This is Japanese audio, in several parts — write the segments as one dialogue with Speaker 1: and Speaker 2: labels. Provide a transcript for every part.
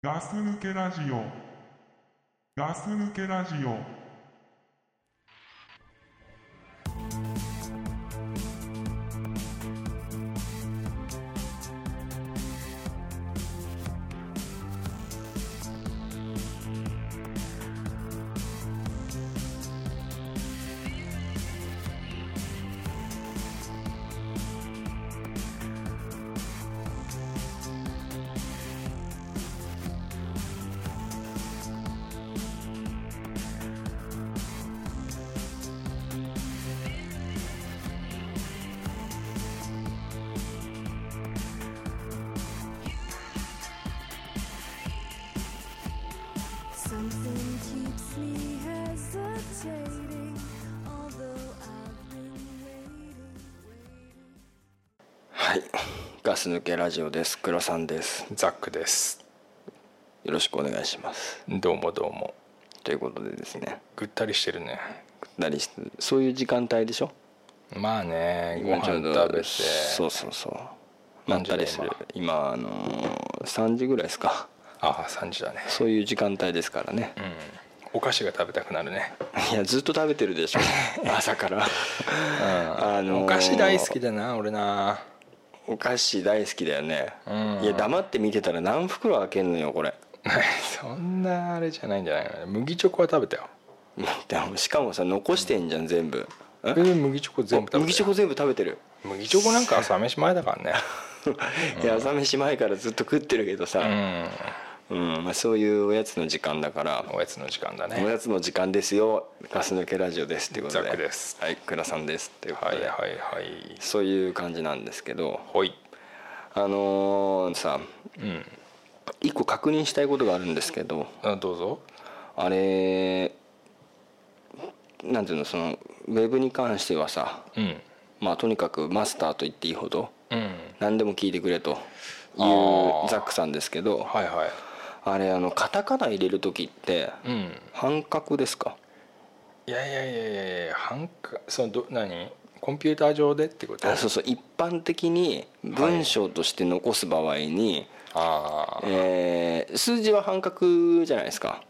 Speaker 1: ガス抜けラジオ。ガス抜けラジオ。
Speaker 2: Something keeps me hesitating, although I've been waiting.
Speaker 3: はい、ガス抜けラジオです。黒さんです。
Speaker 4: ザックです
Speaker 3: よろしくお願いします。
Speaker 4: どうもどうも
Speaker 3: ということでですね、
Speaker 4: ぐったりしてるね
Speaker 3: ぐったりしそういう時間帯でしょ。
Speaker 4: まあねご
Speaker 3: 今ちょう
Speaker 4: 飯
Speaker 3: ど
Speaker 4: 食べて
Speaker 3: そうそうそう。まっ
Speaker 4: 何時
Speaker 3: た
Speaker 4: だ
Speaker 3: りする。今あのー3時ぐらいですか。
Speaker 4: ああ3時だね
Speaker 3: そういう時間帯ですからね。
Speaker 4: うんお菓子が食べたくなるね、
Speaker 3: いやずっと食べてるでし ょ。朝から。 あのー
Speaker 4: お菓子大好きだな俺な
Speaker 3: お菓子大好きだよね。
Speaker 4: うん
Speaker 3: いや黙って見てたら何袋開けんのよこれ。
Speaker 4: そんなあれじゃないんじゃないの麦チョコは食べたよ
Speaker 3: でもしかもさ残してんじゃん全部。え
Speaker 4: 俺麦チョコ全部食べたよ
Speaker 3: 麦チョコ全部食べてる。
Speaker 4: 麦チョコなんか朝飯前だからね
Speaker 3: いや朝飯前からずっと食ってるけどさ、うんまあ、そういうおやつの時間だから
Speaker 4: うんおやつの時間だ
Speaker 3: おや
Speaker 4: ね
Speaker 3: つの時間ですよガス抜けラジオですっていうことで
Speaker 4: ザックです
Speaker 3: はい倉さんですっていうこ
Speaker 4: は
Speaker 3: と
Speaker 4: い
Speaker 3: で、
Speaker 4: はいはい
Speaker 3: そういう感じなんですけど
Speaker 4: ほい
Speaker 3: あのーさ
Speaker 4: うん
Speaker 3: 一個確認したいことがあるんですけど
Speaker 4: あどうぞ
Speaker 3: あれなんていうのそのウェブに関してはさ
Speaker 4: うん
Speaker 3: まあとにかくマスターと言っていいほど
Speaker 4: うん
Speaker 3: 何でも聞いてくれという
Speaker 4: あー
Speaker 3: ザックさんですけど
Speaker 4: はいはい
Speaker 3: あれあのカタカナ入れる時って
Speaker 4: うん
Speaker 3: 半角ですか
Speaker 4: いやいやいやいやいや半かそのど何コンピューター上でってこと
Speaker 3: あそうそう一般的に文章として残す場合に、
Speaker 4: あ
Speaker 3: えー数字は半角じゃないですか、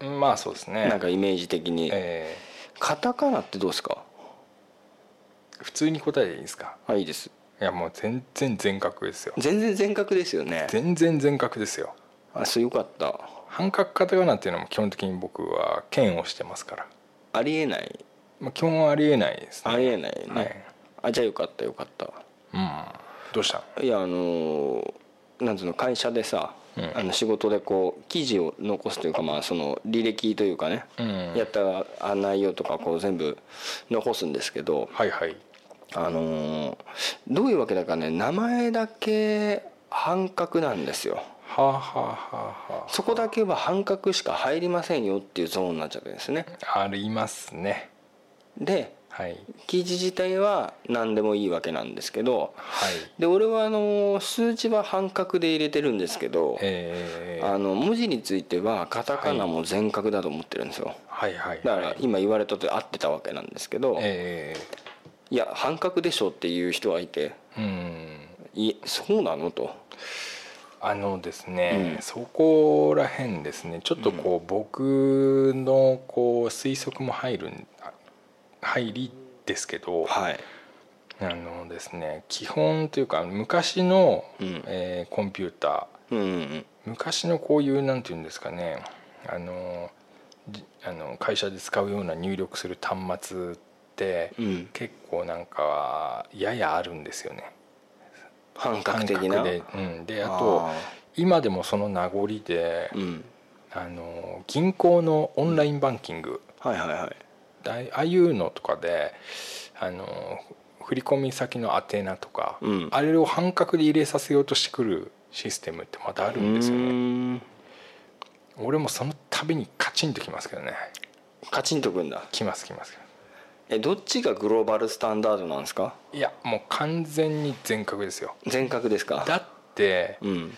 Speaker 4: あまあそうですね
Speaker 3: なんかイメージ的に、
Speaker 4: え
Speaker 3: カタカナってどうですか
Speaker 4: ー普通に答えていいですか
Speaker 3: あいいです
Speaker 4: いやもう全然全角ですよ
Speaker 3: 全然全角ですよね
Speaker 4: 全然全角ですよ
Speaker 3: あそうよかった
Speaker 4: 半角カタカナっていうのも基本的に僕は嫌悪してますから、
Speaker 3: ありえない
Speaker 4: まあ、基本はありえないですね
Speaker 3: ありえないね、
Speaker 4: はい
Speaker 3: あじゃあよかったよかった
Speaker 4: うんどうした
Speaker 3: いやあのーなんつうの会社でさ、
Speaker 4: うん
Speaker 3: あの仕事でこう記事を残すというかまあその履歴というかね、
Speaker 4: うん
Speaker 3: やったあ内容とかこう全部残すんですけど、
Speaker 4: はいはい
Speaker 3: あのーどういうわけだかね名前だけ半角なんですよ
Speaker 4: はあ、はあは
Speaker 3: そこだけは半角しか入りませんよっていうゾーンになっちゃってるんですね
Speaker 4: あはあ、ありますね
Speaker 3: で
Speaker 4: はい
Speaker 3: 記事自体は何でもいいわけなんですけど
Speaker 4: はい
Speaker 3: で俺はあのー数字は半角で入れてるんですけど、
Speaker 4: えー
Speaker 3: あの文字についてはカタカナも全角だと思ってるんですよ、
Speaker 4: はいはいはい
Speaker 3: だから今言われたと合ってたわけなんですけど、
Speaker 4: えー
Speaker 3: いや半角でしょっていう人がいて
Speaker 4: うん
Speaker 3: いそうなのと
Speaker 4: あのですね、
Speaker 3: うん
Speaker 4: そこら辺ですねちょっとこう、僕のこう推測も入るんあ入りですけどあ
Speaker 3: はい
Speaker 4: のですね基本というか昔の、
Speaker 3: うん
Speaker 4: えーコンピュータ
Speaker 3: うんうん
Speaker 4: ー昔のこういうなんて言うんですかねあのじあの会社で使うような入力する端末って、
Speaker 3: うん
Speaker 4: 結構なんかややあるんですよね。
Speaker 3: 半角的な
Speaker 4: 感覚で,、うん、であと
Speaker 3: あー
Speaker 4: 今でもその名残で、
Speaker 3: うん
Speaker 4: あの銀行のオンラインバンキング、
Speaker 3: はいはいはい
Speaker 4: あああいうのとかであの振込先の宛名とか、
Speaker 3: うん
Speaker 4: あれを半角で入れさせようとしてくるシステムってまたあるんですよ
Speaker 3: うー
Speaker 4: ね
Speaker 3: ん
Speaker 4: 俺もその度にカチンときますけどね
Speaker 3: カチンとくんだ
Speaker 4: きますきます
Speaker 3: えどっちがグローバルスタンダードなんですか
Speaker 4: いやもう完全に全角ですよ
Speaker 3: 全角ですか
Speaker 4: だって
Speaker 3: うん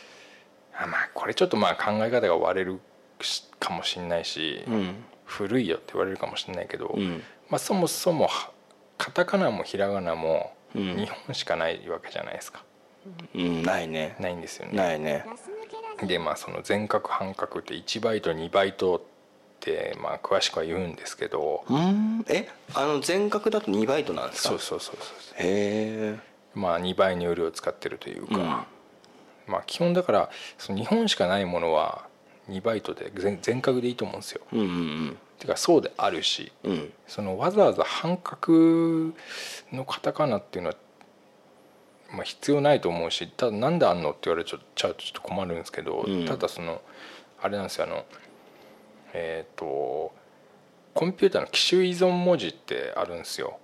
Speaker 4: あまあこれちょっとまあ考え方が割れるしかもしんないし、
Speaker 3: うん
Speaker 4: 古いよって言われるかもしれないけど、
Speaker 3: うん
Speaker 4: まあ、そもそもはカタカナもひらがなも
Speaker 3: うん
Speaker 4: 日本しかないわけじゃないですか、
Speaker 3: うんないね
Speaker 4: ないんですよね
Speaker 3: ないね
Speaker 4: でまあその全角半角って1バイト2バイトってまあ詳しくは言うんですけど
Speaker 3: うんえあの全角だと2バイトなんですか
Speaker 4: そうそうそうそ
Speaker 3: へえ
Speaker 4: うまあ2倍の量を使ってるというか、
Speaker 3: うん
Speaker 4: まあ基本だからその日本しかないものは2バイトで全全角でいいと思うんですよ。
Speaker 3: うんうん
Speaker 4: てかそうであるし
Speaker 3: うんうん
Speaker 4: そのわざわざ半角のカタカナっていうのは、まあ、必要ないと思うしただなんであんのって言われちゃうちょっと困るんですけど、
Speaker 3: うん
Speaker 4: ただそのあれなんですよあのえっ、とコンピューターの機種依存文字ってあるんですよ。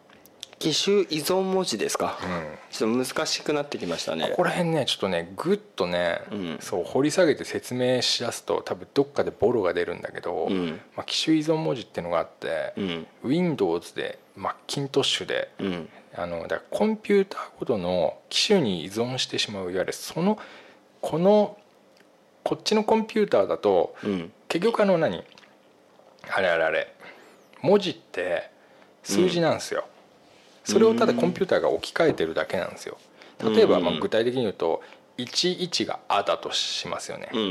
Speaker 3: 機種依存文字ですか、
Speaker 4: うん
Speaker 3: ちょっと難しくなってきましたね
Speaker 4: ここら辺ねちょっとねぐっとね、
Speaker 3: うん
Speaker 4: そう掘り下げて説明しだすと多分どっかでボロが出るんだけど、
Speaker 3: うん
Speaker 4: まあ、機種依存文字っていうのがあって、
Speaker 3: うん
Speaker 4: Windows で Macintosh で
Speaker 3: うん
Speaker 4: あのだからコンピューターごとの機種に依存してしまういわゆるそのこのこっちのコンピューターだと
Speaker 3: うん
Speaker 4: 結局あの何あれあれあれ文字って数字なんですよ、それをただコンピューターが置き換えてるだけなんですよ例えばまあ
Speaker 3: うん
Speaker 4: 具体的に言うと11が「あ」だとしますよね
Speaker 3: うんう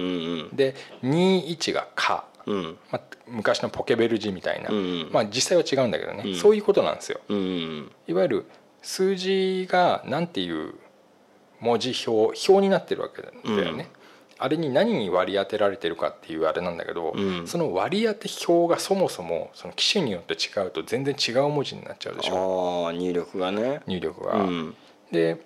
Speaker 3: ん
Speaker 4: で21が「か」
Speaker 3: うん
Speaker 4: まあ、昔のポケベル字みたいな、
Speaker 3: うん
Speaker 4: まあ、実際は違うんだけどね、
Speaker 3: うん
Speaker 4: そういうことなんですよ
Speaker 3: うんうん
Speaker 4: いわゆる数字が何ていう文字表表になってるわけだよね、あれに何に割り当てられてるかっていうあれなんだけど、
Speaker 3: うん
Speaker 4: その割り当て表がそもそもその機種によって違うと全然違う文字になっちゃうでしょ
Speaker 3: ああ入力がね
Speaker 4: 入力
Speaker 3: う
Speaker 4: が。
Speaker 3: ん
Speaker 4: で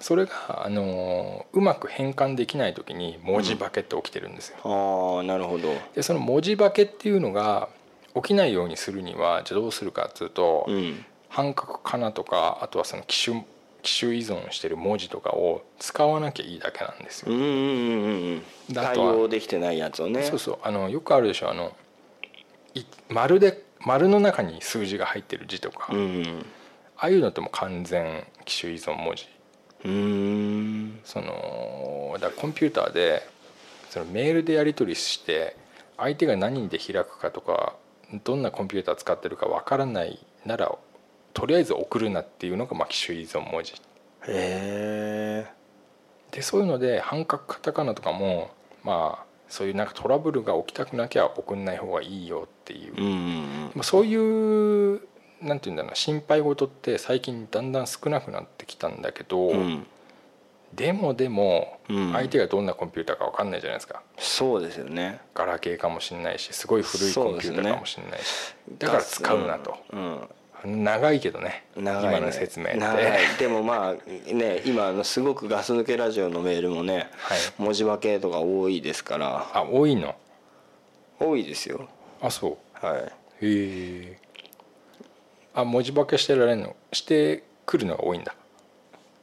Speaker 4: それが、あのーうまく変換できない時に文字化けって起きてるんですよ。
Speaker 3: ああなるほど
Speaker 4: でその文字化けっていうのが起きないようにするにはじゃあどうするかっていうと、
Speaker 3: うん
Speaker 4: 半角かなとかあとはその機種機種依存してる文字とかを使わなきゃいいだけなんです
Speaker 3: う
Speaker 4: よ。
Speaker 3: んうんうんうんうん
Speaker 4: だ
Speaker 3: 対
Speaker 4: とは
Speaker 3: 応できてないやつをね
Speaker 4: そうそうあのよくあるでしょあのい丸で丸の中に数字が入ってる字とか、あ
Speaker 3: ん
Speaker 4: あいうのってもう完全機種依存文字
Speaker 3: うーん
Speaker 4: そのだからコンピューターでそのメールでやり取りして相手が何で開くかとかどんなコンピューター使ってるかわからないならとりあえず送るなっていうのがまあ機種依存文字
Speaker 3: へえ
Speaker 4: でそういうので半角カタカナとかもまあそういうなんかトラブルが起きたくなきゃ送んない方がいいよっていう、
Speaker 3: うんうん
Speaker 4: まあ、そういうなんていうんだろうな心配事って最近だんだん少なくなってきたんだけど、
Speaker 3: うんうん
Speaker 4: でもでも
Speaker 3: うん
Speaker 4: 相手がどんなコンピューターか分かんないじゃないですか、
Speaker 3: そうですよね
Speaker 4: ガラケーかもしれないしすごい古いコンピューターかもしれないし、だから使うなと、
Speaker 3: うん
Speaker 4: 長いけどね
Speaker 3: 長い、ね、
Speaker 4: 今の説明って
Speaker 3: 長いでもまあね今あのすごくガス抜けラジオのメールもね、
Speaker 4: はい
Speaker 3: 文字化けとか多いですから
Speaker 4: あ多いの
Speaker 3: 多いですよ
Speaker 4: あそう
Speaker 3: はい
Speaker 4: へえあ文字化けしてられんのしてくるのが多いんだ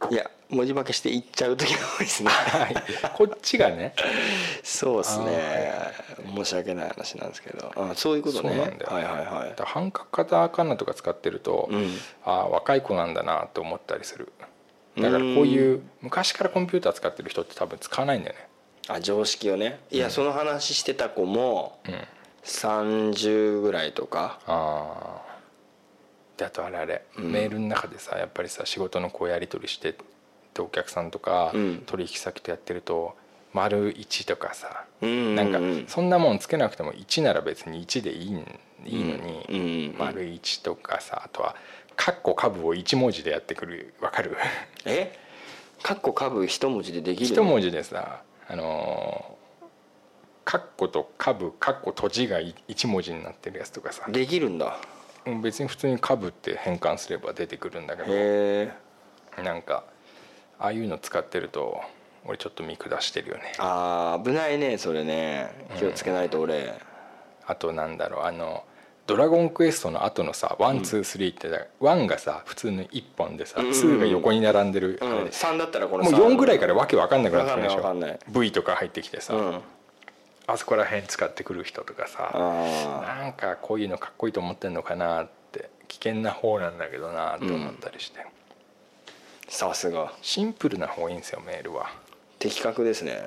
Speaker 3: いや文字化けしていっちゃう時が多いですね
Speaker 4: はいこっちがね
Speaker 3: そうです
Speaker 4: あ
Speaker 3: ね申し訳ない話なんですけどあそういうことね
Speaker 4: そうなんだよ
Speaker 3: はいはいは
Speaker 4: だ
Speaker 3: い
Speaker 4: から半角カタカナとか使ってると、
Speaker 3: うん
Speaker 4: あ若い子なんだなと思ったりするだからこういう昔からコンピューター使ってる人って多分使わないんだよね
Speaker 3: あ常識をねいや、その話してた子も
Speaker 4: うん
Speaker 3: 30ぐらいとか
Speaker 4: ああであとあれあれ、
Speaker 3: うん
Speaker 4: メールの中でさやっぱりさ仕事のこうやり取りしてってお客さんとか、
Speaker 3: うん
Speaker 4: 取引先とやってると「丸1とかさ
Speaker 3: うん
Speaker 4: なんか
Speaker 3: う
Speaker 4: そんなもんつけなくても1なら別に1でいいんいいの
Speaker 3: うん
Speaker 4: に
Speaker 3: うん
Speaker 4: 丸1とかさあとは「カッコカブ」を1文字でやってくるわかる
Speaker 3: えカッコカブ一文字でできる
Speaker 4: 一文字でさあのーカッコとカブカッコ閉じが1文字になってるやつとかさ
Speaker 3: できるんだ
Speaker 4: うん別に普通に「カブ」って変換すれば出てくるんだけど
Speaker 3: へえ
Speaker 4: なんかああいうの使ってると俺ちょっと見下してるよね
Speaker 3: あー危ないねそれね気をつけないと俺、
Speaker 4: あとなんだろうあの「ドラゴンクエスト」の後のさ「ワンツースリー」ってだワンがさ普通の1本でさ
Speaker 3: うん
Speaker 4: ツーが横に並んでる
Speaker 3: う
Speaker 4: あ
Speaker 3: ん
Speaker 4: れ
Speaker 3: 3だったらこの
Speaker 4: もう4ぐらいからわけわかんなくなってくるでし
Speaker 3: わかんないわ
Speaker 4: ょ
Speaker 3: か
Speaker 4: V とか入ってきてさ、
Speaker 3: うんあ
Speaker 4: あそこら辺使ってくる人とかさ
Speaker 3: あ
Speaker 4: なんかこういうのかっこいいと思ってんのかなって危険な方なんだけどなって思ったりして、
Speaker 3: さすが
Speaker 4: シンプルな方がいいんですよメールは、
Speaker 3: 的確ですね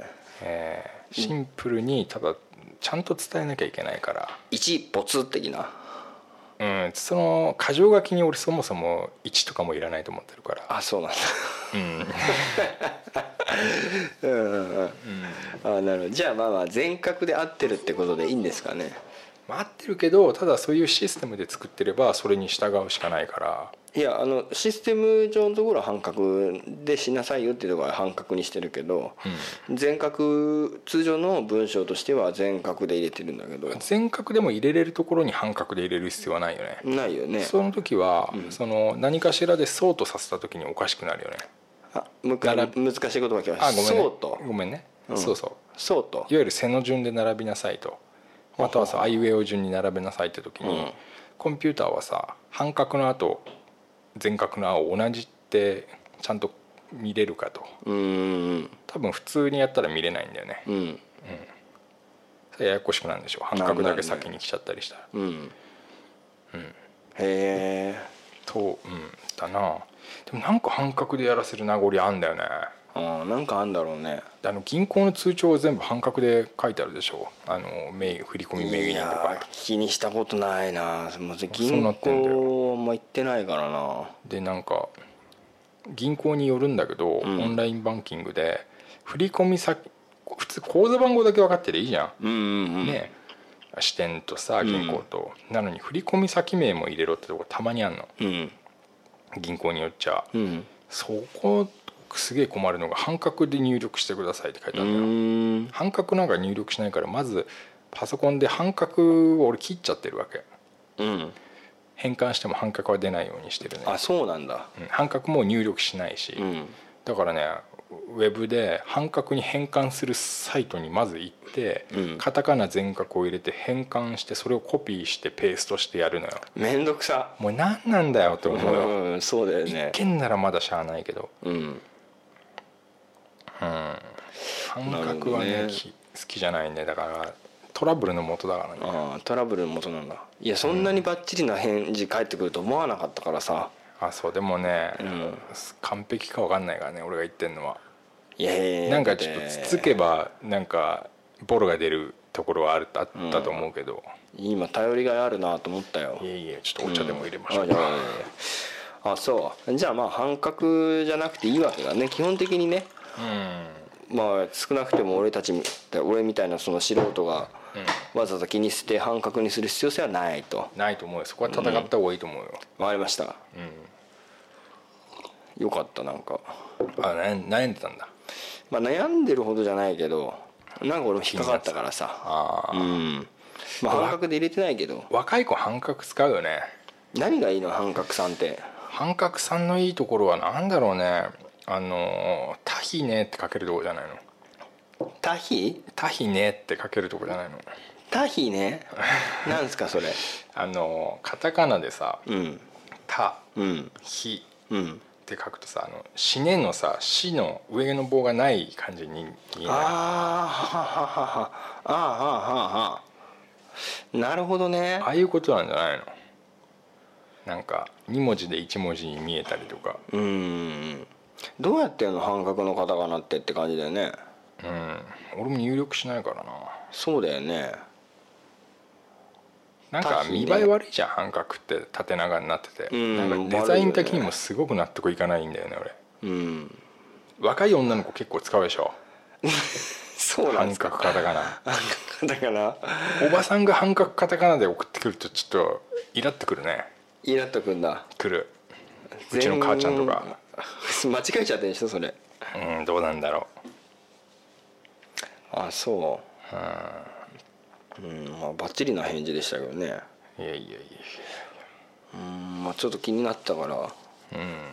Speaker 4: えーシンプルにただちゃんと伝えなきゃいけないから
Speaker 3: 一ボツ的な
Speaker 4: うん、その箇条書きに俺そもそも1とかもいらないと思ってるから
Speaker 3: あそうなんだ
Speaker 4: う ん
Speaker 3: うんうんうんあなるほどじゃあまあまあ全角で合ってるってことでいいんですかね
Speaker 4: まあ、合ってるけどただそういうシステムで作ってればそれに従うしかないから
Speaker 3: いやあのシステム上のところは半角でしなさいよっていうところは半角にしてるけど、全角通常の文章としては全角で入れてるんだけど
Speaker 4: 全角でも入れれるところに半角で入れる必要はないよね
Speaker 3: ないよね
Speaker 4: その時は、
Speaker 3: ん
Speaker 4: その何かしらでそうとさせた時におかしくなるよね
Speaker 3: あむく難
Speaker 4: 並
Speaker 3: しい言葉きました
Speaker 4: あごめんね
Speaker 3: そうと
Speaker 4: ごめんね、
Speaker 3: うん
Speaker 4: そうそう
Speaker 3: そうと
Speaker 4: いわゆる背の順で並びなさいとまたはさあいうえお順に並べなさいって時に、
Speaker 3: うん
Speaker 4: コンピューターはさ半角の「あ」と全角の「あ」を同じってちゃんと見れるかと
Speaker 3: うーん
Speaker 4: 多分普通にやったら見れないんだよね
Speaker 3: うん
Speaker 4: それややこしくなるんでしょう半角だけ先に来ちゃったりしたら。
Speaker 3: うん、へえ
Speaker 4: と、うん、だなでもなんか半角でやらせる名残あんだよね
Speaker 3: あーなんかあんだろうね
Speaker 4: あの銀行の通帳は全部半角で書いてあるでしょあの名義振り込み名義
Speaker 3: い
Speaker 4: 人と
Speaker 3: や
Speaker 4: か
Speaker 3: ー気にしたことないなもう
Speaker 4: そうな
Speaker 3: 銀
Speaker 4: ってんだよ
Speaker 3: 行あんま行ってないからな
Speaker 4: でなんか銀行によるんだけど、
Speaker 3: ん
Speaker 4: オンラインバンキングで振り込み先普通口座番号だけ分かってていいじゃ、
Speaker 3: うんうんうんん
Speaker 4: ね支店とさ銀行と、なのに振り込み先名も入れろってとこたまにあんの
Speaker 3: うん
Speaker 4: 銀行によっちゃ
Speaker 3: うん
Speaker 4: そこすげえ困るのが半角で入力してくださいって書いてあ
Speaker 3: う
Speaker 4: るんだよ
Speaker 3: ーん
Speaker 4: 半角なんか入力しないからまずパソコンで半角を俺切っちゃってるわけ
Speaker 3: うん
Speaker 4: 変換しても半角は出ないようにしてるね
Speaker 3: あそうなんだ
Speaker 4: うん半角も入力しないし、
Speaker 3: うん
Speaker 4: だからねウェブで半角に変換するサイトにまず行って、
Speaker 3: うん
Speaker 4: カタカナ全角を入れて変換してそれをコピーしてペーストしてやるのよ
Speaker 3: めんどくさ
Speaker 4: もう何なんだよって思うよ
Speaker 3: うんそうだよ
Speaker 4: 一
Speaker 3: ね
Speaker 4: 見ならまだしゃあないけど
Speaker 3: うん
Speaker 4: 半角は
Speaker 3: なるほど
Speaker 4: ね
Speaker 3: ね
Speaker 4: き好きじゃないねだからトラブルの元だからね
Speaker 3: ああトラブルの元なんだいやそんなにバッチリな返事返ってくると思わなかったからさ
Speaker 4: あそうでもね、
Speaker 3: ん
Speaker 4: 完璧かわかんないからね俺が言ってんのはい
Speaker 3: やいやいや
Speaker 4: なんかちょっとつつけばなんかボロが出るところはあるあったと思うけど、
Speaker 3: 今頼りがいあるなと思ったよ
Speaker 4: いえいえちょっとお茶でも入れましょう
Speaker 3: あいやいやいやあそうじゃあまあ半角じゃなくていいわけだね基本的にねまあ少なくても俺たちみ俺みたいなその素人がわざわざ気にして半角にする必要性はないと
Speaker 4: うんないと思うよそこは戦った方がいいと思うよ、
Speaker 3: わかりました、よかったなんか、
Speaker 4: あ悩ん悩んでたんだ
Speaker 3: まあ、悩んでるほどじゃないけどなんか俺も引っかかったからさ
Speaker 4: あ
Speaker 3: う
Speaker 4: あ、
Speaker 3: んまあ半角で入れてないけど
Speaker 4: 若い子半角使うよね
Speaker 3: 何がいいの半角さんって
Speaker 4: 半角さんのいいところはなんだろうねあのー「タヒネ」って書けるとこじゃないの
Speaker 3: タヒ
Speaker 4: 「タヒネ」って書けるとこじゃないの
Speaker 3: タヒ ねなんすかそれ
Speaker 4: あのーカタカナでさ
Speaker 3: うん
Speaker 4: 「タ
Speaker 3: うん」
Speaker 4: 「ヒ」
Speaker 3: うん
Speaker 4: って書くとさあの「死ね」のさ「死」の上の棒がない感じに見えない
Speaker 3: あーははははあーはーはーはーなるほどね
Speaker 4: ああいうことなんじゃないのなんか2文字で1文字に見えたりとか
Speaker 3: うーんどうやってんの半角の方かなってって感じだよね
Speaker 4: うん俺も入力しないからな
Speaker 3: そうだよね
Speaker 4: なんか
Speaker 3: 確か
Speaker 4: 見
Speaker 3: にね
Speaker 4: 栄え悪いじゃん半角って縦長になってて
Speaker 3: うん
Speaker 4: なんかデザイン的に
Speaker 3: 悪いよ
Speaker 4: も
Speaker 3: ね
Speaker 4: すごく納得いかないんだよね俺
Speaker 3: うん
Speaker 4: 若い女の子結構使うでしょ
Speaker 3: そうなん
Speaker 4: 半
Speaker 3: ですか
Speaker 4: 角カタカナ
Speaker 3: 半角だから
Speaker 4: おばさんが半角カタカナで送ってくるとちょっとイラってくるね
Speaker 3: イラっとくんだ
Speaker 4: くるうちの母ちゃんとか
Speaker 3: 全間違えちゃってんでしょそれ
Speaker 4: うんどうなんだろ
Speaker 3: あそううんまあバッチリな返事でしたけどね
Speaker 4: ういやいやいや
Speaker 3: うんまあちょっと気になったから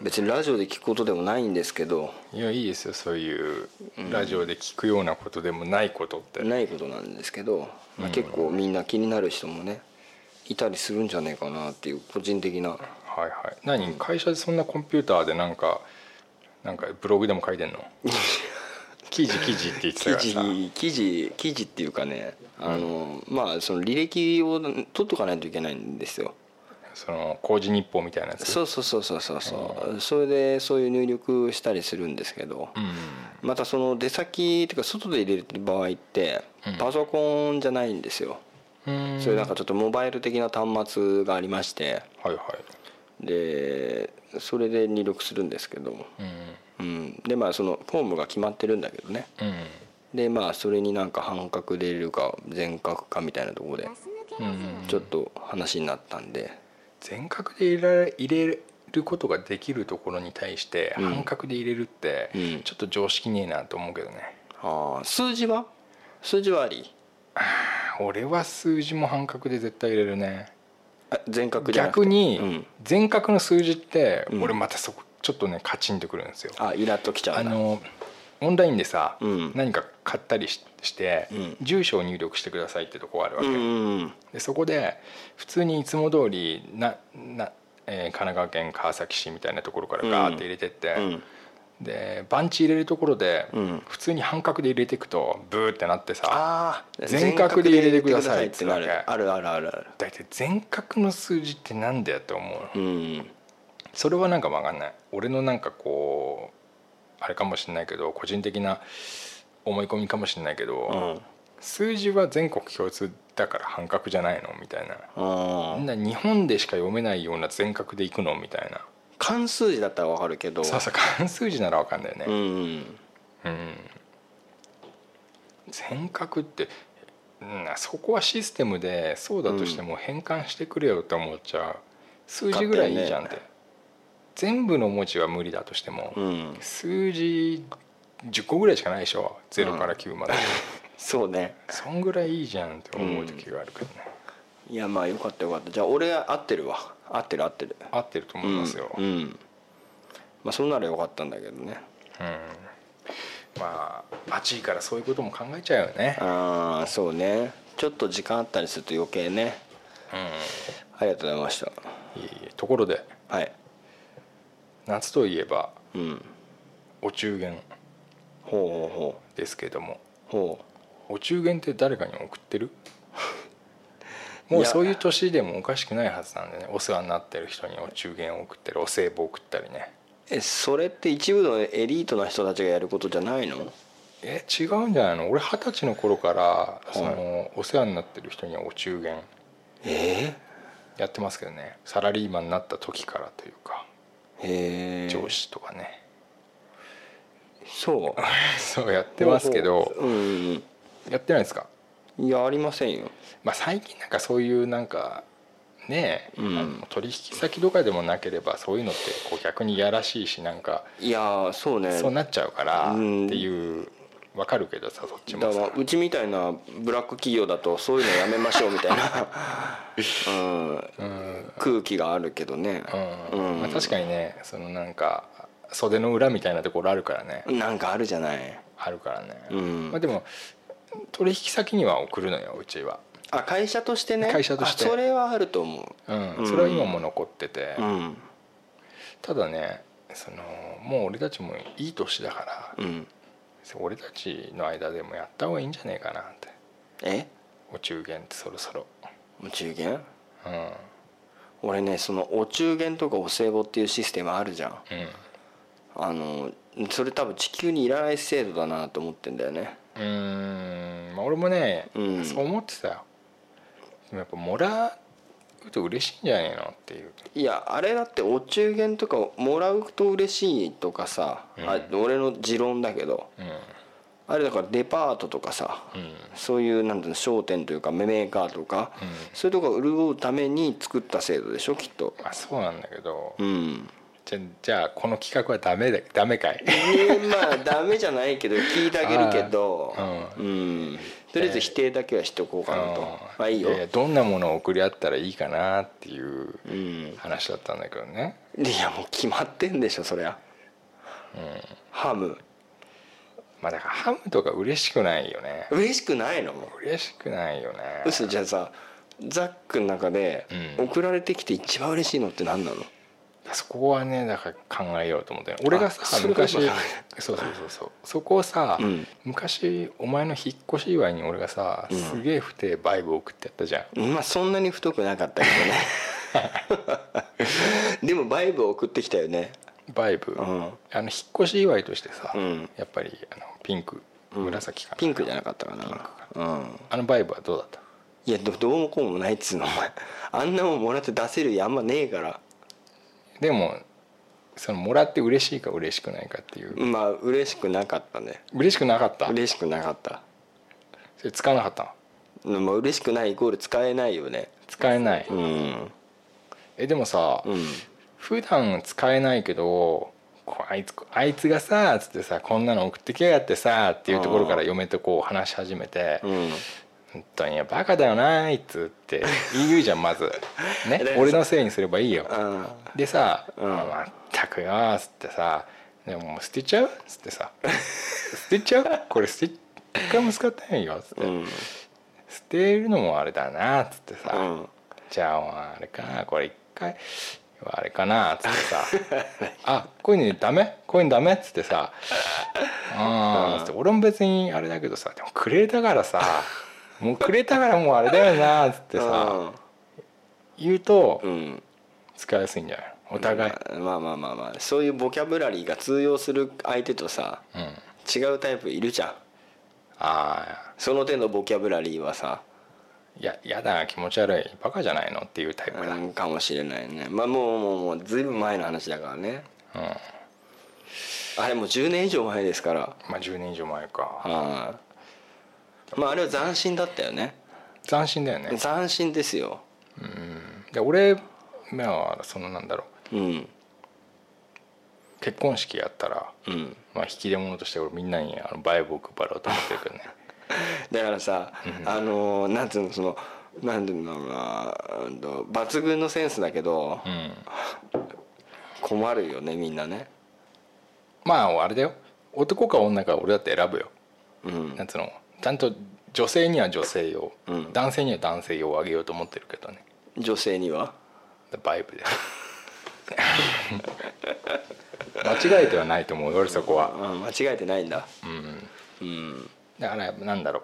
Speaker 3: 別にラジオで聞くことでもないんですけど
Speaker 4: いやいいですよそういうラジオで聞くようなことでもないことって、
Speaker 3: ないことなんですけど、まあ、結構みんな気になる人もねいたりするんじゃねえかなっていう個人的な
Speaker 4: はいはい何会社でそんなコンピューターでなんかなんかブログでも書いて んの記事記事って言ってた
Speaker 3: 記
Speaker 4: からさ
Speaker 3: 事記事記事っていうかねあの、まあその履歴を取っとかないといけないんですよ
Speaker 4: その工事日報みたいなやつ
Speaker 3: そうそうそうそうそうそうそれでそういう入力したりするんですけど、
Speaker 4: うん
Speaker 3: またその出先っていうか外で入れる場合って
Speaker 4: うん
Speaker 3: パソコンじゃないんですよ、
Speaker 4: うん
Speaker 3: そういうなんかちょっとモバイル的な端末がありまして
Speaker 4: はいは
Speaker 3: でそれで入力するんですけど
Speaker 4: い、うん、
Speaker 3: ううん、でまあそのフォームが決まってるんだけどね
Speaker 4: うん
Speaker 3: でまあそれになんか半角で入れるか全角かみたいなところで
Speaker 4: うん
Speaker 3: ちょっと話になったんで
Speaker 4: 全角で入れられ入れることができるところに対して
Speaker 3: うん
Speaker 4: 半角で入れるって
Speaker 3: うん
Speaker 4: ちょっと常識ねえなと思うけどね、
Speaker 3: あー数字は数字はあり
Speaker 4: 俺は数字も半角で絶対入れるね
Speaker 3: あ全角じゃなくて
Speaker 4: 逆
Speaker 3: う
Speaker 4: に
Speaker 3: ん、
Speaker 4: 全角の数字って
Speaker 3: うん
Speaker 4: 俺またそこちょっとねカチンとくるんですよ
Speaker 3: あイラっときちゃ
Speaker 4: あ
Speaker 3: うな
Speaker 4: のオンラインでさ
Speaker 3: うん
Speaker 4: 何か買ったりしして
Speaker 3: うん
Speaker 4: 住所を入力してくださいってとこあるわ
Speaker 3: う
Speaker 4: け
Speaker 3: んうん
Speaker 4: でそこで普通にいつも通りなな、えー神奈川県川崎市みたいなところからガーって入れてって、
Speaker 3: うん
Speaker 4: でバンチ入れるところで、
Speaker 3: うん
Speaker 4: 普通に半角で入れていくとブーってなってさ
Speaker 3: あー
Speaker 4: 全角で入れてください
Speaker 3: 全角で入れてくださいってな
Speaker 4: って
Speaker 3: るあるあるあるある
Speaker 4: 大体全角の数字ってなんだよって思う、
Speaker 3: うん
Speaker 4: それはなんか分かんない俺のなんかこうあれかもしれないけど個人的な思い込みかもしれないけ
Speaker 3: う
Speaker 4: ど、
Speaker 3: ん
Speaker 4: 数字は全国共通だから半角じゃないのみたいな
Speaker 3: あ
Speaker 4: みん
Speaker 3: ー
Speaker 4: な日本でしか読めないような全角でいくのみたいな
Speaker 3: 漢数字だったらわかるけど
Speaker 4: そうそう漢数字ならわかんないよ
Speaker 3: う
Speaker 4: ね
Speaker 3: ん
Speaker 4: うん、全角って、うん、そこはシステムでそうだとしても変換してくれよって思っちゃう数字ぐらいいいじゃんっ
Speaker 3: 勝
Speaker 4: て、
Speaker 3: 手にね
Speaker 4: 全部の文字は無理だとしても、
Speaker 3: うん
Speaker 4: 数字10個ぐらいしかないでしょ0から9まで、
Speaker 3: そうね
Speaker 4: そんぐらいいいじゃんって思う時があるけどね、
Speaker 3: いやまあよかったよかったじゃあ俺合ってるわ合ってる合ってる
Speaker 4: 合ってると思いますよ、
Speaker 3: うんうんまあ、そんならよかったんだけどね
Speaker 4: うんまあ暑いからそういうことも考えちゃうよね
Speaker 3: ああそうねちょっと時間あったりすると余計ね
Speaker 4: う
Speaker 3: ありがとうございました
Speaker 4: んいえいえところで
Speaker 3: はい
Speaker 4: 夏といえば
Speaker 3: うん
Speaker 4: お中元
Speaker 3: ほうほ
Speaker 4: ですけども
Speaker 3: うほうほ
Speaker 4: お中元って誰かに送ってる
Speaker 3: いや
Speaker 4: もうそういう年でもおかしくないはずなんでねお世話になってる人にお中元を送ったりお歳暮を送ったりね
Speaker 3: うえそれって一部のエリートな人たちがやることじゃないの
Speaker 4: え違うんじゃないの俺二十歳の頃からそのお世話になってる人にはお中元
Speaker 3: え
Speaker 4: やってますけどねサラリーマンになった時からというか
Speaker 3: ー、へえ
Speaker 4: 上司とかね、
Speaker 3: そう
Speaker 4: そうやってますけど
Speaker 3: うんうん
Speaker 4: やってないですか、
Speaker 3: うんいやありませんよ
Speaker 4: まあ、最近なんかそういうなんかねえ、
Speaker 3: うん
Speaker 4: あの取引先とかでもなければそういうのってこう逆にいやらしいしなんか
Speaker 3: いやーそうね
Speaker 4: そうなっちゃうからっ
Speaker 3: う
Speaker 4: て
Speaker 3: ん
Speaker 4: いうわかるけどさそっち
Speaker 3: だ
Speaker 4: も
Speaker 3: から
Speaker 4: さ
Speaker 3: うちみたいなブラック企業だとそういうのやめましょうみたい な、うん空気があるけどね、
Speaker 4: うんまあ、確かにねそのなんか袖の裏みたいなところあるからね
Speaker 3: なんかあるじゃない
Speaker 4: あるからね、
Speaker 3: うん
Speaker 4: まあ、でも取引先には送るのようちは、
Speaker 3: あ会社としてね
Speaker 4: 会社として
Speaker 3: あそれはあると思
Speaker 4: うん
Speaker 3: うん
Speaker 4: それは今も残ってて、
Speaker 3: ううん
Speaker 4: ただねそのもう俺たちもいい年だから、
Speaker 3: うん
Speaker 4: 俺たちの間でもやった方がいいんじゃねえかなって
Speaker 3: え
Speaker 4: お中元ってそろそろ
Speaker 3: お中元
Speaker 4: うんうん
Speaker 3: 俺ねそのお中元とかお歳暮っていうシステムあるじゃんあのそれ多分地球にいらない制度だなと思ってんだよね
Speaker 4: うーんまあ俺もね、
Speaker 3: うん
Speaker 4: そう思ってたよでもやっぱもらうと嬉しいんじゃねえのっていう
Speaker 3: いやあれだってお中元とかもらうと嬉しいとかさ、あ俺の持論だけど
Speaker 4: う
Speaker 3: あれだからデパートとかさ、
Speaker 4: んうん
Speaker 3: そういうなんていうの商店というかメーカーとか、
Speaker 4: ん
Speaker 3: そういうとこが潤うために作った制度でしょきっと
Speaker 4: まあそうなんだけど、
Speaker 3: うん
Speaker 4: じゃじゃあこの企画はダメだダメかい
Speaker 3: えーまあダメじゃないけど聞いてあげるけど
Speaker 4: は、
Speaker 3: うんとりあえず否定だけはしと こうかなと、まあいいよ
Speaker 4: ややどんなものを送り合ったらいいかなっていう
Speaker 3: うん
Speaker 4: 話だったんだけどね
Speaker 3: いやもう決まってんでしょそりゃ、ハム
Speaker 4: まあだからハムとか嬉しくないよね
Speaker 3: 嬉しくないの
Speaker 4: 嬉しくないよね
Speaker 3: 嘘じゃあさザックの中で
Speaker 4: うん
Speaker 3: 送られてきて一番嬉しいのって何なの、
Speaker 4: そこはねだから考えようと思って俺が
Speaker 3: そ
Speaker 4: さ
Speaker 3: れが
Speaker 4: 昔そうそうそうそうそこをさ、
Speaker 3: うん
Speaker 4: 昔お前の引っ越し祝いに俺がさ、すげえ不定バイブ送ってやったじゃん
Speaker 3: まあそんなに太くなかったけ どねでもバイブを送ってきたよね
Speaker 4: バイブ、
Speaker 3: ん
Speaker 4: あの引っ越し祝いとしてさ、
Speaker 3: うん
Speaker 4: やっぱりあのピンク紫かな、
Speaker 3: ピンクじゃなかったかなうん
Speaker 4: あのバイブはどうだった
Speaker 3: いやどどうもこうもないっ つうのお前あんなもんもらって出せるやあんまねえから
Speaker 4: でもそのもらって嬉しいか嬉しくないかっていう
Speaker 3: まあ嬉しくなかったね
Speaker 4: 嬉しくなかった
Speaker 3: 嬉しくなかった
Speaker 4: それ使わなかった
Speaker 3: まあ嬉しくないイコール使えないよね
Speaker 4: 使えない
Speaker 3: うん
Speaker 4: えでもさ、
Speaker 3: うん
Speaker 4: 普段使えないけどこうあいつあいつがさつってさこんなの送ってきやがってさっていうところから嫁とこう話し始めて
Speaker 3: うん
Speaker 4: 「本当にいやバカだよなあいつ」って言うじゃん まずね
Speaker 3: で
Speaker 4: 俺のせいにすればいいよ
Speaker 3: あ
Speaker 4: でさ「
Speaker 3: うん
Speaker 4: まったくよ」つってさ「でももう捨てちゃう?」つって さ「捨てちゃうこれ捨て一回も使ってないよ」つって、
Speaker 3: うん
Speaker 4: 捨てるのもあれだな」つってさ、
Speaker 3: うん
Speaker 4: じゃああれかなこれ一回あれかなっつってさ 「あこういうのダメこういうのダメ」っつってさ「ああ」つって俺も別にあれだけどさでもくれたからさもうくれたからもうあれだよなっつってさ言うと
Speaker 3: うん
Speaker 4: 使いやすいんじゃないお互い、
Speaker 3: まあまあまあまあそういうボキャブラリーが通用する相手とさ
Speaker 4: うん、あ
Speaker 3: 違うタイプいるじゃん
Speaker 4: あ
Speaker 3: その手のボキャブラリーはさ
Speaker 4: いややだ気持ち悪いバカじゃないのっていうタイプだ、
Speaker 3: うんかもしれないねまあもうもうもうずいぶん前の話だからねあれもう10年以上前ですから
Speaker 4: まあ10年以上前か
Speaker 3: はいまああれは斬新だったよね
Speaker 4: 斬新だよね
Speaker 3: 斬新ですよ
Speaker 4: で俺まあそのなんだろ
Speaker 3: うん
Speaker 4: う結婚式やったら
Speaker 3: うん
Speaker 4: まあ、引き出物として俺みんなにあのバイブを配ろうと思ってるけどね
Speaker 3: だからさ、あのーなんていうのそのなんていうんだろうなうんと抜群のセンスだけど、
Speaker 4: うん
Speaker 3: 困るよねみんなね
Speaker 4: まああれだよ男か女か俺だって選ぶよ
Speaker 3: うん
Speaker 4: なんつうのちゃんと女性には女性用、
Speaker 3: うん
Speaker 4: 男性には男性用をあげようと思ってるけどね
Speaker 3: 女性には
Speaker 4: バイ ブで間違えてはないと思う俺そこは
Speaker 3: うん間違えてないんだ
Speaker 4: だからなんだろ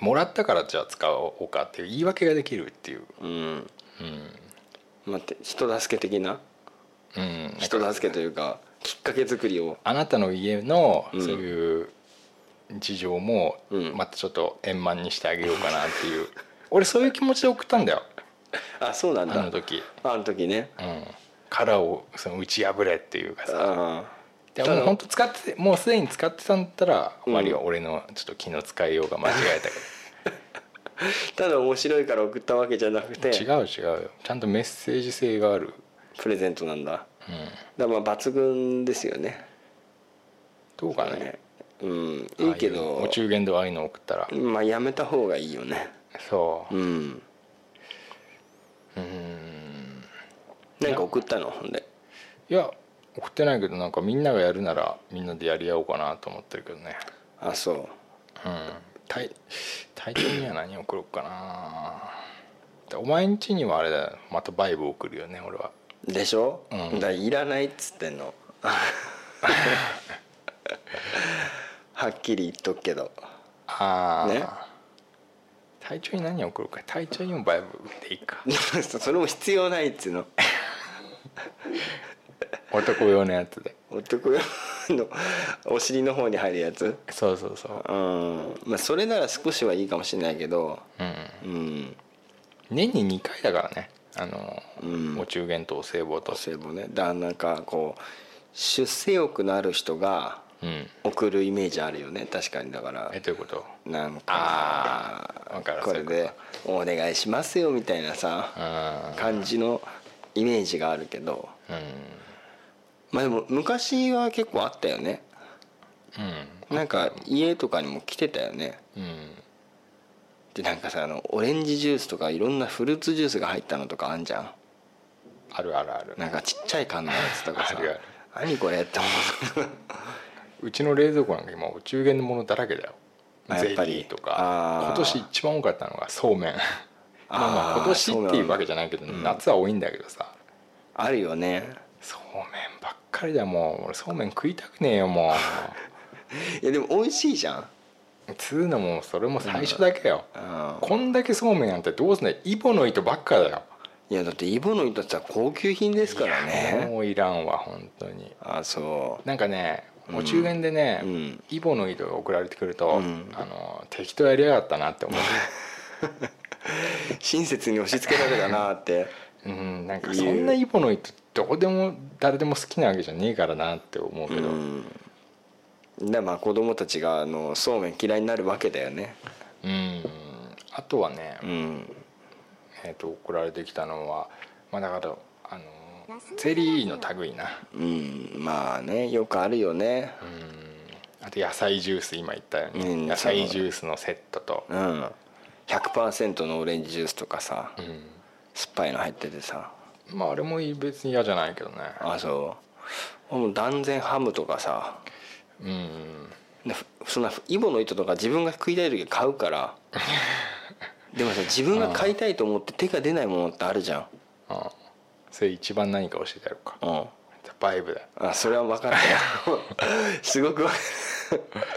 Speaker 4: うもらったからじゃあ使おうかっていう言い訳ができるっていう
Speaker 3: うん、待って人助け的な
Speaker 4: うん
Speaker 3: 人助けというかきっかけ作りを
Speaker 4: あなたの家のそ
Speaker 3: ん
Speaker 4: ういう事情も
Speaker 3: うん
Speaker 4: またちょっと円満にしてあげようかなっていう、俺そういう気持ちで送ったんだよ
Speaker 3: あそうなん
Speaker 4: あ
Speaker 3: だ
Speaker 4: の時、
Speaker 3: あの時ね
Speaker 4: うん、殻をその打ち破れっていうかさ
Speaker 3: あ
Speaker 4: でも本当使ってもうすでに使ってたんだったら
Speaker 3: うん
Speaker 4: 終わりは俺のちょっと気の使いようが間違えた
Speaker 3: ただ面白いから送ったわけじゃなくて
Speaker 4: けど、違う違うよちゃんとメッセージ性がある、
Speaker 3: プレゼントなんだだか
Speaker 4: うん、
Speaker 3: らまあ抜群ですよね
Speaker 4: どうかね
Speaker 3: うんいいけ
Speaker 4: ああ
Speaker 3: ど
Speaker 4: うお中元でああいうの送ったら、
Speaker 3: まあやめた方がいいよね
Speaker 4: そううんうん
Speaker 3: なんか送ったのほんで
Speaker 4: いや送ってないけどなんかみんながやるならみんなでやり合おうかなと思ってるけどね
Speaker 3: あそう
Speaker 4: うん大大抵には何送ろうかなでお前ん家にはあれだよまたバイブ送るよね俺は
Speaker 3: でしょ、
Speaker 4: うん
Speaker 3: だからいらないっつってん のはっきり言っとくけど
Speaker 4: ああ、
Speaker 3: ね
Speaker 4: 体調に何送ろうか体調にもバイブでいいか
Speaker 3: それも必要ないっつうの
Speaker 4: 男用のやつで
Speaker 3: 男用のお尻の方に入るやつ
Speaker 4: そうそうそう
Speaker 3: うんまあそれなら少しはいいかもしれないけど
Speaker 4: うん
Speaker 3: うん
Speaker 4: 年に2回だからねあの、
Speaker 3: うん
Speaker 4: お中元とお歳暮と
Speaker 3: 女性もねだからなんかこう出世欲のある人が
Speaker 4: うん
Speaker 3: 送るイメージあるよね確かにだから
Speaker 4: えどういうこと
Speaker 3: なん
Speaker 4: あ
Speaker 3: か
Speaker 4: ーわかる
Speaker 3: これで「お願いしますよ」みたいな
Speaker 4: う
Speaker 3: さ
Speaker 4: ん
Speaker 3: 感じのイメージがあるけど
Speaker 4: うん
Speaker 3: まあでも昔は結構あったよね
Speaker 4: う
Speaker 3: なんか家とかにも来てたよね
Speaker 4: んうん
Speaker 3: でなんかさあのオレンジジュースとかいろんなフルーツジュースが入ったのとかあんじゃん
Speaker 4: あるあるある
Speaker 3: なんかちっちゃい缶のやつとかさ
Speaker 4: あるある
Speaker 3: 「何これ?」って思う
Speaker 4: うちの冷蔵庫なんか今お中元のものだらけだよ
Speaker 3: あ
Speaker 4: ゼ
Speaker 3: や
Speaker 4: リ
Speaker 3: っぱり
Speaker 4: ーと
Speaker 3: あ
Speaker 4: か
Speaker 3: ー
Speaker 4: 今年一番多かったのがそうめん まあまあ
Speaker 3: あー
Speaker 4: 今年っていうわけじゃないけど、夏は多いんだけどさ
Speaker 3: あるよね
Speaker 4: そうめんばっかりだよもう俺そうめん食いたくねえよも
Speaker 3: いやでも美味しいじゃん
Speaker 4: うつうのもそれも最初だけよ、
Speaker 3: うん
Speaker 4: こんだけそうめんなんてどうすんだよイボの糸ばっかだよ、
Speaker 3: いやだってイボの糸ってさ高級品ですからね
Speaker 4: もういらんわ本当に
Speaker 3: あそ
Speaker 4: なんかねお中元でね、
Speaker 3: うん
Speaker 4: イボの糸が送られてくると、
Speaker 3: うん
Speaker 4: あの適当やりやがったなって思う
Speaker 3: う親切に押し付けられたなって
Speaker 4: うん、なんかそんなイボの糸どうでも誰でも好きなわけじゃねえからなって思うけど、
Speaker 3: でまあ子供たちがあのそうめん嫌いになるわけだよね
Speaker 4: うんあとはね、
Speaker 3: うん
Speaker 4: えー、と送られてきたのはまあだからあのゼリーの類な
Speaker 3: うんまあねよくあるよね
Speaker 4: あと野菜ジュース今言ったように、
Speaker 3: うん
Speaker 4: 野菜ジュースのセットと、
Speaker 3: うん100%のオレンジジュースとかさ
Speaker 4: うん
Speaker 3: 酸っぱいの入っててさ
Speaker 4: まああれも別に嫌じゃないけどね
Speaker 3: あそうもう断然ハムとかさ
Speaker 4: うん
Speaker 3: でふそんなイボの糸とか自分が食いたい時は買うからでもさ自分が買いたいと思って手が出ないものってあるじゃ
Speaker 4: あそれ一番何か教えてやろうか
Speaker 3: んうん
Speaker 4: バイブだ
Speaker 3: あそれは分かった よすごく分かる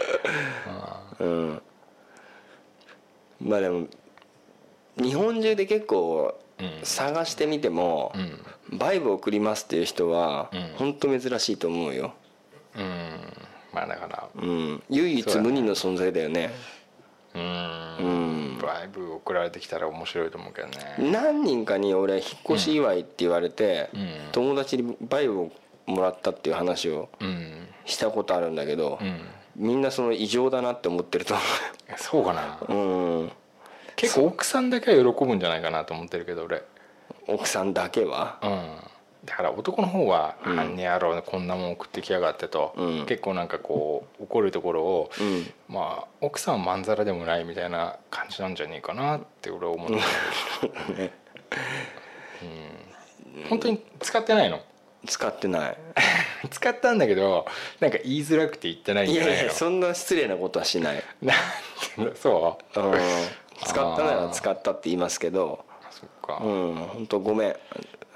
Speaker 3: うんまあでも日本中で結構
Speaker 4: うん
Speaker 3: 探してみても
Speaker 4: う
Speaker 3: 「
Speaker 4: ん
Speaker 3: バイブ送ります」っていう人は
Speaker 4: うん
Speaker 3: 本当珍しいと思うよ、
Speaker 4: うんまあだから
Speaker 3: うん、唯一無二の存在だよね
Speaker 4: うん
Speaker 3: うん
Speaker 4: バイブ送られてきたら面白いと思うけどね
Speaker 3: 何人かに俺引っ越し祝いって言われて、
Speaker 4: うん
Speaker 3: 友達にバイブをもらったっていう話を
Speaker 4: うん
Speaker 3: したことあるんだけど、
Speaker 4: うん
Speaker 3: みんなその異常だなって思ってると
Speaker 4: そうかな
Speaker 3: 思う、うん、
Speaker 4: 結構奥さんだけは喜ぶんじゃないかなと思ってるけど俺
Speaker 3: 奥さんだけは
Speaker 4: うんだから男の方は「
Speaker 3: うん
Speaker 4: あんねやろうこんなもん送ってきやがってと」
Speaker 3: うん
Speaker 4: 結構なんかこう怒るところを、
Speaker 3: うん
Speaker 4: まあ奥さんはまんざらでもないみたいな感じなんじゃねえかなって俺は思うん だけどうん本当に使ってない の
Speaker 3: 使ってない
Speaker 4: 使ったんだけどなんか言いづらくて言ってないん
Speaker 3: い
Speaker 4: じゃ
Speaker 3: や
Speaker 4: ないいの
Speaker 3: やいやそんな失礼なことはしない、
Speaker 4: なんていうのそう
Speaker 3: うん、使ったなら使ったって言いますけど
Speaker 4: あそっか、
Speaker 3: うん本当ごめん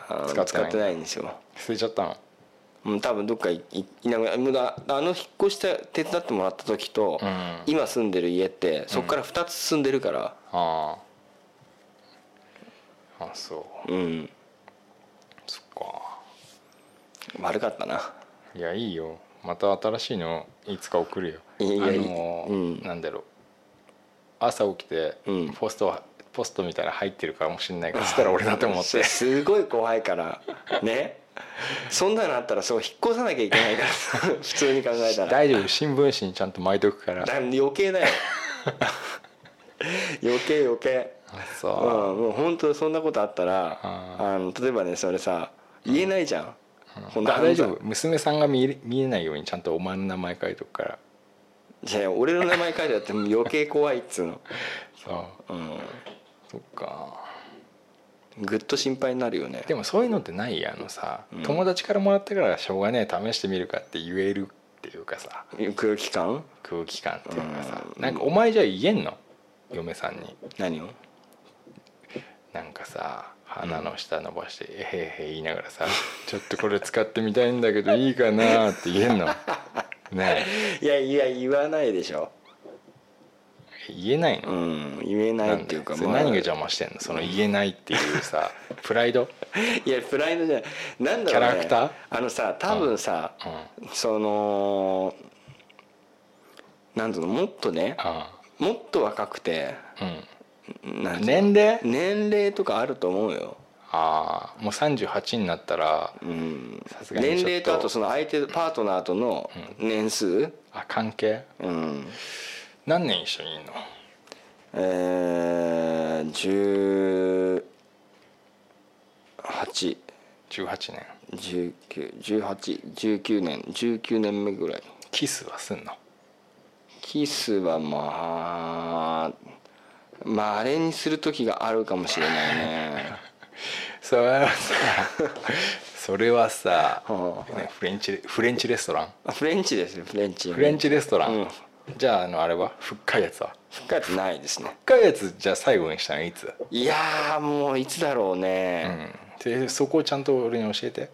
Speaker 3: あの
Speaker 4: 使ってない
Speaker 3: 使ってないんですよ
Speaker 4: 捨てちゃったの
Speaker 3: うん多分どっかいいいなくなもうだあの引っ越した手伝ってもらった時と、
Speaker 4: うん
Speaker 3: 今住んでる家ってそこから2つ住んでるから
Speaker 4: あああそう
Speaker 3: うん、
Speaker 4: そっか
Speaker 3: 悪かったない
Speaker 4: やいいよまた新しいのいつか送るよ
Speaker 3: いやいや
Speaker 4: あの
Speaker 3: うん
Speaker 4: なんだろう朝起きて、
Speaker 3: うん
Speaker 4: ポストはポストみたいなの入ってるかもしれないからそしたら俺だと思って
Speaker 3: す すごい怖いからねそんなのあったらそう引っ越さなきゃいけないから 普通に考えたら
Speaker 4: 大丈夫新聞紙にちゃんと巻いとくから
Speaker 3: だ余計 だよ余計余計
Speaker 4: あ
Speaker 3: うん
Speaker 4: そ
Speaker 3: もう本当そんなことあったら
Speaker 4: あ
Speaker 3: あの例えばねそれさ言えないじゃん、
Speaker 4: う、
Speaker 3: ほんと
Speaker 4: あ大丈夫娘さんが見え見えないようにちゃんとお前の名前書いとくから
Speaker 3: じゃあ俺の名前書いてあってもう余計怖いっつうの、
Speaker 4: そう
Speaker 3: うん、
Speaker 4: そっか
Speaker 3: ぐっと心配になるよね
Speaker 4: でもそういうのってないあのさ、
Speaker 3: うん
Speaker 4: 友達からもらったからしょうがねえ試してみるかって言えるっていうかさ
Speaker 3: 空気感
Speaker 4: 空気感っていうかさ
Speaker 3: うん
Speaker 4: なんかお前じゃ言えんの嫁さんに
Speaker 3: 何を
Speaker 4: なんかさ鼻の下伸ばして「えへへ」言いなが らさ「ちょっとこれ使ってみたいんだけどいいかな」って言えんのね
Speaker 3: いやいや言わないでしょ
Speaker 4: え言えないの
Speaker 3: うん言えないっていうか
Speaker 4: なんでそれ
Speaker 3: まあ
Speaker 4: 何が邪魔してんのその言えないっていうさプライド
Speaker 3: いやプライドじゃないなんだろうね
Speaker 4: キャラクター
Speaker 3: あのさ多分さ、
Speaker 4: うんうん
Speaker 3: そのなんだろうのもっとねもっと若くてなんていうの
Speaker 4: 年齢
Speaker 3: 年齢とかあると思うよ、
Speaker 4: ああもう38になったら
Speaker 3: うん、
Speaker 4: さすがにちょ
Speaker 3: 年
Speaker 4: っと
Speaker 3: 齢とあとその相手パートナーとの年数
Speaker 4: あ関係
Speaker 3: うん
Speaker 4: 何年一緒にいんの
Speaker 3: えー、18
Speaker 4: 18年
Speaker 3: 191819年19年目ぐらい
Speaker 4: キスはすんの
Speaker 3: キスはまあまああれにする時があるかもしれないね
Speaker 4: それはさそれはさ、
Speaker 3: は
Speaker 4: ねフレンチフレンチレストラン
Speaker 3: あフレンチですよフレンチ
Speaker 4: フレンチレストラン、
Speaker 3: うん
Speaker 4: じゃああのあれは深いやつは
Speaker 3: 深いってないですね
Speaker 4: 深いやつじゃあ最後にしたのいつ、
Speaker 3: いやーもういつだろう
Speaker 4: う
Speaker 3: ね
Speaker 4: ん、でそこをちゃんと俺に教えて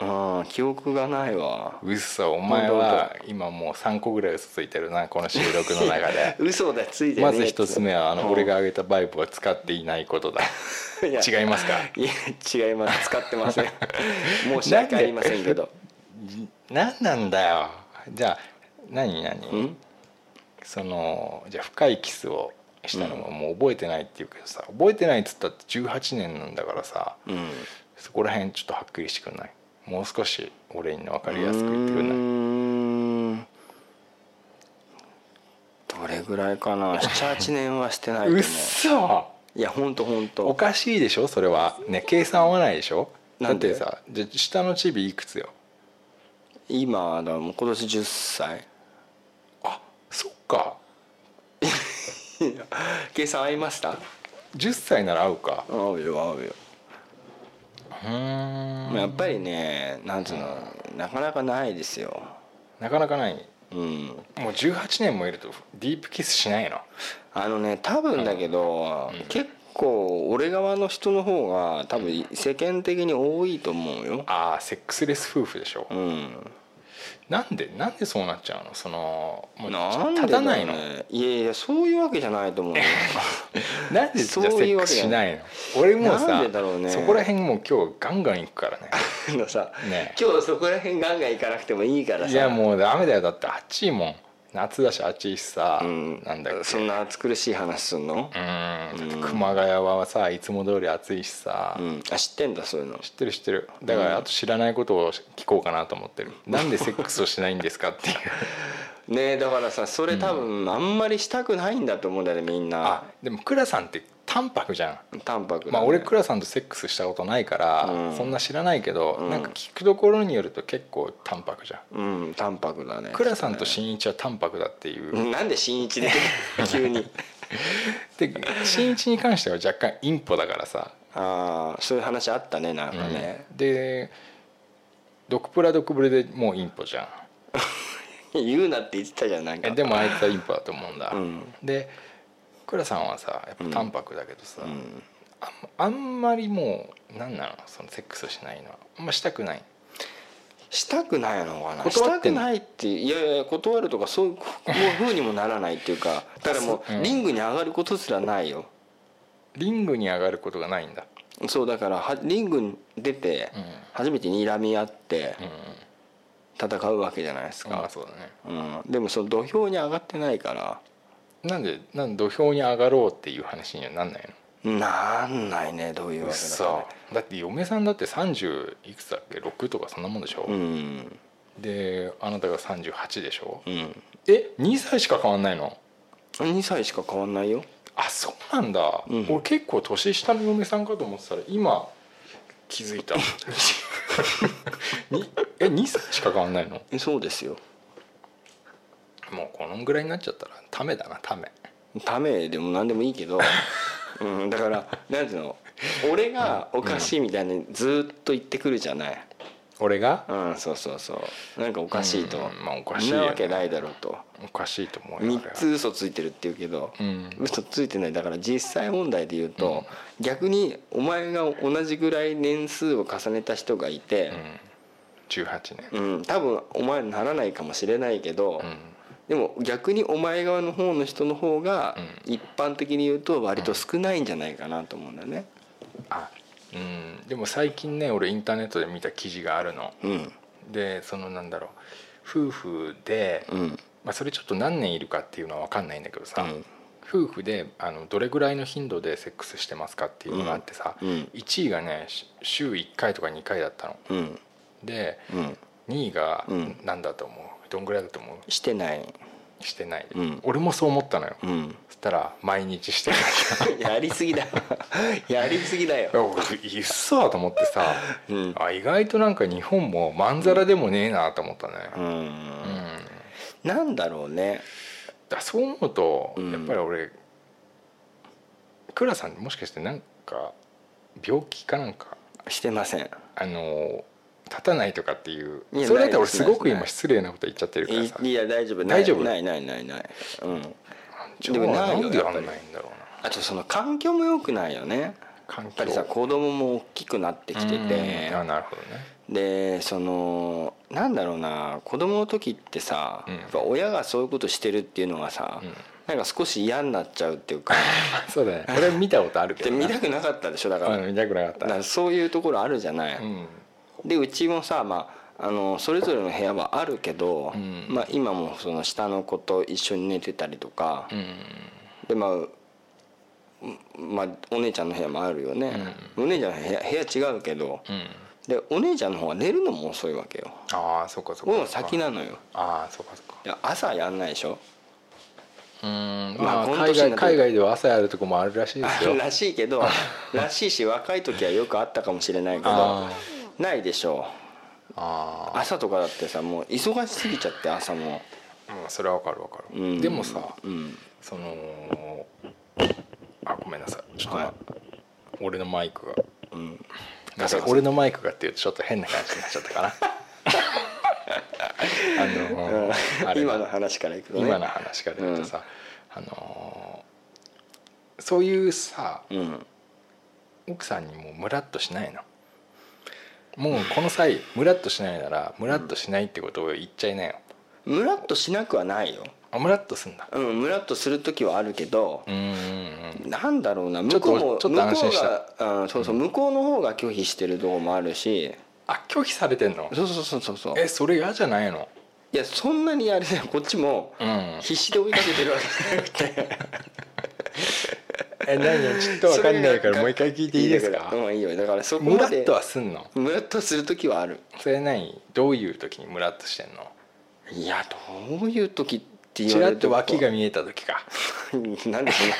Speaker 3: うん、記憶がないわ
Speaker 4: うっそお前は今もう3個ぐらい嘘ついてるなこの収録の中で
Speaker 3: 嘘だつ いてねえ
Speaker 4: まず一つ目はあ
Speaker 3: う
Speaker 4: の
Speaker 3: ん
Speaker 4: 俺が挙げたバイブを使っていないことだ
Speaker 3: いや
Speaker 4: 違いますか
Speaker 3: いや違います使ってま せん申し訳ありませんけど
Speaker 4: 何なんだよじゃあ何何、
Speaker 3: うん
Speaker 4: そのじゃあ深いキスをしたのももう覚えてないっていうけどさ覚えてないっつったって18年なんだからさ
Speaker 3: うん
Speaker 4: そこら辺ちょっとはっきりしてくんないもう少し俺に分か
Speaker 3: う
Speaker 4: りやすく言ってくんない
Speaker 3: ーんどれぐらいかな78年はしてないと
Speaker 4: う
Speaker 3: 思
Speaker 4: っ
Speaker 3: う
Speaker 4: そ
Speaker 3: いやほんとほん
Speaker 4: お
Speaker 3: と
Speaker 4: かしいでしょそれはね計算合わないでしょだ
Speaker 3: な
Speaker 4: っ
Speaker 3: んで
Speaker 4: てさじゃ下のチビいくつよ
Speaker 3: 今だからもう今年10歳
Speaker 4: あそっか
Speaker 3: 計算合いました
Speaker 4: 10歳なら合うか
Speaker 3: 合うよ合うよ
Speaker 4: うーん
Speaker 3: やっぱりねなんつうのなかなかないですよ
Speaker 4: なかなかない
Speaker 3: うん
Speaker 4: もう18年もいるとディープキスしないの
Speaker 3: あのね多分だけど、結構俺側の人の方が多分世間的に多いと思うよ
Speaker 4: ああセックスレス夫婦でしょ
Speaker 3: うん
Speaker 4: なんでなんでそうなっちゃうのそのもう
Speaker 3: なんで
Speaker 4: 立
Speaker 3: だ
Speaker 4: た
Speaker 3: ろう
Speaker 4: ないの
Speaker 3: ねいやいやそういうわけじゃないと思 うよ
Speaker 4: なんでじ
Speaker 3: そ
Speaker 4: ゃ
Speaker 3: うい
Speaker 4: あ
Speaker 3: う
Speaker 4: セックスしないの俺もう
Speaker 3: な
Speaker 4: さ
Speaker 3: んでだろうね
Speaker 4: そこら辺もう今日ガンガン行くからね
Speaker 3: あのさ、
Speaker 4: ね
Speaker 3: 今日そこら辺ガンガン行かなくてもいいからさ
Speaker 4: いやもうダメだよだってあっちいもん夏だしあっちいしさ、
Speaker 3: うん、
Speaker 4: なんだっけ
Speaker 3: そんな暑苦しい話すんの
Speaker 4: う、ーんだって熊谷はさいつも通り暑いしさ、
Speaker 3: うんあ知ってんだそういうの
Speaker 4: 知ってる知ってるだからあと知らないことを聞こうかなと思ってる、なんでセックスをしないんですかっていう
Speaker 3: ねえだからさそれ多分あんまりしたくないんだと思うんだよねみん
Speaker 4: あ
Speaker 3: な
Speaker 4: でも倉さんって淡白じゃん
Speaker 3: 淡白だね
Speaker 4: まあ俺倉さんとセックスしたことないから、
Speaker 3: うん
Speaker 4: そんな知らないけど、
Speaker 3: うん
Speaker 4: なんか聞くところによると結構淡白じゃん
Speaker 3: うん淡白だね
Speaker 4: 倉さんと新一は淡白だっていう、
Speaker 3: なんで新 一で急に
Speaker 4: で新一に関しては若干インポだからさ、
Speaker 3: ああそういう話あったねなんかね、
Speaker 4: でドクプラドクブレでもうインポじゃん
Speaker 3: 言うなって言ってたじゃんなんか
Speaker 4: えでもあいつはインポだと思うんだ、
Speaker 3: うん
Speaker 4: で倉さんはさやっぱ淡白だけどさ、
Speaker 3: うん
Speaker 4: あんあんまりもう何なのそのセックスしないのはあんましたくない
Speaker 3: したくないのかなし
Speaker 4: 断
Speaker 3: た
Speaker 4: って
Speaker 3: く
Speaker 4: んの
Speaker 3: ないっていやいや断るとかそういうふうにもならないっていう かだからも
Speaker 4: うん
Speaker 3: うリングに上がることすらないよ
Speaker 4: リングに上がることがないんだ
Speaker 3: そうだからはリングに出て
Speaker 4: うん
Speaker 3: 初めて睨み合って
Speaker 4: うん
Speaker 3: 戦うわけじゃないです
Speaker 4: まあ
Speaker 3: か、
Speaker 4: そうだね
Speaker 3: うん、でもその土俵に上がってないから
Speaker 4: なんでなん土俵に上がろうっていう話にはなんない
Speaker 3: なんないねどういう
Speaker 4: の
Speaker 3: わけだか
Speaker 4: だって嫁さんだって30いくつだっけ6とかそんなもんでしょ、
Speaker 3: らうん
Speaker 4: であなたが38でしょ
Speaker 3: うん
Speaker 4: え2歳しか変わんないの
Speaker 3: 2歳しか変わんないよ
Speaker 4: あそうなんだ、
Speaker 3: うん
Speaker 4: 俺結構年下の嫁さんかと思ってたら今気づい たにえ2歳しか変わんないの
Speaker 3: えそうですよ
Speaker 4: もうこのぐらいになっちゃったらためだなため
Speaker 3: ためでも何でもいいけ ど、うん、だからなんていうの俺がおかしいみたいにずっと言ってくるじゃない
Speaker 4: 俺が
Speaker 3: うんそうそうそうなんかおかしいと、
Speaker 4: うんまあおかしいよ
Speaker 3: ん
Speaker 4: ね
Speaker 3: なわけないだろうと
Speaker 4: おかしいと思うよ
Speaker 3: 3つ嘘ついてるって言うけど、
Speaker 4: あれはうん
Speaker 3: 嘘ついてないだから実際問題で言うと、逆にお前が同じぐらい年数を重ねた人がいて
Speaker 4: う、ん18年
Speaker 3: うん多分お前にならないかもしれないけど、
Speaker 4: うん
Speaker 3: でも逆にお前側の方の人の方が
Speaker 4: う
Speaker 3: 一般的に言うと割と少ないんじゃないかなと思うんだよね。
Speaker 4: あうんでも最近ね俺インターネットで見た記事があるの
Speaker 3: うん
Speaker 4: でそのなんだろう夫婦で、
Speaker 3: うん
Speaker 4: まあ、それちょっと何年いるかっていうのは分かんないんだけどさ、
Speaker 3: うん
Speaker 4: 夫婦であのどれぐらいの頻度でセックスしてますかっていうのがあってさ、
Speaker 3: うん
Speaker 4: 1位がねし週1回とか2回だったの
Speaker 3: うん
Speaker 4: で
Speaker 3: うん
Speaker 4: 2位が
Speaker 3: うん
Speaker 4: 何だと思う、どんぐらいだと思
Speaker 3: してない。
Speaker 4: うしてない、
Speaker 3: うん
Speaker 4: 俺もそう思ったのよ、
Speaker 3: う ん
Speaker 4: そしたら毎日してる
Speaker 3: やりすぎだやりすぎだよ。
Speaker 4: いっそと思ってさ、
Speaker 3: うん
Speaker 4: あ意外となんか日本もまんざらでもねえなと思ったね、
Speaker 3: う、
Speaker 4: うんん
Speaker 3: なんだろうね。
Speaker 4: だそう思うと
Speaker 3: うん
Speaker 4: やっぱり俺倉さんもしかしてなんか病気かなんか
Speaker 3: してません。
Speaker 4: あの立たないとかっていう
Speaker 3: いや
Speaker 4: それだっ
Speaker 3: ない
Speaker 4: たら俺
Speaker 3: です
Speaker 4: すごく
Speaker 3: ない
Speaker 4: 今
Speaker 3: です
Speaker 4: 失礼なこと言っちゃってるからさ
Speaker 3: いいや大丈夫ない
Speaker 4: 大丈夫
Speaker 3: ないないないない。うん。
Speaker 4: じゃ
Speaker 3: で
Speaker 4: あ
Speaker 3: もないよ
Speaker 4: なんで
Speaker 3: や
Speaker 4: や
Speaker 3: っぱ
Speaker 4: ん
Speaker 3: り
Speaker 4: ないんだろうな
Speaker 3: あとその環境も良くないよね。やっ
Speaker 4: 環境
Speaker 3: ぱりさ子供も大きくなってきてて
Speaker 4: うん。あなるほどね
Speaker 3: でそのなんだろうな子供の時ってさ、
Speaker 4: うん
Speaker 3: やっぱ親がそういうことしてるっていうのがさ、
Speaker 4: うん
Speaker 3: なんか少し嫌になっちゃうっていう か
Speaker 4: そうだね俺見たことあるけ
Speaker 3: で
Speaker 4: ど
Speaker 3: 見
Speaker 4: な
Speaker 3: たくなかったでしょだから,、
Speaker 4: うん見たくなか
Speaker 3: だか
Speaker 4: っ
Speaker 3: らそういうところあるじゃない
Speaker 4: た、うん
Speaker 3: でうちもさ、まあ、あのそれぞれの部屋はあるけど、
Speaker 4: うん
Speaker 3: まあ、今もその下の子と一緒に寝てたりとか、
Speaker 4: うん
Speaker 3: でまあまあ、お姉ちゃんの部屋もあるよね、お姉ちゃんの部屋部屋違うけど、
Speaker 4: うん
Speaker 3: でお姉ちゃんの方は寝るのも遅いわけよ
Speaker 4: ああそうかそうか
Speaker 3: 俺は先なのよ
Speaker 4: ああそうかそうか
Speaker 3: いや朝やんないでしょ
Speaker 4: うーん
Speaker 3: ま
Speaker 4: ま
Speaker 3: あ
Speaker 4: あ
Speaker 3: この
Speaker 4: 海
Speaker 3: 年にな
Speaker 4: 外
Speaker 3: って
Speaker 4: 海外では朝やるとこもあるらしいです よ
Speaker 3: らしい けどらしいし若い時はよくあったかもしれないけど
Speaker 4: あ
Speaker 3: ないでしょ
Speaker 4: ーあ
Speaker 3: 朝とかだってさもう忙しすぎちゃって朝も、
Speaker 4: ーうんそれはわかるわかる、
Speaker 3: うん
Speaker 4: でもさ
Speaker 3: うん、
Speaker 4: そのあごめんなさいちょっと、
Speaker 3: はい
Speaker 4: 俺のマイクが
Speaker 3: うん、
Speaker 4: なんか俺のマイクがっていうとちょっと変な感じになっちゃった かなあのーあれ
Speaker 3: 今の話からいくとね
Speaker 4: 今の話から言うとさ、あのーそういうさ
Speaker 3: うん
Speaker 4: 奥さんにもムラっとしないのもうこの際ムラっとしないならムラっとしないってことを言っちゃいなよ、
Speaker 3: ムラっとしなくはないよ
Speaker 4: あムラっとすんだ
Speaker 3: うんムラっとする時はあるけど、
Speaker 4: うんうんうん
Speaker 3: なんだろうな
Speaker 4: ち
Speaker 3: 向
Speaker 4: ょっと
Speaker 3: こうも
Speaker 4: ちょっと安心した
Speaker 3: 向こうが、うん、そうそう向こうの方が拒否してるとこもあるし
Speaker 4: あ拒否されてんの
Speaker 3: そうそうそうそうそう
Speaker 4: えそれ嫌じゃないの
Speaker 3: いやそんなにあれだよこっちも
Speaker 4: うん
Speaker 3: 必死で追いかけてるわけじゃなくて
Speaker 4: え何ちょっとわかんないからもう一回聞いていいですか
Speaker 3: うんいいよだからそこ
Speaker 4: ム
Speaker 3: ま
Speaker 4: ラ
Speaker 3: で
Speaker 4: っとはすんの
Speaker 3: ムラっとする時はある
Speaker 4: それ何どういう時にムラっとしてんの
Speaker 3: いやどういう時って言
Speaker 4: ち
Speaker 3: わ
Speaker 4: ら
Speaker 3: れ
Speaker 4: っ
Speaker 3: ると
Speaker 4: と脇が見えた時か
Speaker 3: なんでそんな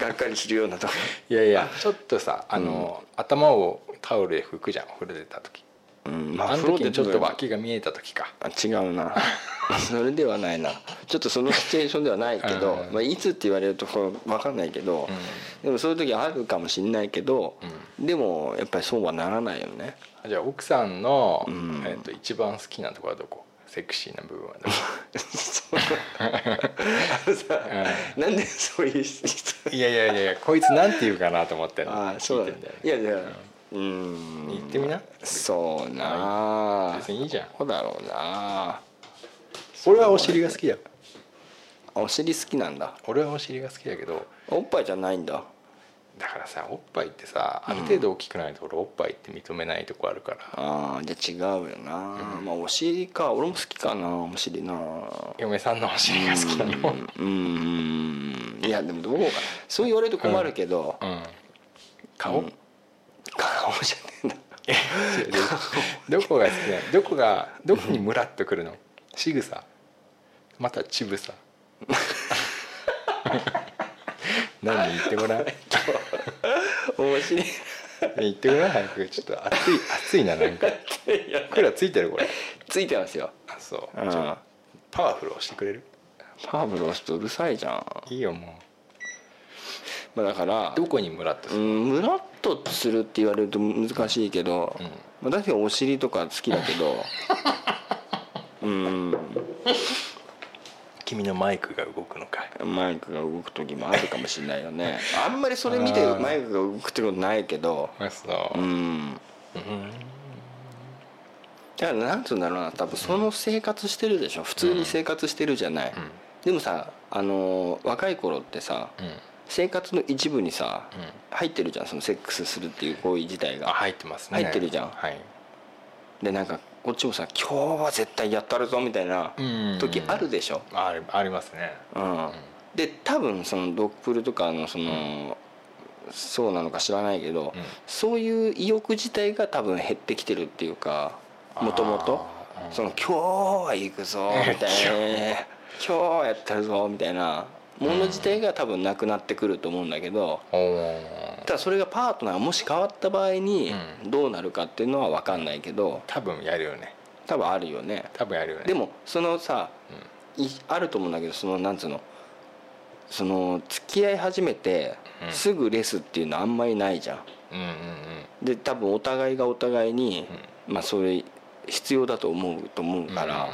Speaker 3: がっかりするようなとこ
Speaker 4: いやいやちょっとさあの、頭をタオルで拭くじゃん風呂出た時
Speaker 3: うんま
Speaker 4: あ
Speaker 3: あ
Speaker 4: の
Speaker 3: 風呂
Speaker 4: 時
Speaker 3: で
Speaker 4: にちょっと脇が見えた時か
Speaker 3: あ違うな それではないなちょっとそのシチュエーションではないけど、
Speaker 4: うん
Speaker 3: まあ、いつって言われるとこれ分かんないけど、でもそういう時あるかもしれないけど、でもやっぱりそうはならないよね
Speaker 4: あじゃあ奥さんの、
Speaker 3: ん
Speaker 4: えっと一番好きなところはどこセクシーな部分はどこ
Speaker 3: そうあのさ、なんでそういう質
Speaker 4: いやいやいやいやこいつなんて言うかなと思ってんの
Speaker 3: ああそう
Speaker 4: 聞
Speaker 3: だ
Speaker 4: いてんだよ
Speaker 3: い
Speaker 4: ね
Speaker 3: やいやうん
Speaker 4: 言ってみな
Speaker 3: そうな
Speaker 4: 別にいいじゃん
Speaker 3: そうだろうな
Speaker 4: 俺はお尻が好きだよ
Speaker 3: お尻好きなんだ
Speaker 4: 俺はお尻が好きだけど
Speaker 3: おっぱいじゃないんだ
Speaker 4: だからさおっぱいってさある程度大きくないと俺おっぱいって認めないとこあるから、
Speaker 3: あーじゃあ違うよな、まあお尻か俺も好きかなお尻な
Speaker 4: 嫁さんのお尻が好きなのうん、
Speaker 3: うんうんいやでもどうかそう言われると困るけど、
Speaker 4: 顔、
Speaker 3: 顔じゃねえんだ
Speaker 4: 違う違うどこが好きなのどこがどこにムラっとくるの仕草また乳房 何言ってごらん
Speaker 3: お尻
Speaker 4: 言ってごらん早くちょっと熱い熱いななんかクーラーついてるこれ
Speaker 3: ついてますよ
Speaker 4: あそう
Speaker 3: うん
Speaker 4: ちょっとパワフル押してくれる
Speaker 3: パーブロスとうるさいじゃん、
Speaker 4: いいよも
Speaker 3: まあ、だから
Speaker 4: うどこにムラっとす
Speaker 3: う
Speaker 4: る、
Speaker 3: んムラっとするって言われると難しいけど、
Speaker 4: うん
Speaker 3: まあ、確かにお尻とか好きだけ どうん
Speaker 4: 君のマイクが動くのかい
Speaker 3: マイクが動く時もあるかもしれないよねあんまりそれ見てマイクが動くってことないけど
Speaker 4: あそう
Speaker 3: う、んだからなんつうんだろうな多分その生活してるでしょ普通に生活してるじゃない、でもさあのー若い頃ってさ、
Speaker 4: うん
Speaker 3: 生活の一部にさ、
Speaker 4: ん
Speaker 3: 入ってるじゃんそのセックスするっていう行為自体が
Speaker 4: あ入ってますね
Speaker 3: 入ってるじゃん
Speaker 4: はい
Speaker 3: でなんかこっちもさ今日は絶対やったるぞみたいな
Speaker 4: うん
Speaker 3: 時あるでしょ、
Speaker 4: あるありますね
Speaker 3: うん、で多分そのドップルとかのその、そうなのか知らないけど、
Speaker 4: うん
Speaker 3: そういう意欲自体が多分減ってきてるっていうかもともと
Speaker 4: あーうん
Speaker 3: その「今日は行くぞ」みた いな「今日はやってるぞ」みたいなもの自体が多分なくなってくると思うんだけど、
Speaker 4: おお
Speaker 3: ただそれがパートナーがもし変わった場合に
Speaker 4: う
Speaker 3: どうなるかっていうのは分かんないけど
Speaker 4: 多分やるよね
Speaker 3: 多分あるよね。
Speaker 4: 多分やるよね
Speaker 3: でもそのさ、いあると思うんだけどそのなんつうのその付き合い始めて
Speaker 4: うん
Speaker 3: すぐレスっていうのあんまりないじゃん。
Speaker 4: うんうんうん
Speaker 3: で多分お互いがお互いに、まあそれ必要だと思うと思う
Speaker 4: うん
Speaker 3: から、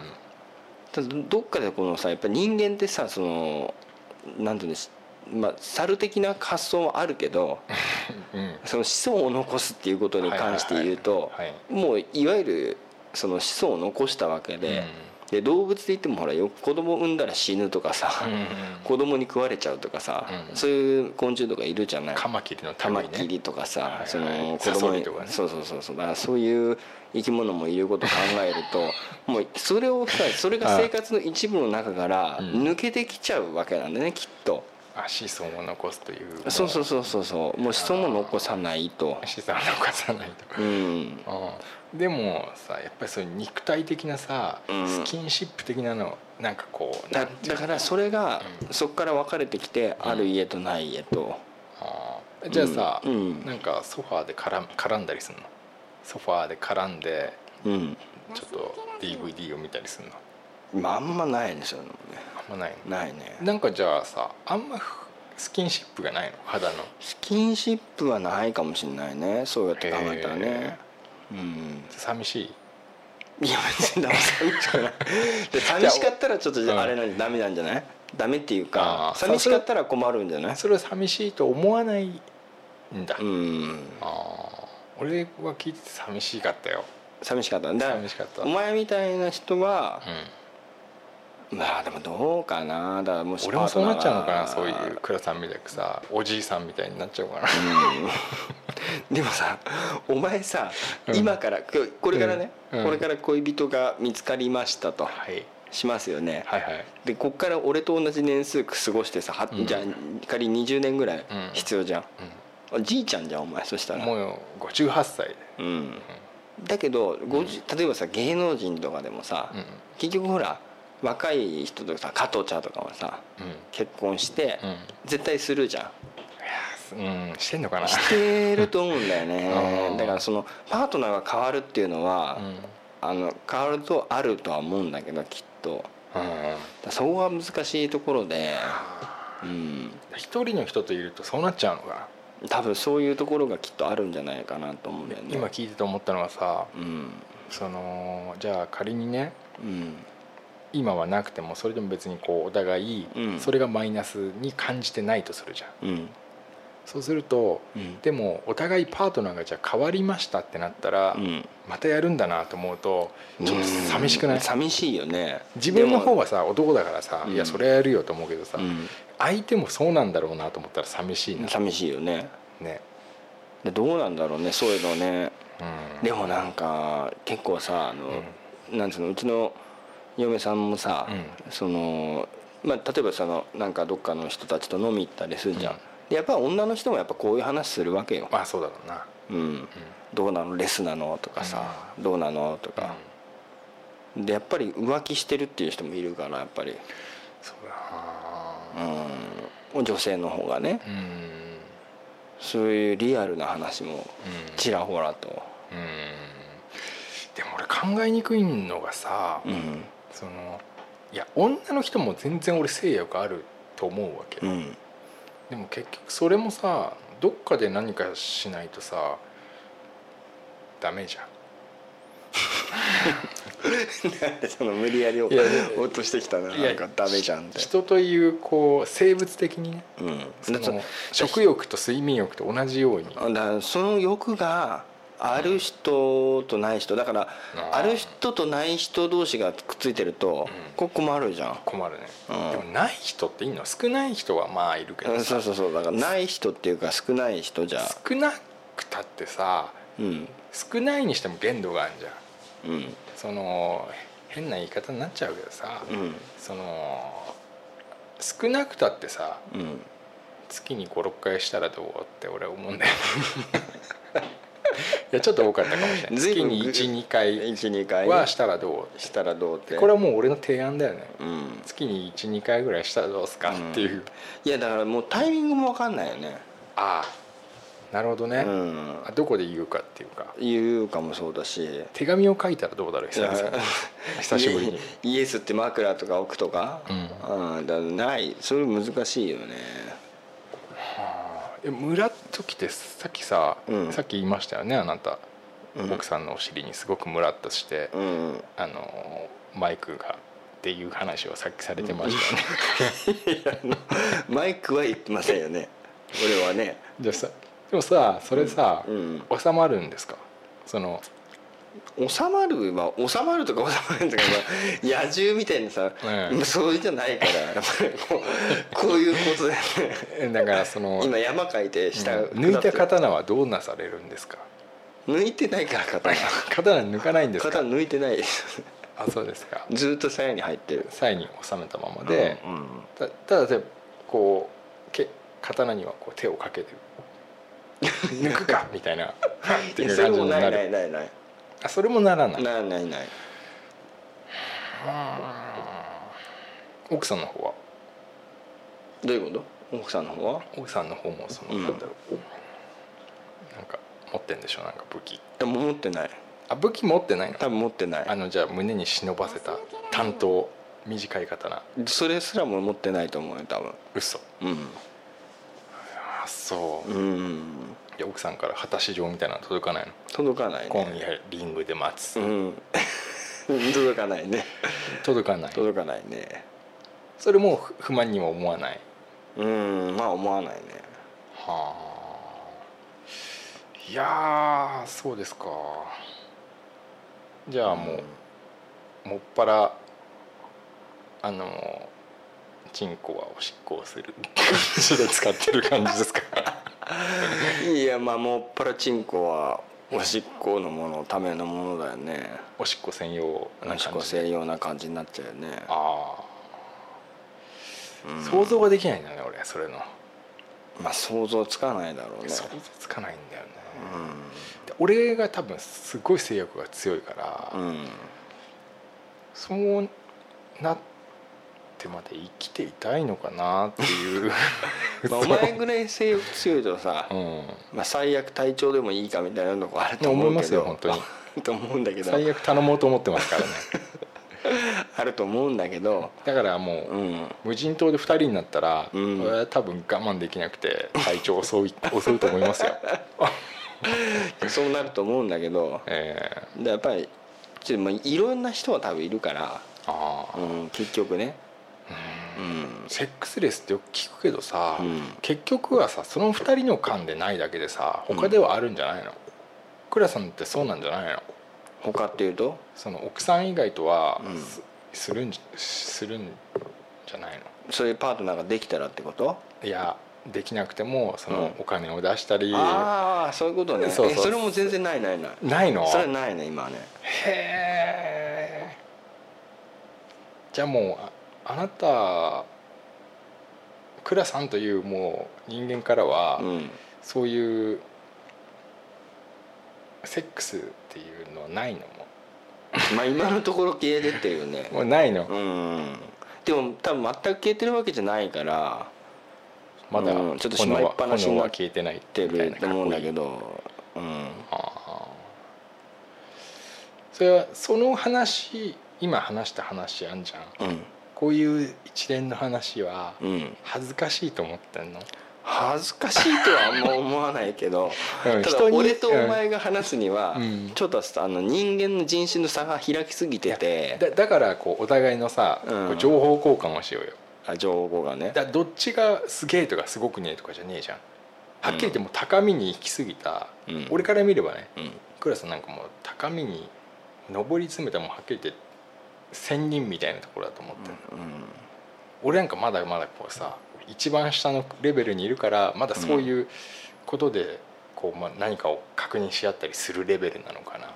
Speaker 3: ただどっかでこのさやっぱり人間ってさそのなんていうんですまあ、猿的な発想はあるけ ど
Speaker 4: うんうん
Speaker 3: その子孫を残すっていうことに関して言うと
Speaker 4: はいはい
Speaker 3: もういわゆるその子孫を残したわけで,、で動物で言ってもほらよく子供産んだら死ぬとかさ、
Speaker 4: うんうん
Speaker 3: 子供に食われちゃうとかさ、
Speaker 4: うん
Speaker 3: そういう昆虫とかいるじゃない
Speaker 4: カマキリの
Speaker 3: カ
Speaker 4: ため
Speaker 3: マ
Speaker 4: に
Speaker 3: キ
Speaker 4: ね
Speaker 3: リとかさ、
Speaker 4: はいはい
Speaker 3: その子
Speaker 4: サ
Speaker 3: 供
Speaker 4: ソ
Speaker 3: に
Speaker 4: リとかね
Speaker 3: そうそうそうそうだからそういう生き物もいることを考えると もうそ れをさそれが生活の一部の中から
Speaker 4: うん
Speaker 3: 抜けてきちゃうわけなんだねきっと
Speaker 4: あ子孫を残すという
Speaker 3: そうそうそうそうそうもう子孫も残さないと
Speaker 4: 子孫を残さないと
Speaker 3: うん
Speaker 4: うん、でもさやっぱりそういう肉体的なさ、
Speaker 3: うん
Speaker 4: スキンシップ的なのなんかこう
Speaker 3: だ
Speaker 4: なんていう
Speaker 3: だからそれがそこから分かれてきてある家とない家と
Speaker 4: あーじゃあさ、
Speaker 3: うんうん
Speaker 4: なんかソファーで絡む絡んだりするのソファーで絡んで
Speaker 3: うん
Speaker 4: ちょっと DVD を見たりするの
Speaker 3: まああんまないねそういうのもね
Speaker 4: あんまないの
Speaker 3: ないね
Speaker 4: なんかじゃあさあんまふスキンシップがないの肌の
Speaker 3: スキンシップはないかもしれないねそうやって考えたらね
Speaker 4: へ
Speaker 3: うん
Speaker 4: 寂しい
Speaker 3: いや別にダメ寂しくないで寂しかったらちょっとじゃああれなんでダメなんじゃないダメっていうか
Speaker 4: あー
Speaker 3: 寂しかったら困るんじゃない
Speaker 4: それを寂しいと思わないんだ、
Speaker 3: うん
Speaker 4: ああ俺は聞いてて寂しかったよ
Speaker 3: 寂しかっただから
Speaker 4: 寂しかった
Speaker 3: お
Speaker 4: うん
Speaker 3: 前みたいな人はまあでもどうかなだからもし
Speaker 4: 俺もそうなっちゃうのか
Speaker 3: パー
Speaker 4: な
Speaker 3: ト
Speaker 4: そう
Speaker 3: ナーが
Speaker 4: いう倉さんみたいくさおじいさんみたいになっちゃうかな
Speaker 3: でもさお前さ
Speaker 4: うん
Speaker 3: 今からここれからね
Speaker 4: うん
Speaker 3: これから恋人が見つかりましたと
Speaker 4: はい
Speaker 3: しますよね
Speaker 4: はいはい
Speaker 3: でこっから俺と同じ年数過ごしてさは
Speaker 4: うん
Speaker 3: じゃあ仮に20年ぐらい
Speaker 4: うん
Speaker 3: 必要じゃんおじいちゃんじゃんお前そしたら
Speaker 4: もう58歳で、
Speaker 3: うんだけど50例えばさ芸能人とかでもさ
Speaker 4: うん
Speaker 3: 結局ほら若い人とかさ加藤茶とかはさ
Speaker 4: うん
Speaker 3: 結婚して
Speaker 4: うん
Speaker 3: 絶対するじゃん
Speaker 4: うん、してんのかな
Speaker 3: してると思うんだよ
Speaker 4: う
Speaker 3: ね
Speaker 4: ん
Speaker 3: だからそのパートナーが変わるっていうのは、
Speaker 4: うん、うん
Speaker 3: あの変わるとあるとは思うんだけどきっとだからそこは難しいところでうん
Speaker 4: 一人の人といるとそうなっちゃうのか
Speaker 3: 多分そういうところがきっとあるんじゃないかなと思うんだよね
Speaker 4: な今聞いてて思ったのはさ
Speaker 3: うん
Speaker 4: そのじゃあ仮にね
Speaker 3: うん
Speaker 4: 今はなくてもそれでも別にこうお互い
Speaker 3: うん
Speaker 4: それがマイナスに感じてないとするじゃん、
Speaker 3: うん
Speaker 4: そうすると
Speaker 3: うん
Speaker 4: でもお互いパートナーがじゃあ変わりましたってなったら、
Speaker 3: うん
Speaker 4: またやるんだなと思うとちょっと寂しくない、
Speaker 3: うん寂しいよね
Speaker 4: 自分の方
Speaker 3: は
Speaker 4: はさ男だからさ、
Speaker 3: うん
Speaker 4: いやそれはやるよと思うけどさ、相手もそうなんだろうなと思ったら寂しいな
Speaker 3: 寂しいよね
Speaker 4: ね、
Speaker 3: でどうなんだろうねそういうのね
Speaker 4: うん、
Speaker 3: でもなんか結構さあの、なんつうのうちの嫁さんもさ、
Speaker 4: う
Speaker 3: そのまあ例えばそのなんかどっかの人たちと飲み行ったりするじゃん、
Speaker 4: うん
Speaker 3: でやっぱ女の人もやっぱこういう話するわけよ、
Speaker 4: まあそうだろうな
Speaker 3: うん、どうなのレスなのとかさ、どうなのと
Speaker 4: うん、
Speaker 3: か、でやっぱり浮気してるっていう人もいるからやっぱり、
Speaker 4: そうだな
Speaker 3: うん、女性の方がね
Speaker 4: うん
Speaker 3: そういうリアルな話も
Speaker 4: うん
Speaker 3: ちらほらと、
Speaker 4: うんでも俺考えにくいのがさ、
Speaker 3: うん
Speaker 4: そのいや女の人も全然俺性欲あると思うわけ、
Speaker 3: うん、
Speaker 4: でも結局それもさどっかで何かしないとさダメじゃん
Speaker 3: なんで その無理やり
Speaker 4: いや
Speaker 3: 落としてきたななんかダメじゃんって、
Speaker 4: 人というこう生物的にね
Speaker 3: うん、
Speaker 4: そ
Speaker 3: だ
Speaker 4: の食欲と睡眠欲と同じように
Speaker 3: だからその欲がある人とない人だから
Speaker 4: あー
Speaker 3: ある人とない人同士がくっついてると
Speaker 4: うん
Speaker 3: ここ困るじゃん、
Speaker 4: 困るね、
Speaker 3: うん
Speaker 4: でもない人っていいの少ない人はまあいるけど
Speaker 3: うん、そ
Speaker 4: さ
Speaker 3: うそうそうだからない人っていうか少ない人じゃ
Speaker 4: 少なくたってさ
Speaker 3: うん
Speaker 4: 少ないにしても限度があるじゃん
Speaker 3: うん
Speaker 4: その変な言い方になっちゃうけどさ、
Speaker 3: うん
Speaker 4: その少なくたってさ
Speaker 3: うん
Speaker 4: 月に56回したらどうって俺思うんだよ いやちょっと多かったかもしれない
Speaker 3: 随
Speaker 4: 月
Speaker 3: 分
Speaker 4: に12回
Speaker 3: 12回
Speaker 4: はしたらどう
Speaker 3: したらどうって
Speaker 4: これはもう俺の提案だよね
Speaker 3: うん
Speaker 4: 月に12回ぐらいしたらどうすかっていう、
Speaker 3: ういやだからもうタイミングも分かんないよね
Speaker 4: ああなるほどね、
Speaker 3: うん
Speaker 4: あどこで言うかっていうか
Speaker 3: 言うかもそうだし
Speaker 4: 手紙を書いたらどうだろう久々
Speaker 3: いや
Speaker 4: に久しぶりに
Speaker 3: イエスって枕とか置くとか
Speaker 4: うん
Speaker 3: うん、だからないそれ難しいよね
Speaker 4: え村っときてさっきさ、
Speaker 3: うん
Speaker 4: さっき言いましたよねあなた、
Speaker 3: うん
Speaker 4: 奥さんのお尻にすごくムラっとして、
Speaker 3: うん
Speaker 4: あのマイクがっていう話をさっきされてましたよね、
Speaker 3: マイクは言ってませんよね俺はね
Speaker 4: じゃあさ でもさそれさ、
Speaker 3: うん
Speaker 4: 収まるんですかその
Speaker 3: 収まるは収まるとか収まるとか まあ野獣みたいなさ、
Speaker 4: うん
Speaker 3: そういうじゃないからやっぱりこうこういうことで、ね、
Speaker 4: えだからその
Speaker 3: 今山書いて下、
Speaker 4: うん抜いた刀はどうなされるんですか
Speaker 3: 抜いてないから肩
Speaker 4: 刀抜かないんです
Speaker 3: 肩
Speaker 4: か
Speaker 3: 抜いてないです
Speaker 4: あそうですか
Speaker 3: ずっと鞘に入ってる
Speaker 4: 鞘に収めたままで、
Speaker 3: うん
Speaker 4: たただでこう刀にはこう手をかけて抜くかみたいなって
Speaker 3: い
Speaker 4: い
Speaker 3: や
Speaker 4: う
Speaker 3: それ
Speaker 4: 感じ
Speaker 3: も
Speaker 4: に
Speaker 3: な
Speaker 4: ない
Speaker 3: ない
Speaker 4: る
Speaker 3: ないない
Speaker 4: あそれもならない
Speaker 3: ないないない
Speaker 4: 奥さんの方は
Speaker 3: どういうこと奥さんの方は
Speaker 4: 奥さんの方もその
Speaker 3: うん
Speaker 4: なんだろう、なんか持ってんでしょなんか武器
Speaker 3: でも持ってない
Speaker 4: あ武器持ってないの
Speaker 3: 多分持ってな
Speaker 4: あ
Speaker 3: い
Speaker 4: のじゃあ胸に忍ばせた担当短い刀
Speaker 3: それすらも持ってないと思うよ多分
Speaker 4: 嘘あそう、
Speaker 3: う
Speaker 4: い
Speaker 3: んうん
Speaker 4: や奥さんから果たし状みたいなの届かないの
Speaker 3: 届かない
Speaker 4: 今
Speaker 3: ね
Speaker 4: 夜リングで待つ、
Speaker 3: うん 届かないね
Speaker 4: 届かない
Speaker 3: 届かないね
Speaker 4: それも不不満にも思わない
Speaker 3: うんまあ思わないね
Speaker 4: はあいやーそうですかじゃあもう、もっぱらあのチンコはおしっこをする手で使ってる感じです か
Speaker 3: いやまあもっぱらチンコはおしっこのものためのものだよね
Speaker 4: おしっこ専用な
Speaker 3: お
Speaker 4: 感
Speaker 3: しっこ
Speaker 4: じで
Speaker 3: 専用な感じになっちゃうよね
Speaker 4: ああ、想像ができないんだね俺それの、
Speaker 3: まあ想像つかないだろうね
Speaker 4: 想像つかないんだよね、で俺が多分すごい制約が強いから、
Speaker 3: うん、うん、
Speaker 4: そうなってまで生きていたいのかなっていう
Speaker 3: まあお前ぐらい性欲強いとさ、
Speaker 4: うん
Speaker 3: まあ、最悪体調でもいいかみたいなとこあると思
Speaker 4: 思
Speaker 3: う
Speaker 4: い
Speaker 3: けど
Speaker 4: ますよ本当に
Speaker 3: と思うんだけど
Speaker 4: 最悪頼もうと思ってますからね
Speaker 3: あると思うんだけど
Speaker 4: だからもう、
Speaker 3: うん
Speaker 4: 無人島で2人になったら、
Speaker 3: うん
Speaker 4: 俺は多分我慢できなくて体調を襲い 襲うと思いますよ
Speaker 3: そうなると思うんだけど
Speaker 4: え
Speaker 3: でやっぱりちょっとまあいろんな人は多分いるから、
Speaker 4: ー、ああ
Speaker 3: うん、結局ね
Speaker 4: セックスレスってよく聞くけどさ、
Speaker 3: うん
Speaker 4: 結局はさその2人の間でないだけでさ他ではあるんじゃないの、クラさんってそうなんじゃないの
Speaker 3: 他っていうと
Speaker 4: その奥さん以外とは
Speaker 3: うん
Speaker 4: す,、るんじするんじゃないの
Speaker 3: そういうパートナーができたらってこと
Speaker 4: いやできなくてもその
Speaker 3: うん
Speaker 4: お金を出したり、
Speaker 3: ああそういうことね
Speaker 4: そうそう
Speaker 3: えれも全然ないないない
Speaker 4: ないの
Speaker 3: それはないね今はね
Speaker 4: へえじゃあもうああなたクラさんというもう人間からは、
Speaker 3: うん
Speaker 4: そういうセックスっていうのはないのも
Speaker 3: まあ今のところ消えてってる ね
Speaker 4: うもうないの、
Speaker 3: うんでも多分全く消えてるわけじゃないから
Speaker 4: まだ
Speaker 3: うんちょっとしまいっぱなしに
Speaker 4: 炎
Speaker 3: な
Speaker 4: は
Speaker 3: っ
Speaker 4: 消えてないみた
Speaker 3: て
Speaker 4: いな
Speaker 3: ると思うんだ
Speaker 4: かっこいい
Speaker 3: けどうん
Speaker 4: ああそれはその話今話した話あんじゃん
Speaker 3: うん
Speaker 4: こういう一連の話は
Speaker 3: うん
Speaker 4: 恥ずかしいと思ってんの、
Speaker 3: 恥ずかしいとはあんま思わないけど
Speaker 4: うん
Speaker 3: ただ
Speaker 4: 人に
Speaker 3: 俺とお前が話すには
Speaker 4: うん
Speaker 3: ちょっとあの人間の人種の差が開きすぎてて
Speaker 4: だだからこうお互いのさ、
Speaker 3: うん
Speaker 4: こう情報交換をしようよ
Speaker 3: あ情報がね
Speaker 4: だどっちがすげえとかすごくねえとかじゃねえじゃんはっきり言ってもう高みに行き過ぎた、
Speaker 3: うん
Speaker 4: 俺から見ればね
Speaker 3: うん
Speaker 4: クラスなんかもう高みに上り詰めたもうはっきり言って仙人みたいなところだと思ってる、
Speaker 3: うん
Speaker 4: 俺なんかまだまだこうさ一番下のレベルにいるからまだそういうことでこう、まあ、何かを確認し合ったりするレベルなのかな、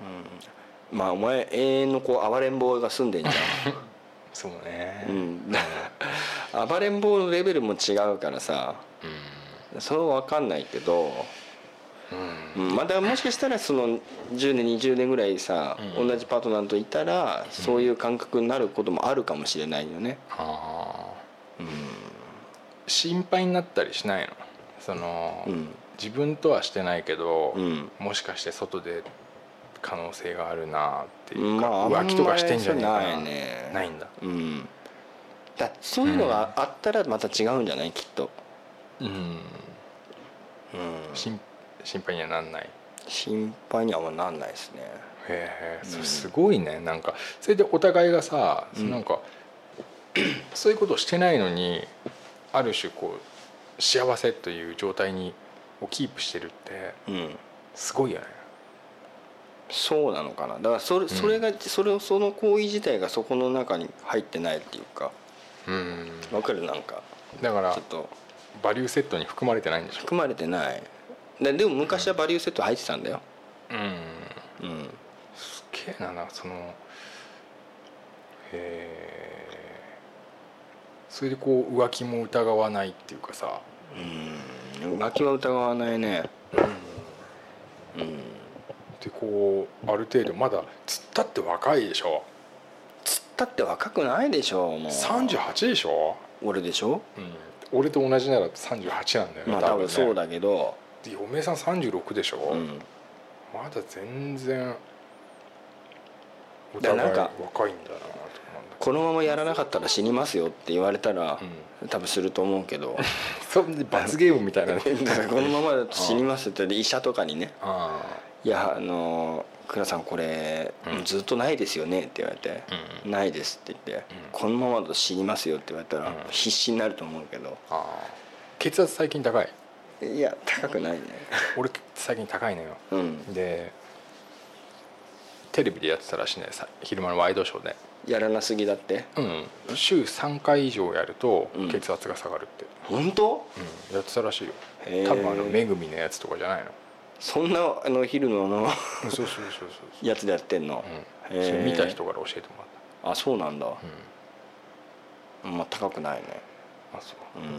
Speaker 3: うんまあお前永遠のこう暴れん坊が住んでんじ
Speaker 4: そうね
Speaker 3: ゃん、うん、 暴れん坊のレベルも違うからさそれは分かんないけど、うん、またもしかしたらその10年20年ぐらいさ、
Speaker 4: うん
Speaker 3: 同じパートナーといたらそういう感覚になることもあるかもしれないよね、
Speaker 4: ああ心配になったりしないのその、
Speaker 3: うん
Speaker 4: 自分とはしてないけど、
Speaker 3: うん
Speaker 4: もしかして外で可能性があるなっていう
Speaker 3: ま
Speaker 4: か、
Speaker 3: あ
Speaker 4: 浮気とかしてんじゃねえかな
Speaker 3: あんまりそうないね
Speaker 4: ないんだ
Speaker 3: うん、だそういうのがあったらまた違うんじゃないきっと、
Speaker 4: うん
Speaker 3: うん、
Speaker 4: 心心配にはなんない
Speaker 3: 心配にはあんまなんないですね
Speaker 4: へえそれすごいねなんかそれでお互いがさ、
Speaker 3: うん
Speaker 4: なんか そういうことをしてないのにある種こう幸せという状態にをキープしてるって
Speaker 3: うん
Speaker 4: すごいよね
Speaker 3: そうなのかなだからそれそれが、それをその行為自体がそこの中に入ってないっていうか
Speaker 4: うん
Speaker 3: わかるなんか
Speaker 4: だから
Speaker 3: ちょっと
Speaker 4: バリューセットに含まれてないんでしょ
Speaker 3: 含まれてないででも昔はバリューセット入ってたんだよ
Speaker 4: うん
Speaker 3: うん
Speaker 4: すっげえななんかそのへえそれでこう浮気も疑わないっていうかさ
Speaker 3: 浮気は疑わないね
Speaker 4: でこうある程度まだつったって若いでしょ
Speaker 3: つったって若くないでしょもう
Speaker 4: 38でしょ、
Speaker 3: 俺でしょ
Speaker 4: うん、俺と同じなら38なんだよね、
Speaker 3: まあ多分そう
Speaker 4: だ
Speaker 3: だけど、
Speaker 4: 嫁さん36でしょ、
Speaker 3: うん、
Speaker 4: まだ全然お
Speaker 3: だからな
Speaker 4: 互
Speaker 3: ん
Speaker 4: い
Speaker 3: か
Speaker 4: 若いんだなと
Speaker 3: このままやらなかったら死にますよって言われたら
Speaker 4: 思うんだ、
Speaker 3: 多分すると思うけ ど
Speaker 4: うん、そう罰ゲームみたいなね
Speaker 3: だからこのままだと死にますって医者とかにね
Speaker 4: あ
Speaker 3: 「いやあの倉さんこれ、
Speaker 4: うん
Speaker 3: ずっとないですよね」って言われて
Speaker 4: あう
Speaker 3: 「
Speaker 4: ん
Speaker 3: ないです」って言って、
Speaker 4: うん
Speaker 3: このままだと死にますよ」って言われたら、
Speaker 4: うん
Speaker 3: 必死になると思うけど
Speaker 4: ああ血圧最近高い
Speaker 3: いや高くないね
Speaker 4: 俺最近高いのよ
Speaker 3: うん
Speaker 4: でテレビでやってたらしいねさ昼間のワイドショーで、
Speaker 3: やらなすぎだって
Speaker 4: うん、週3回以上やると
Speaker 3: うん
Speaker 4: 血圧が下がるって、
Speaker 3: 本当
Speaker 4: うんやってたらしいよ
Speaker 3: へー
Speaker 4: 多分あの「めぐみ」のやつとかじゃないの
Speaker 3: そんなあの昼のあの
Speaker 4: そうそうそうそう
Speaker 3: やつでやってんの、
Speaker 4: うん、それ
Speaker 3: へー
Speaker 4: 見た人から教えてもらっ
Speaker 3: あそうなんだ、
Speaker 4: た、うん、
Speaker 3: まあ高くないね
Speaker 4: あそう
Speaker 3: うん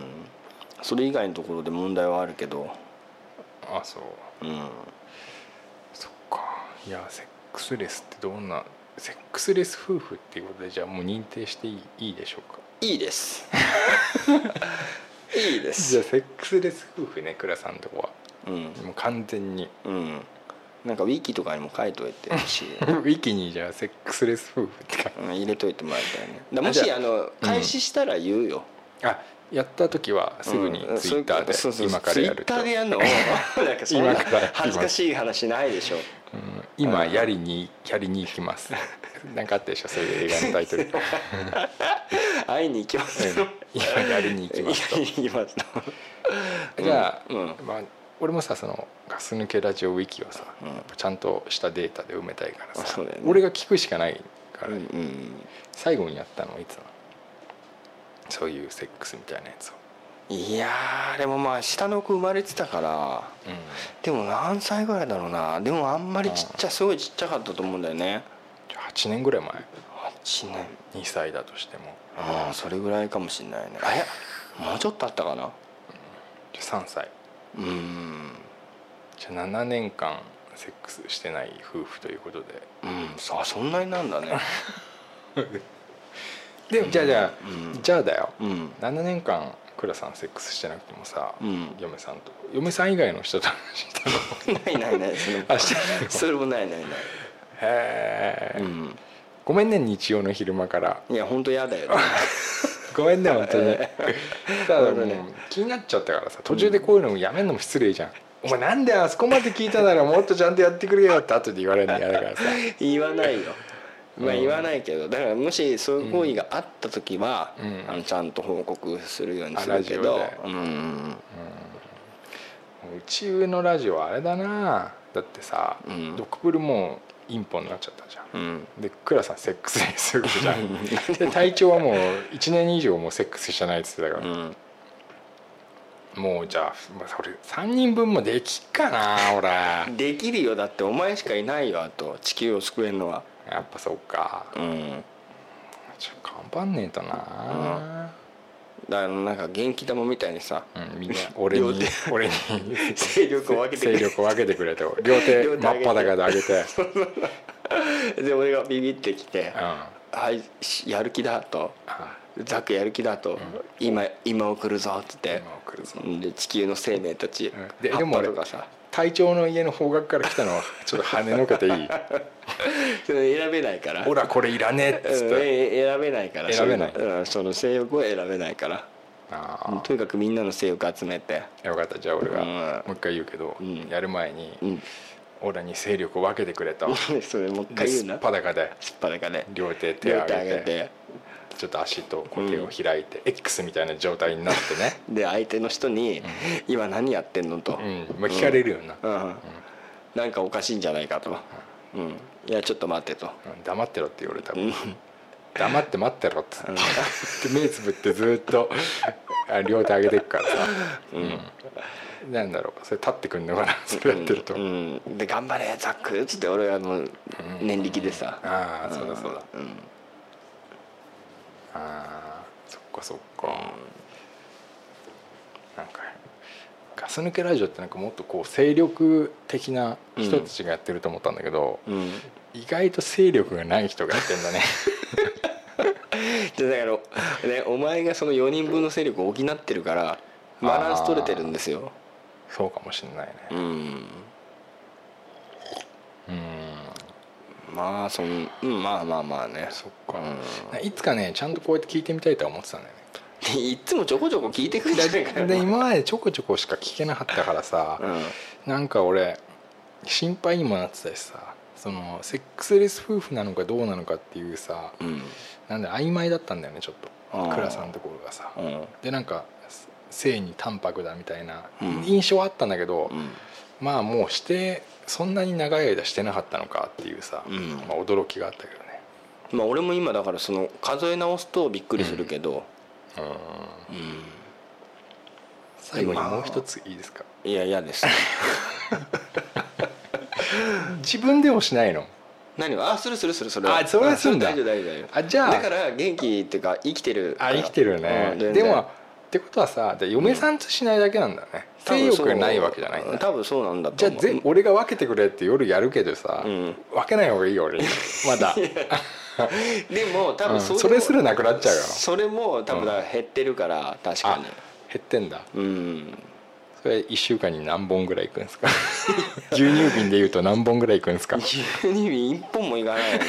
Speaker 3: それ以外のところで問題はあるけど
Speaker 4: あそう
Speaker 3: うん
Speaker 4: そっかいやセックスレスってどんなセックスレス夫婦っていうことでじゃあもう認定していいいいでしょうか
Speaker 3: いいですいいで
Speaker 4: じゃ
Speaker 3: す
Speaker 4: あセックスレス夫婦ね倉さんとこは
Speaker 3: うん
Speaker 4: もう完全に
Speaker 3: うんなんかウィキとかにも書いといてほしい
Speaker 4: ウィキにじゃあセックスレス夫婦って書いて
Speaker 3: うん入れといてもらいたいねだも
Speaker 4: あじ
Speaker 3: し
Speaker 4: ゃあ
Speaker 3: あの開始したら言うよ、
Speaker 4: あやった時はすぐに
Speaker 3: うん
Speaker 4: ツイッターで
Speaker 3: そうそうそう
Speaker 4: 今からや
Speaker 3: ツ
Speaker 4: ると
Speaker 3: イッターでやるの なんかそんな
Speaker 4: 今から
Speaker 3: 恥ずかしい話ないでしょ
Speaker 4: うん今やりにやりに行きます なんかあったでしょそういう映画のタイトル うん
Speaker 3: 会いに行きますと
Speaker 4: 今やりに行
Speaker 3: 会
Speaker 4: き
Speaker 3: いに
Speaker 4: ますと
Speaker 3: 行きますと
Speaker 4: じゃあ、
Speaker 3: うん
Speaker 4: まあ、俺もさそのガス抜けラジオウィキはさ、
Speaker 3: うん
Speaker 4: やっぱちゃんとしたデータで埋めたいからさ、
Speaker 3: そうだよね
Speaker 4: 俺が聞くしかないか
Speaker 3: う
Speaker 4: ら、
Speaker 3: んうん
Speaker 4: 最後にやったのいつなのそういうセックスみたいなやつを、
Speaker 3: いやーでもまあ下の子生まれてたからでも何歳ぐらいだろうなでもあんまりちっちゃすごいちっちゃかったと思うんだよね
Speaker 4: じゃあ8年ぐらい前
Speaker 3: 8年
Speaker 4: 2歳だとしても
Speaker 3: ああそれぐらいかもしれないねえもうちょっとあったかな
Speaker 4: じゃあ3歳
Speaker 3: うーん
Speaker 4: じゃあ7年間セックスしてない夫婦ということで
Speaker 3: うんさあそんなになんだね
Speaker 4: でもじゃあじゃあ、
Speaker 3: うん
Speaker 4: じゃあだよ、
Speaker 3: うん
Speaker 4: 7年間倉さんセックスしてなくてもさ、
Speaker 3: うん
Speaker 4: 嫁さんと嫁さん以外の人と話したの
Speaker 3: ないないないそれも
Speaker 4: あしてない
Speaker 3: それもないないない
Speaker 4: へえ、
Speaker 3: うん
Speaker 4: ごめんね日曜の昼間から
Speaker 3: いや本当嫌だよね
Speaker 4: ごめんね本当 にただもう
Speaker 3: ごめんね
Speaker 4: 気になっちゃったからさ途中でこういうのもやめるのも失礼じゃん、 お前なんであそこまで聞いたならもっとちゃんとやってくれよって後で言われるの嫌だからさ
Speaker 3: 言わないよまあ
Speaker 4: うん
Speaker 3: 言わないけどだからもしそういう行為があった時は、
Speaker 4: うん
Speaker 3: あのちゃんと報告するようにす
Speaker 4: あ
Speaker 3: る
Speaker 4: ラ
Speaker 3: け
Speaker 4: ジオ
Speaker 3: ど
Speaker 4: で
Speaker 3: うんうん
Speaker 4: もううち上のラジオはあれだなだってさ、
Speaker 3: うん
Speaker 4: ドクプルもうインポになっちゃったじゃん
Speaker 3: うんう ん
Speaker 4: で倉さんセックスレス夫婦じゃんで体調はもう1年以上もうセックスしてないっつってたから、
Speaker 3: うん
Speaker 4: もうじゃあ、まあ、それ3人分もできっかなほら
Speaker 3: できるよだってお前しかいないよあと地球を救えるのは
Speaker 4: やっぱそうか
Speaker 3: うん
Speaker 4: ちょっと頑張んねえとな、
Speaker 3: だからなんか元気玉みたいにさ
Speaker 4: うん、みんな 俺
Speaker 3: 両
Speaker 4: に
Speaker 3: 手
Speaker 4: 俺に
Speaker 3: 勢力を分けてく
Speaker 4: 勢
Speaker 3: れ
Speaker 4: 力を分けてくれと両手
Speaker 3: 両手上げて
Speaker 4: 真っ裸で上 げて、
Speaker 3: で俺がビビってきて
Speaker 4: うん、あ
Speaker 3: 「はいしやる気だ」と
Speaker 4: あ
Speaker 3: 「ザックやる気だ」と「今今送るぞ」っつって
Speaker 4: 今送るぞ
Speaker 3: うんで地球の生命たち
Speaker 4: うんで
Speaker 3: 葉
Speaker 4: で
Speaker 3: っ
Speaker 4: も
Speaker 3: ぱ
Speaker 4: 俺
Speaker 3: とかさ
Speaker 4: 隊長の家の方角から来たのはちょっと跳ねのけて いい
Speaker 3: それ選べないから
Speaker 4: ほらこれいらねえっ
Speaker 3: う
Speaker 4: つっ
Speaker 3: ん
Speaker 4: て、
Speaker 3: え選べないから
Speaker 4: 選べない
Speaker 3: そううのうんその性欲を選べないから
Speaker 4: あ
Speaker 3: うん
Speaker 4: あ
Speaker 3: とにかくみんなの性欲集めて
Speaker 4: よかったじゃあ俺が
Speaker 3: うん
Speaker 4: もう一回言うけど、
Speaker 3: うん
Speaker 4: やる前に、
Speaker 3: うん
Speaker 4: 俺に勢力を分けてくれと
Speaker 3: それもう一回
Speaker 4: で
Speaker 3: 言う
Speaker 4: す
Speaker 3: な
Speaker 4: っぱだかです
Speaker 3: っぱだかで
Speaker 4: 両手手
Speaker 3: 両
Speaker 4: を
Speaker 3: 手
Speaker 4: 上
Speaker 3: 上
Speaker 4: げ
Speaker 3: げ
Speaker 4: て
Speaker 3: て
Speaker 4: ちょっと足とこ手を開いて、X みたいな状態になって ね
Speaker 3: で相手の人に「今何やってんの?」と
Speaker 4: うん、まあ、聞かれるよな、
Speaker 3: うんなんかおかしいんじゃないかとうんいやちょっと待ってと
Speaker 4: うん黙ってろって言われたも
Speaker 3: うん
Speaker 4: ん黙って待ってろっつって目つぶってずっとあ両手上げてくからさ、うん、なんだろうそれ立ってくんのかなそれやってると、
Speaker 3: うんで「頑張れザック」っつって俺はもう念力でさ
Speaker 4: ああそうだそうだ、
Speaker 3: うん
Speaker 4: ああそっかそっか、なんかガス抜けラジオってなんかもっとこう勢力的な人たちがやってると思ったんだけど、
Speaker 3: うん、
Speaker 4: 意外と勢力がない人がやってんだね
Speaker 3: でだから、ね、お前がその4人分の勢力を補ってるからバランス取れてるんですよ
Speaker 4: そうかもしれないね
Speaker 3: うん
Speaker 4: うん
Speaker 3: まあそん、うん、まあまあまあね
Speaker 4: そっか,、いつかねちゃんとこうやって聞いてみたいとは思ってたんだよね
Speaker 3: いっつもちょこちょこ聞いてくんじゃないかな
Speaker 4: で今までちょこちょこしか聞けなかったからさ、
Speaker 3: うん
Speaker 4: なんか俺心配にもなってたしさそのセックスレス夫婦なのかどうなのかっていうさ
Speaker 3: うん
Speaker 4: なんで曖昧だったんだよねちょっ
Speaker 3: あ
Speaker 4: と
Speaker 3: ー
Speaker 4: 倉さんのところがさ
Speaker 3: うん
Speaker 4: でなんか性に淡白だみたいな
Speaker 3: うん
Speaker 4: 印象はあったんだけど、
Speaker 3: うん
Speaker 4: まあもうしてそんなに長い間してなかったのかっていうさ、
Speaker 3: うん
Speaker 4: まあ、驚きがあったけ
Speaker 3: まあ俺も今だからその数え直すとびっくりするけど、
Speaker 4: どね、うん、
Speaker 3: うん
Speaker 4: 最後にもう一ついいですか
Speaker 3: いや嫌です
Speaker 4: 自分でもしないの
Speaker 3: 何をあするするするそれ
Speaker 4: あそれはするんだ
Speaker 3: あそれ大丈夫大丈夫
Speaker 4: あじゃあ
Speaker 3: だから元気っていうか生きてるか
Speaker 4: あ
Speaker 3: ら
Speaker 4: 生きてるね、
Speaker 3: うん全然
Speaker 4: でもってことはさで嫁さんとしないだけなんだね、
Speaker 3: 多
Speaker 4: 性
Speaker 3: 分そ
Speaker 4: 欲
Speaker 3: う
Speaker 4: がないわけじゃないんだ
Speaker 3: 多分そうなんだと
Speaker 4: じゃあ
Speaker 3: 思う
Speaker 4: 全俺が分けてくれって夜やるけどさ、
Speaker 3: うん
Speaker 4: 分けない方がいいよ 俺まだ、
Speaker 3: でも多
Speaker 4: う
Speaker 3: 分
Speaker 4: ん
Speaker 3: それ,、
Speaker 4: それすらなくなっちゃうよ
Speaker 3: それも多分だから減ってるから、確か
Speaker 4: あ
Speaker 3: に
Speaker 4: 減ってんだ
Speaker 3: うん
Speaker 4: それ1週間に何本ぐらいいくんですか 牛乳瓶でいうと何本ぐらいいくんですか
Speaker 3: 12に一本もいかない よね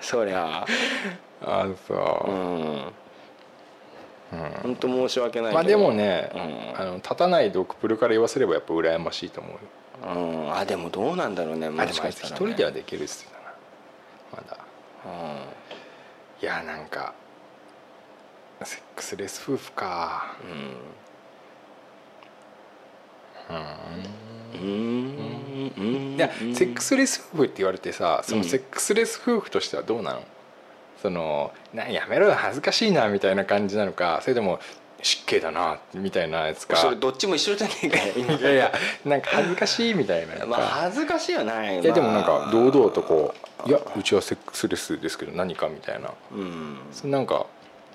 Speaker 3: そりゃ
Speaker 4: あそうう、
Speaker 3: ん本当申し訳ないけど
Speaker 4: まあでもね、
Speaker 3: うん
Speaker 4: あの立たないドクプルから言わせればやっぱ羨ましいと思うよ
Speaker 3: うんあでもどうなんだろうね
Speaker 4: あ
Speaker 3: も
Speaker 4: で
Speaker 3: し
Speaker 4: も
Speaker 3: か
Speaker 4: あい
Speaker 3: し
Speaker 4: つ
Speaker 3: たら
Speaker 4: 一
Speaker 3: ね
Speaker 4: 人ではできるっすよなまだ
Speaker 3: うん
Speaker 4: いやなんかセックスレス夫婦か
Speaker 3: うんうん
Speaker 4: いやセックスレス夫婦って言われてさそのセックスレス夫婦としてはどうなの、そのなやめろよ恥ずかしいなみたいな感じなのかそれとも失敬だなみたいなやつか
Speaker 3: それどっちも一緒じゃねえかよ今
Speaker 4: いやいやなんか恥ずかしいみたいなやつか、
Speaker 3: まあ恥ずかしいよない
Speaker 4: いやでもなんか堂々とこう「いやうちはセックスレスですけど何か」みたいな
Speaker 3: う、うん、
Speaker 4: そなんか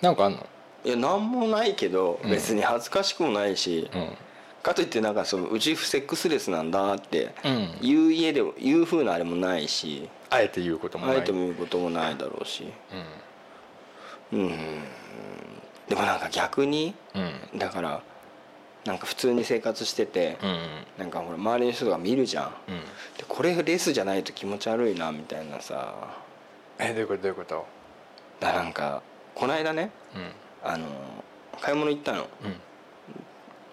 Speaker 4: なんかあんの
Speaker 3: いや何もないけど
Speaker 4: ん
Speaker 3: 別に恥ずかしくもないし、
Speaker 4: うん
Speaker 3: かといってなんかそのうちセックスレスなんだって
Speaker 4: うん
Speaker 3: 言う家で言う風なあれもないし
Speaker 4: あえて言うことも
Speaker 3: あ
Speaker 4: ない
Speaker 3: えても言うこともないだろうしうんでもなんか逆に
Speaker 4: うんうん
Speaker 3: だからなんか普通に生活してて、
Speaker 4: うん
Speaker 3: なんかほら周りの人が見るじゃん
Speaker 4: うん
Speaker 3: でこれレスじゃないと気持ち悪いなみたいなさ
Speaker 4: えどういうことどういうこと
Speaker 3: だなんかこの間ね
Speaker 4: うん
Speaker 3: あの買い物行ったの
Speaker 4: うん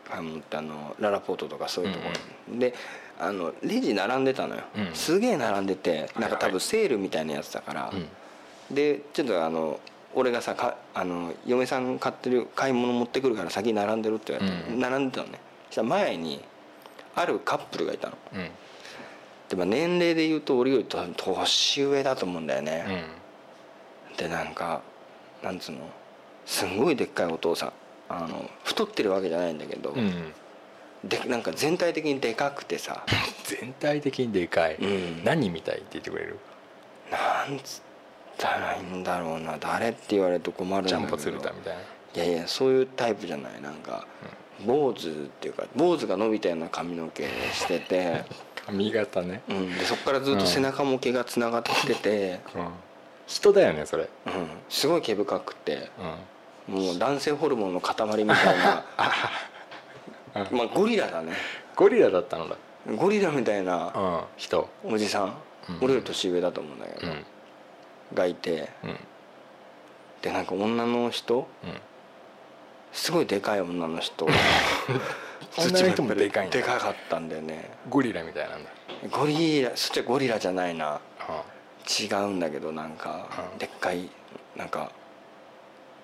Speaker 3: 買い物ってあのララポートとかそういうところ、であのレジ並んでたのよ、
Speaker 4: うん
Speaker 3: すげえ並んでてなんか
Speaker 4: はいは
Speaker 3: 多
Speaker 4: い
Speaker 3: 分セールみたいなやつだから、
Speaker 4: うん
Speaker 3: でちょっとあの俺がさかあの嫁さん買ってる買い物持ってくるから先に並んでるって言われて、
Speaker 4: うん
Speaker 3: 並んでたのねそしたら前にあるカップルがいたの
Speaker 4: うん
Speaker 3: で、まあ、年齢で言うと俺よりと年上だと思うんだよね、
Speaker 4: うん
Speaker 3: でなんかなんつうのすんごいでっかいお父さんあの太ってるわけじゃないんだけど、
Speaker 4: うん
Speaker 3: でなんか全体的にでかくて さ
Speaker 4: 全体的にでかい、
Speaker 3: うん
Speaker 4: 何みたいって言ってくれる
Speaker 3: なんつったらいいんだろうな誰って言われると困るんだ
Speaker 4: ジ
Speaker 3: け
Speaker 4: ャ
Speaker 3: ど
Speaker 4: ンプ鶴田みたいない
Speaker 3: やいやそういうタイプじゃないなんか、坊主っていうか坊主が伸びたような髪の毛して て、
Speaker 4: 髪型ね、
Speaker 3: うん、でそこからずっと背中も毛がつながってて、
Speaker 4: うん、人だよねそれ、
Speaker 3: うんすごい毛深くて
Speaker 4: う
Speaker 3: もう男性ホルモンの塊 みたいなまあゴリラだね
Speaker 4: ん、ゴリラだったのだ、
Speaker 3: ゴリラみたいな
Speaker 4: うん、人
Speaker 3: おじさん、
Speaker 4: うん
Speaker 3: 俺より年上だと思うんだけ
Speaker 4: う
Speaker 3: ど、
Speaker 4: ん
Speaker 3: がいて
Speaker 4: うん
Speaker 3: でなんか女の人
Speaker 4: うん
Speaker 3: すごいでかい女の 人
Speaker 4: 女の人もでかいんだ
Speaker 3: でかかったんだよね
Speaker 4: ゴリラみたいなんだ
Speaker 3: ゴリラそっちはゴリラじゃないな
Speaker 4: あ
Speaker 3: 違うんだけどなんか
Speaker 4: うん
Speaker 3: でっかいなんか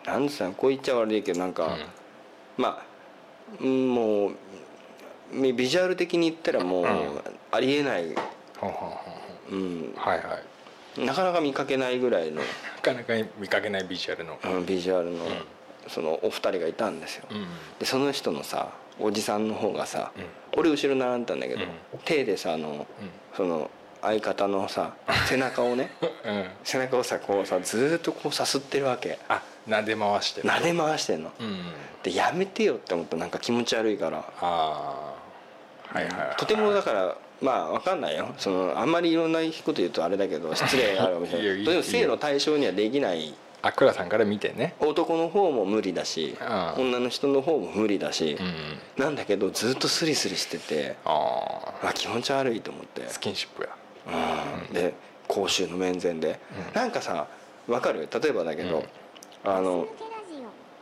Speaker 3: なんつうのこう言っちゃ悪いけどなんか、まあうんもうみビジュアル的に言ったらもう
Speaker 4: うん
Speaker 3: ありえない、
Speaker 4: あはんはんはんは
Speaker 3: うん、
Speaker 4: んはいはい
Speaker 3: なかなか見かけないぐらいの、
Speaker 4: なかなか見かけないビジュアルの
Speaker 3: うん、ビジュアルのそのお二人がいたんですよ、
Speaker 4: うん
Speaker 3: でその人のさおじさんの方がさ、俺後ろ並んでたんだけど、
Speaker 4: うん
Speaker 3: 手でさあの、
Speaker 4: うん
Speaker 3: その相方のさ背中を ね
Speaker 4: うん
Speaker 3: 背中をさこうさずーっとこうさすってるわけ
Speaker 4: あ撫で回してる
Speaker 3: 撫で回してんの
Speaker 4: うん
Speaker 3: でやめてよって思ったなんか気持ち悪いから
Speaker 4: ああはいはい、はい、
Speaker 3: とてもだからまあわかんないよそのあんまりいろんなこと言うとあれだ けど失礼があるかもしれ
Speaker 4: いいよ
Speaker 3: ない
Speaker 4: い
Speaker 3: い
Speaker 4: よ
Speaker 3: とても性の対象にはできない
Speaker 4: あ倉さんから見てね
Speaker 3: 男の方も無理だし
Speaker 4: ああ
Speaker 3: 女の人の方も無理だし
Speaker 4: う、ん
Speaker 3: なんだけどずっとスリスリしてて
Speaker 4: あ
Speaker 3: あ気持ち悪いと思って
Speaker 4: あスキンシップや
Speaker 3: うんで公衆の面前で、なんかさわかる例えばだけど、あの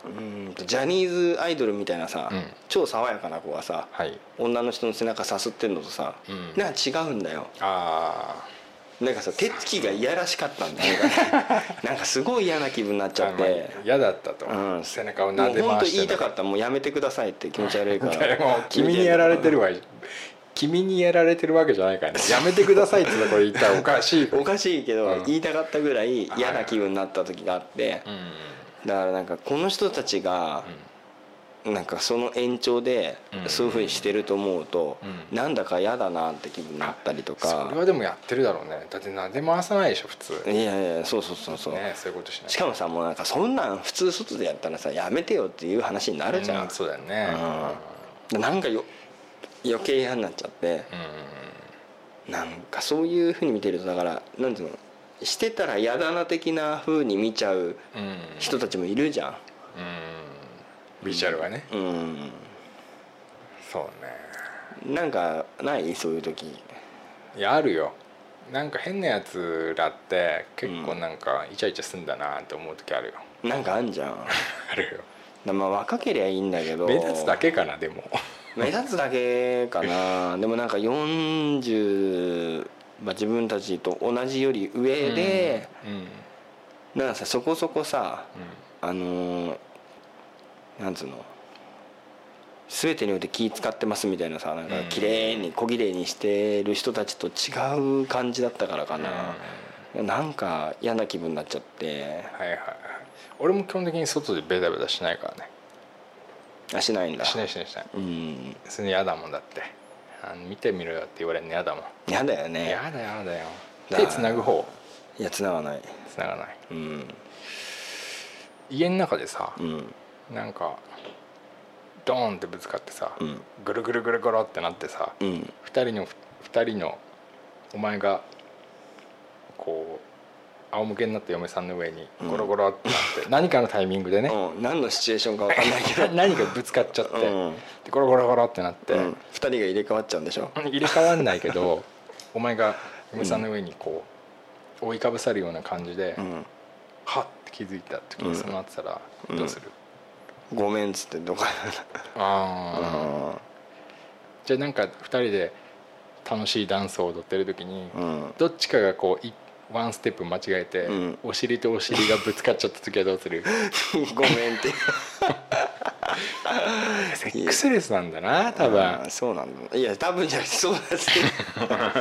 Speaker 3: うーんとジャニーズアイドルみたいなさ、
Speaker 4: うん
Speaker 3: 超爽やかな子がさ
Speaker 4: はい
Speaker 3: 女の人の背中さすってんのとさ、
Speaker 4: うん
Speaker 3: なんか違うんだよ
Speaker 4: あ
Speaker 3: なんかさ手つきがいやらしかったん だよなんかねなんかすごい嫌な気分になっ
Speaker 4: ー
Speaker 3: ちゃっ
Speaker 4: あ
Speaker 3: て
Speaker 4: まあ嫌だったと、
Speaker 3: うん
Speaker 4: 背中を
Speaker 3: も
Speaker 4: 撫
Speaker 3: う
Speaker 4: で
Speaker 3: 本当
Speaker 4: 回して
Speaker 3: 言いたかったもうやめてくださいって気持ち悪いか
Speaker 4: でも
Speaker 3: ら
Speaker 4: 君にやられてる
Speaker 3: わ
Speaker 4: わ君にやられてるわけじゃな いからねやめてくださいってとこ言ったらおかしい
Speaker 3: おかしいけど、
Speaker 4: うん
Speaker 3: 言いたかったぐらい嫌な気分になった時があって、
Speaker 4: うん
Speaker 3: だからなんかこの人たちが、なんかその延長で
Speaker 4: うん
Speaker 3: そういうふうにしてると思うと、
Speaker 4: うん
Speaker 3: なんだか嫌だなって気分になったりと
Speaker 4: それは
Speaker 3: か
Speaker 4: でもやってるだろうねだって撫で回さないでしょ普通
Speaker 3: いやいやそうそうそうそう、
Speaker 4: ねそういうことしない
Speaker 3: しかもさもうなんかそんなん普通外でやったらさやめてよっていう話になるじゃん、
Speaker 4: うんそうだよね
Speaker 3: でなんかよ余計嫌になっちゃって、
Speaker 4: うん
Speaker 3: なんかそういうふうに見てるとだからなんていうのしてたら嫌だな的なふうに見ちゃう
Speaker 4: うんうん
Speaker 3: 人たちもいるじゃん
Speaker 4: ビジュアルがね
Speaker 3: うん
Speaker 4: そうね
Speaker 3: なんかないそういう時
Speaker 4: いやあるよなんか変なやつらって結構なんかイチャイチャすんだなって思う時あるよ
Speaker 3: なんかあんじゃん
Speaker 4: あるよ
Speaker 3: だまあ若けりゃいいんだけど
Speaker 4: 目立つだけかなでも
Speaker 3: 目立つだけか なでもなんか40、まあ、自分たちと同じより上で、
Speaker 4: うんうん
Speaker 3: なんかさそこそこさあのーなんつうの全てにおいて気使ってますみたいなさなんか
Speaker 4: うん
Speaker 3: 綺麗に小綺麗にしてる人たちと違う感じだったからかな、なんか嫌な気分になっちゃって
Speaker 4: はいはいはい俺も基本的に外でベタベタしないからね
Speaker 3: あしないんだ
Speaker 4: しないしないしない
Speaker 3: うん
Speaker 4: それ嫌だもんだってあの見てみろよって言われるの嫌だもん
Speaker 3: 嫌だよね
Speaker 4: 嫌だ嫌だよ
Speaker 3: だ
Speaker 4: 手つなぐ方
Speaker 3: いや繋がない
Speaker 4: つながない
Speaker 3: うん
Speaker 4: 家の中でさ
Speaker 3: うん
Speaker 4: なんかドーンってぶつかってさ、
Speaker 3: うん
Speaker 4: ぐるぐるぐるぐるってなってさ、
Speaker 3: うん
Speaker 4: 二人の二人のお前がこう仰向けになった嫁さんの上にゴロゴロってなって、何かのタイミングでね、、
Speaker 3: うん、何のシチュエーションか分かんないけど
Speaker 4: 何かぶつかっちゃって、
Speaker 3: うん
Speaker 4: でゴロゴロゴロってなって、
Speaker 3: うん、2人が入れ替わっちゃうんでしょ
Speaker 4: 入れ替わんない けどお前が嫁さんの上にこう覆いかぶさるような感じで、
Speaker 3: うん
Speaker 4: はっって気づいた時にそうなってたら
Speaker 3: ん
Speaker 4: どうする、
Speaker 3: ごめんっつってどか
Speaker 4: ああ
Speaker 3: あ
Speaker 4: じゃあなんか2人で楽しいダンスを踊ってる時に、
Speaker 3: うん
Speaker 4: どっちかがこういワンステップ間違えて、
Speaker 3: うん
Speaker 4: お尻とお尻がぶつかっちゃった時はどうする
Speaker 3: ごめんって
Speaker 4: セックスレスなんだな多分
Speaker 3: あーそうなんだいや多分じゃなくてそうなんですけ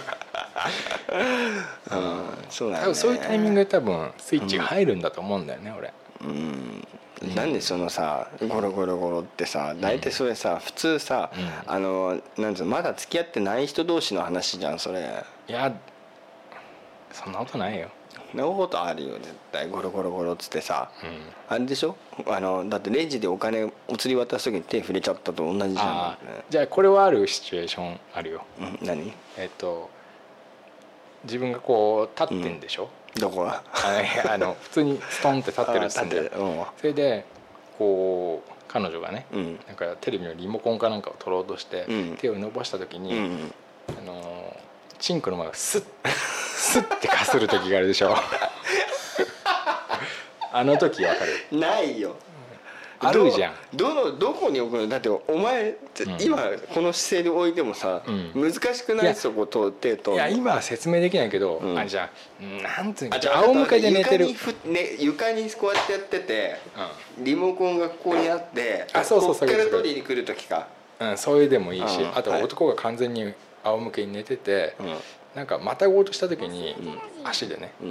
Speaker 3: どうんそうなんだ、ね、
Speaker 4: 多分そういうタイミングで多分スイッチが入るんだと思うんだよね、俺
Speaker 3: うんなんでそのさゴロゴロゴロってさ大体それさ普通さ、
Speaker 4: う
Speaker 3: あのなんつうのまだ付き合ってない人同士の話じゃんそれ
Speaker 4: いやそんなことないよ、
Speaker 3: そんなことあるよ絶対ゴロゴロゴロっつってさ、
Speaker 4: うん、
Speaker 3: あれでしょあのだってレジでお金お釣り渡す時に手触れちゃったと同じじゃ
Speaker 4: あ
Speaker 3: ん、ね
Speaker 4: あじゃあこれはあるシチュエーションあるよ
Speaker 3: うん、何
Speaker 4: えっと自分がこう立ってんでしょ、
Speaker 3: どこは
Speaker 4: あのいやあの普通にストンって立ってるっつうんだよ
Speaker 3: あ
Speaker 4: それでこう彼女がね、
Speaker 3: 立ってるうん
Speaker 4: なんかテレビのリモコンかなんかを取ろうとして、
Speaker 3: うん
Speaker 4: 手を伸ばした時
Speaker 3: う
Speaker 4: に、
Speaker 3: んうん
Speaker 4: あのーチンコの前がスッ スッってかする時があるでし ょあの時わかる
Speaker 3: ないよ
Speaker 4: あるじゃん
Speaker 3: どどのどこに置くのだってお前、
Speaker 4: ん
Speaker 3: 今この姿勢で置いてもさ、
Speaker 4: うん
Speaker 3: 難しく
Speaker 4: い
Speaker 3: ない
Speaker 4: や
Speaker 3: そこ通ってと
Speaker 4: いや今は説明できないけど、
Speaker 3: うん
Speaker 4: あじゃあうんなんつうの
Speaker 3: あじゃあ
Speaker 4: 仰向けで寝てる、
Speaker 3: 床にふ、ね、床にこうやってやっててリモコンがここにあって
Speaker 4: あそうそ
Speaker 3: こ
Speaker 4: う
Speaker 3: っか
Speaker 4: そ
Speaker 3: ら
Speaker 4: れそれ
Speaker 3: 取りに来る時か、
Speaker 4: うんうん、そういうでもいいし、
Speaker 3: うん
Speaker 4: あと
Speaker 3: はい
Speaker 4: 男が完全に仰向けに寝てて、
Speaker 3: うん
Speaker 4: なんかまたごうとした時に、足でね
Speaker 3: う、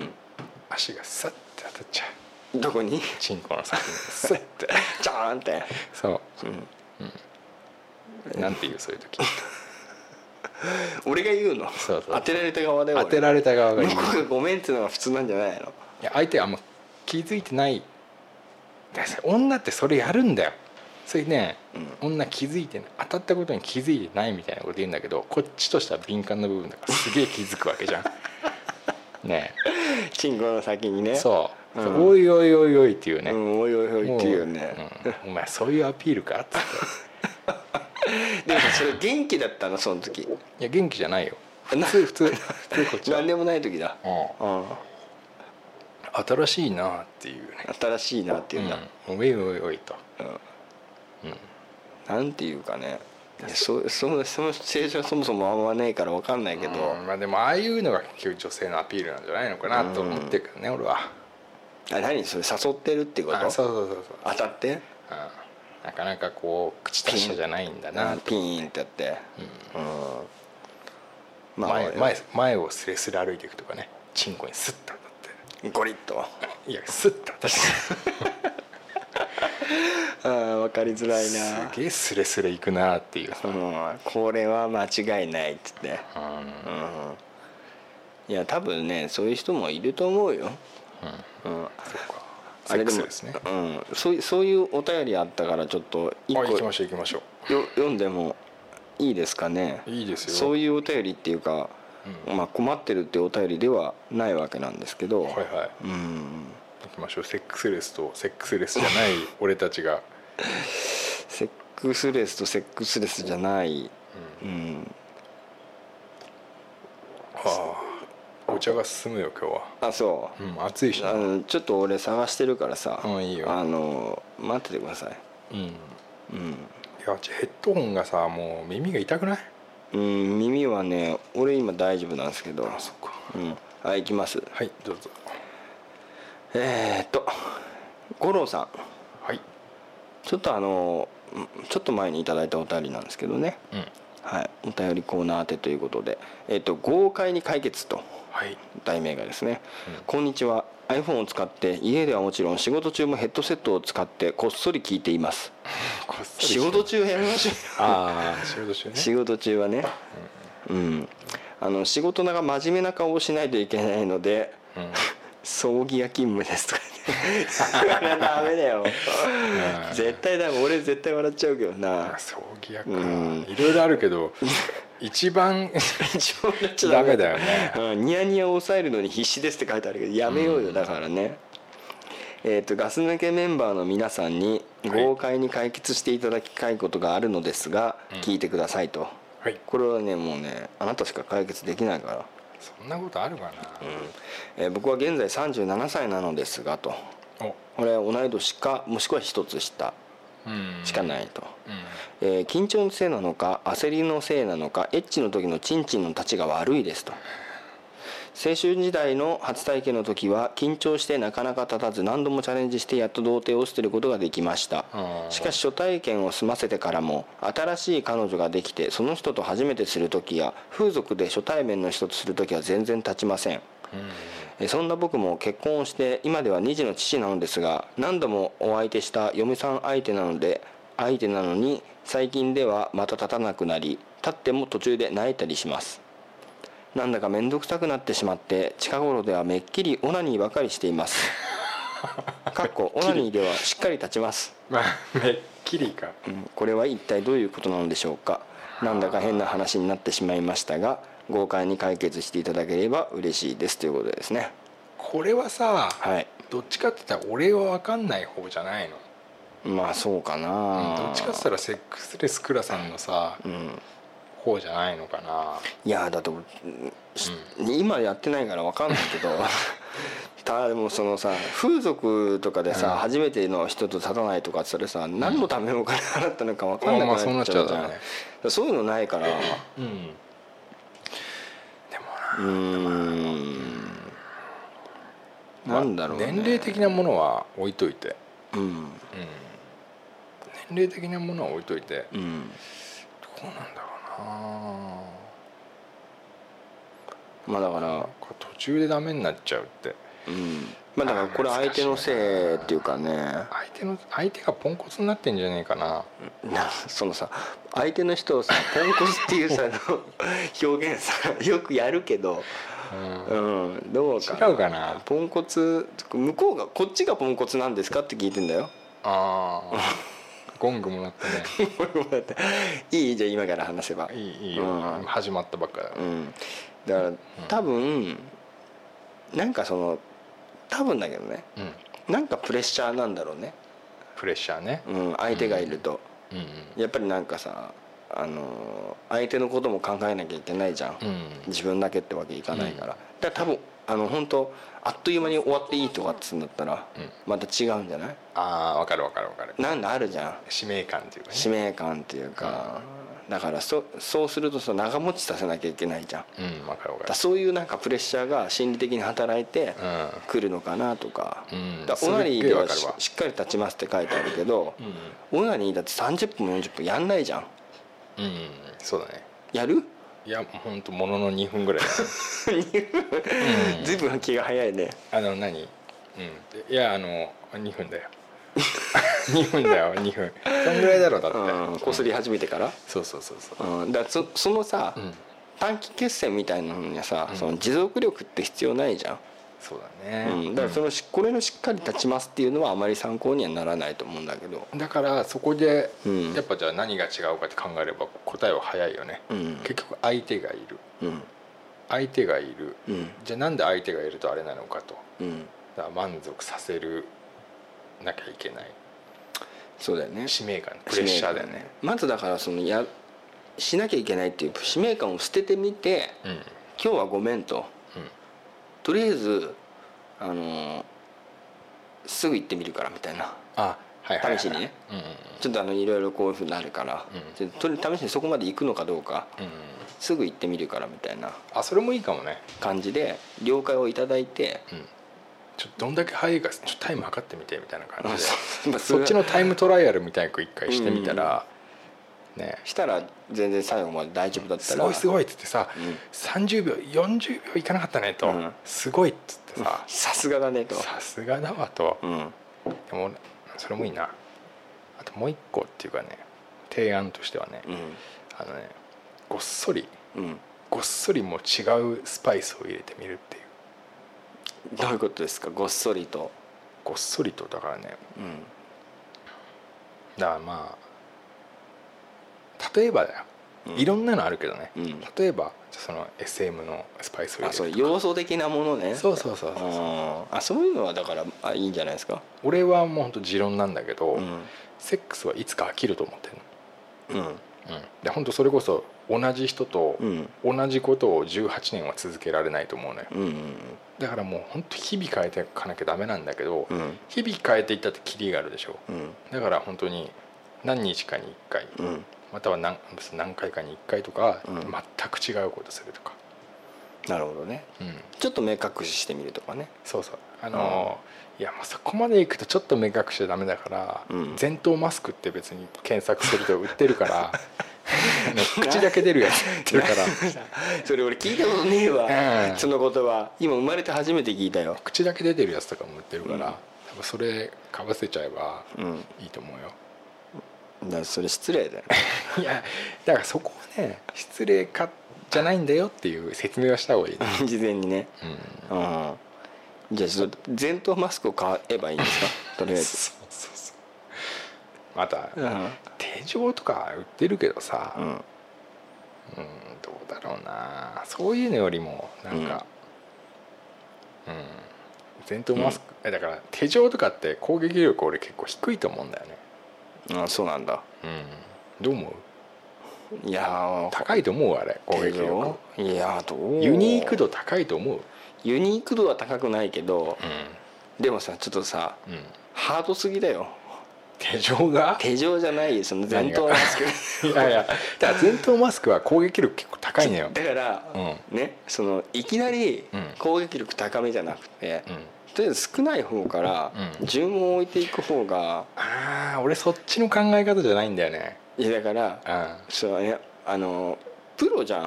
Speaker 4: 足がスッて当たっちゃうん
Speaker 3: どこ に
Speaker 4: チンコの先にスッ て
Speaker 3: ジャーンって
Speaker 4: そう
Speaker 3: うん
Speaker 4: なんていうそういう時
Speaker 3: 俺が言うの
Speaker 4: そうそう
Speaker 3: 当てられた側だよ
Speaker 4: 当
Speaker 3: 俺
Speaker 4: てられた側がいい
Speaker 3: 向こうがごめんっていうのが普通なんじゃないの
Speaker 4: いや相手があんま気づいてないだからさ女ってそれやるんだよそれね、女気づいてない当たったことに気づいてないみたいなこと言うんだけどこっちとしては敏感な部分だからすげえ気づくわけじゃ んね
Speaker 3: チンコの先にね
Speaker 4: えそう、
Speaker 3: うん
Speaker 4: おいおいおいおいっていう
Speaker 3: う
Speaker 4: ね、
Speaker 3: んおいおいおいっていうよね
Speaker 4: もう、うんお前そういうアピールかっつって
Speaker 3: でもさそれ元気だったのその時
Speaker 4: いや元気じゃないよ
Speaker 3: 普
Speaker 4: 普通普通こっちは
Speaker 3: 何でもない時だ
Speaker 4: う
Speaker 3: うん
Speaker 4: ん新しいなっていうね
Speaker 3: 新しいなっていうんだ
Speaker 4: うん、おいおいおいと
Speaker 3: なんていうかねいやそうそのその性質がそもそもあんまねえから分かんないけど、
Speaker 4: うんまあでもああいうのが結局女性のアピールなんじゃないのかなと思ってるけどね、俺は
Speaker 3: あ何それ誘ってるってこ
Speaker 4: あ
Speaker 3: と
Speaker 4: そうそうそうそう
Speaker 3: 当たって
Speaker 4: うんなかなかこう口達者じゃないんだな
Speaker 3: ピーンってやってうん、まあ
Speaker 4: 前
Speaker 3: 俺
Speaker 4: 前前をスレスレ歩いていくとかねチンコにスッと当たっ
Speaker 3: ゴリッと
Speaker 4: ていやスッと当たって
Speaker 3: あー分かりづらい
Speaker 4: す
Speaker 3: な
Speaker 4: げえスレスレ行くなっていう
Speaker 3: うん、これは間違いないっつって、
Speaker 4: うん
Speaker 3: うん、いや多分ねそういう人もいると思うよ、うん
Speaker 4: セックスですね
Speaker 3: うん、そういそういうお便りあったからちょっと一個
Speaker 4: あ行きましょう行きましょ
Speaker 3: よ読んでもいいですかね
Speaker 4: いいですよ
Speaker 3: そういうお便りっていうか、まあ、困ってるっていうお便りではないわけなんですけど、
Speaker 4: うはいはい
Speaker 3: うん
Speaker 4: 行きましょうセックスレスとセックスレスじゃない俺たちが
Speaker 3: セックスレスとセックスレスじゃない、うん、
Speaker 4: はあお茶が進むよ今日は
Speaker 3: あそう
Speaker 4: うん暑いしな
Speaker 3: あのちょっと俺探してるからさ
Speaker 4: うんいいよ
Speaker 3: あの待っててください
Speaker 4: うんい
Speaker 3: うん、
Speaker 4: やヘッドホンがさもう耳が痛くない
Speaker 3: うん、耳はね俺今大丈夫なんですけど
Speaker 4: っか
Speaker 3: うん、あ行きます
Speaker 4: はいどうぞ
Speaker 3: えー、っと五郎さん
Speaker 4: はい
Speaker 3: ちょっとあのちょっと前にいただいたお便りなんですけどね
Speaker 4: うん
Speaker 3: はいお便りコーナー宛てということでえーっと豪快に解決と
Speaker 4: はい
Speaker 3: 題名がですね、こんにちは iPhone を使って家ではもちろん仕事中もヘッドセットを使ってこっそり聞いています
Speaker 4: こっそり
Speaker 3: 仕事中やめましょう
Speaker 4: ああ仕事 中ね
Speaker 3: 仕事中はねうんあの仕事なが真面目な顔をしないといけないので、葬儀屋勤務ですとか言っ てそれはダメだよ
Speaker 4: うん
Speaker 3: 絶対ダメ俺絶対笑っちゃうけどな
Speaker 4: あ葬儀屋か
Speaker 3: うん
Speaker 4: いろいろあるけど一番
Speaker 3: 一番笑っ ちゃダ
Speaker 4: ダ
Speaker 3: メ
Speaker 4: メだよね
Speaker 3: うん、ニヤニヤを抑えるのに必死ですって書いてあるけどやめようよだからね、えー、とガス抜けメンバーの皆さんに
Speaker 4: はい
Speaker 3: 豪快に解決していただきたいことがあるのですが、聞いてくださいと
Speaker 4: はい
Speaker 3: これはねもうねあなたしか解決できないから、
Speaker 4: そんなことあるか
Speaker 3: えー僕は現在37歳なのですがと
Speaker 4: なお
Speaker 3: これは同い年かもしくは一つ下
Speaker 4: うん
Speaker 3: しかないと、
Speaker 4: うん
Speaker 3: えー緊張のせいなのか焦りのせいなのかエッチの時のチンチンの立ちが悪いですと青春時代の初体験の時は緊張してなかなか立たず何度もチャレンジしてやっと童貞を捨てることができました
Speaker 4: あー
Speaker 3: しかし初体験を済ませてからも新しい彼女ができてその人と初めてする時や風俗で初対面の人とする時は全然立ちませんえそんな僕も結婚をして今では2児の父なのですが何度もお相手した嫁さん相手なので相手なのに最近ではまた立たなくなり立っても途中で泣いたりしますなんだか面倒くさくなってしまって近頃ではめっきりオナニーばかりしていますかっこオナニーではしっかり立ちます、
Speaker 4: まあめっきりか
Speaker 3: うんこれは一体どういうことなのでしょうかなんだか変な話になってしまいましたが豪快に解決していただければ嬉しいですということですね
Speaker 4: これはさ
Speaker 3: はい
Speaker 4: どっちかって言ったら俺は分かんない方じゃないの
Speaker 3: まあそうかな、
Speaker 4: どっちかって言ったらセックスレスクラさんのさ
Speaker 3: うん
Speaker 4: 方じゃないのかない
Speaker 3: やだって俺、し今やってないから分かんないけ どただもうそのさ風俗とかでさ、初めての人と立たないとかってそれさ何のためにお金払ったのか分かんなく
Speaker 4: まあまあそう
Speaker 3: な
Speaker 4: な
Speaker 3: っ
Speaker 4: っ
Speaker 3: ち
Speaker 4: ちゃ
Speaker 3: ゃ
Speaker 4: う
Speaker 3: うじゃん、
Speaker 4: だね
Speaker 3: そういうのないから
Speaker 4: うんでも
Speaker 3: うーん
Speaker 4: な
Speaker 3: なんだろうね
Speaker 4: まあ年齢的なものは置いといて
Speaker 3: うん
Speaker 4: 年齢的なものは置いといて
Speaker 3: う
Speaker 4: ど
Speaker 3: ん
Speaker 4: うなんだろうな
Speaker 3: まあだから
Speaker 4: なんか途中でダメになっちゃうって
Speaker 3: うんまあだからこれ相手のせいっていうかね
Speaker 4: 相手の相手がポンコツになってんじゃねえかな
Speaker 3: なそのさ相手の人をさポンコツっていうさの表現さよくやるけど、うんどうかな
Speaker 4: 違うかな
Speaker 3: ポンコツ向こうがこっちがポンコツなんですかって聞いてんだよ
Speaker 4: あーゴングもなってね
Speaker 3: だっていいじゃあ今から話せば
Speaker 4: いいいいよ、
Speaker 3: うん
Speaker 4: 始まったばっかだよ
Speaker 3: うん、だから多分なんかその多分だけどね
Speaker 4: うん
Speaker 3: なんかプレッシャーなんだろうね、
Speaker 4: プレッシャーね
Speaker 3: うん、相手がいると、
Speaker 4: うん
Speaker 3: やっぱりなんかさあのー相手のことも考えなきゃいけないじゃん、
Speaker 4: うん
Speaker 3: 自分だけってわけいかないから、だから多分あの本当あっという間に終わっていいとかっつうんだったら、
Speaker 4: うん
Speaker 3: また違うんじゃない
Speaker 4: ああ分かる分かる分かる
Speaker 3: なんだあるじゃん
Speaker 4: 使命感っていうかね
Speaker 3: 使命感っていうか、だからそそうするとさ長持ちさせなきゃいけないじゃん
Speaker 4: うん分かる分
Speaker 3: だ
Speaker 4: か
Speaker 3: か
Speaker 4: る
Speaker 3: らそういうなんかプレッシャーが心理的に働いて
Speaker 4: うん
Speaker 3: くるのかなとか,、
Speaker 4: うん
Speaker 3: だからオナニーでは
Speaker 4: すっげえわかるわ
Speaker 3: ししっかり立ちますって書いてあるけど、オナニーだって30分40分やんないじゃん
Speaker 4: うん、うん、そうだね
Speaker 3: やる
Speaker 4: いやほんとものの2分ぐらいだ ね
Speaker 3: 随分気が早いね
Speaker 4: あの何うんいやあの2分だよ 2分だよ2分そんぐらいだろだって、
Speaker 3: うんこすり始めてから、
Speaker 4: そうそうそうそう
Speaker 3: うん、だからそそのさ、
Speaker 4: うん
Speaker 3: 短期決戦みたいなのにはさ、その持続力って必要ないじゃん、
Speaker 4: そうだ
Speaker 3: うん
Speaker 4: ね、
Speaker 3: だからそのしこれのしっかり立ちますっていうのはあまり参考にはならないと思うんだけど
Speaker 4: だからそこで
Speaker 3: うん
Speaker 4: やっぱじゃあ何が違うかって考えれば答えは早いよね、
Speaker 3: うん
Speaker 4: 結局相手がいる
Speaker 3: うん
Speaker 4: 相手がいる、
Speaker 3: うん
Speaker 4: じゃあなんで相手がいるとあれなのかと
Speaker 3: うん
Speaker 4: だから満足させるなきゃいけない
Speaker 3: そうだよね
Speaker 4: 使命感プレッシャーだよね
Speaker 3: まずだからそのやしなきゃいけないっていう使命感を捨ててみて
Speaker 4: うん
Speaker 3: 今日はごめんと
Speaker 4: うん
Speaker 3: とりあえずあのーすぐ行ってみるからみたいな
Speaker 4: あはいはいはい
Speaker 3: 試しにね
Speaker 4: うんうん
Speaker 3: ちょっとあのいろいろこういうふうになるから、
Speaker 4: うん
Speaker 3: ちょっととり試しにそこまで行くのかどうか
Speaker 4: うんうん
Speaker 3: すぐ行ってみるからみたいな
Speaker 4: あそれもいいかもね
Speaker 3: 感じで了解をいただいて、
Speaker 4: ちょっとどんだけ早いかちょっとタイム測ってみてみたいな感じ
Speaker 3: うん まあ
Speaker 4: でそっちの
Speaker 3: れは
Speaker 4: タイムトライアルみたいなの一回してみたら、ね
Speaker 3: したら全然最後まで大丈夫だった
Speaker 4: す
Speaker 3: ら
Speaker 4: ごい
Speaker 3: い
Speaker 4: すごいっつってさ、
Speaker 3: ん
Speaker 4: 30秒40秒いかなかったねと、
Speaker 3: うん
Speaker 4: すごいっつってさ
Speaker 3: さすがだねと、
Speaker 4: さすがだわと、
Speaker 3: うん、
Speaker 4: でもそれもいいなあともう一個っていうかね提案としてはね、
Speaker 3: う
Speaker 4: あのねごっそり
Speaker 3: んうん
Speaker 4: ごっそりもう違うスパイスを入れてみるっていう
Speaker 3: どういうことですかごっそりと、
Speaker 4: ごっそりとだからね
Speaker 3: うん、
Speaker 4: だからまあ例えばだよ、
Speaker 3: うん
Speaker 4: いろんなのあるけどね、
Speaker 3: うん
Speaker 4: 例えばじゃあその SM のスパイスを入
Speaker 3: あ
Speaker 4: れて
Speaker 3: そう要素的なものね
Speaker 4: そうそうそうそう
Speaker 3: あーあそういうのはだからあいいんじゃないですか
Speaker 4: 俺はもうほんと持論なんだけど、
Speaker 3: うん
Speaker 4: セックスはいつか飽きると思ってる
Speaker 3: うん
Speaker 4: の、うん、で本当それこそ同じ人と
Speaker 3: うん
Speaker 4: 同じことを18年は続けられないと思うのよ
Speaker 3: うんうん
Speaker 4: だからもう本当日々変えていかなきゃダメなんだけど、
Speaker 3: うん
Speaker 4: 日々変えていったってキリがあるでしょ
Speaker 3: うん
Speaker 4: だから本当に何日かに1回、
Speaker 3: うん
Speaker 4: または何何回かに1回とか、
Speaker 3: うん
Speaker 4: 全く違うことするとか、
Speaker 3: なるほどね
Speaker 4: うん、
Speaker 3: ちょっと目隠ししてみると かね
Speaker 4: そうそうあのーいやもうそこまでいくとちょっと目隠しちゃダメだから、
Speaker 3: うん
Speaker 4: 前頭マスクって別に検索すると売ってるか らあの口だけ出るやつ売ってるから
Speaker 3: それ俺聞いたことねえわ、
Speaker 4: うん
Speaker 3: その言葉今生まれて初めて聞いたよ
Speaker 4: 口だけ出てるやつとかも売ってるから、
Speaker 3: うん
Speaker 4: 多分それかぶせちゃえば
Speaker 3: うん
Speaker 4: いいと思うよ
Speaker 3: だからそれ失礼 だよ
Speaker 4: いやだからそこはね失礼かじゃないんだよっていう説明はした方がいい、ね
Speaker 3: 事前にね
Speaker 4: うん、
Speaker 3: うんじゃあちょっと前頭マスクを買えばいいんです かとりあえず
Speaker 4: そうそうそうまた
Speaker 3: うん
Speaker 4: 手錠とか売ってるけどさ、
Speaker 3: うん
Speaker 4: うんどうだろうなそういうのよりもなんかうん、前頭マスク、えだから手錠とかって攻撃力俺結構低いと思うんだよね
Speaker 3: あそうなんだ
Speaker 4: うんどう思う
Speaker 3: いやー
Speaker 4: 高いと思うあれ攻撃
Speaker 3: け
Speaker 4: 力
Speaker 3: どいやーどう
Speaker 4: ユニーク度高いと思う
Speaker 3: ユニーク度は高くないけど
Speaker 4: う
Speaker 3: でもさちょっとさ
Speaker 4: ん、うん、
Speaker 3: ハードすぎだよ
Speaker 4: 手錠が
Speaker 3: 手錠じゃないその前頭マスク
Speaker 4: いやいやだから前頭マスクは攻撃力結構高いのよ
Speaker 3: だから、ねそのいきなり
Speaker 4: うん
Speaker 3: 攻撃力高めじゃなくて、
Speaker 4: うん
Speaker 3: とりあえず少ない方から
Speaker 4: うん
Speaker 3: 順を置いていく方が、
Speaker 4: ああ俺そっちの考え方じゃないんだよね
Speaker 3: いやだから
Speaker 4: う
Speaker 3: そうねあのプロじゃ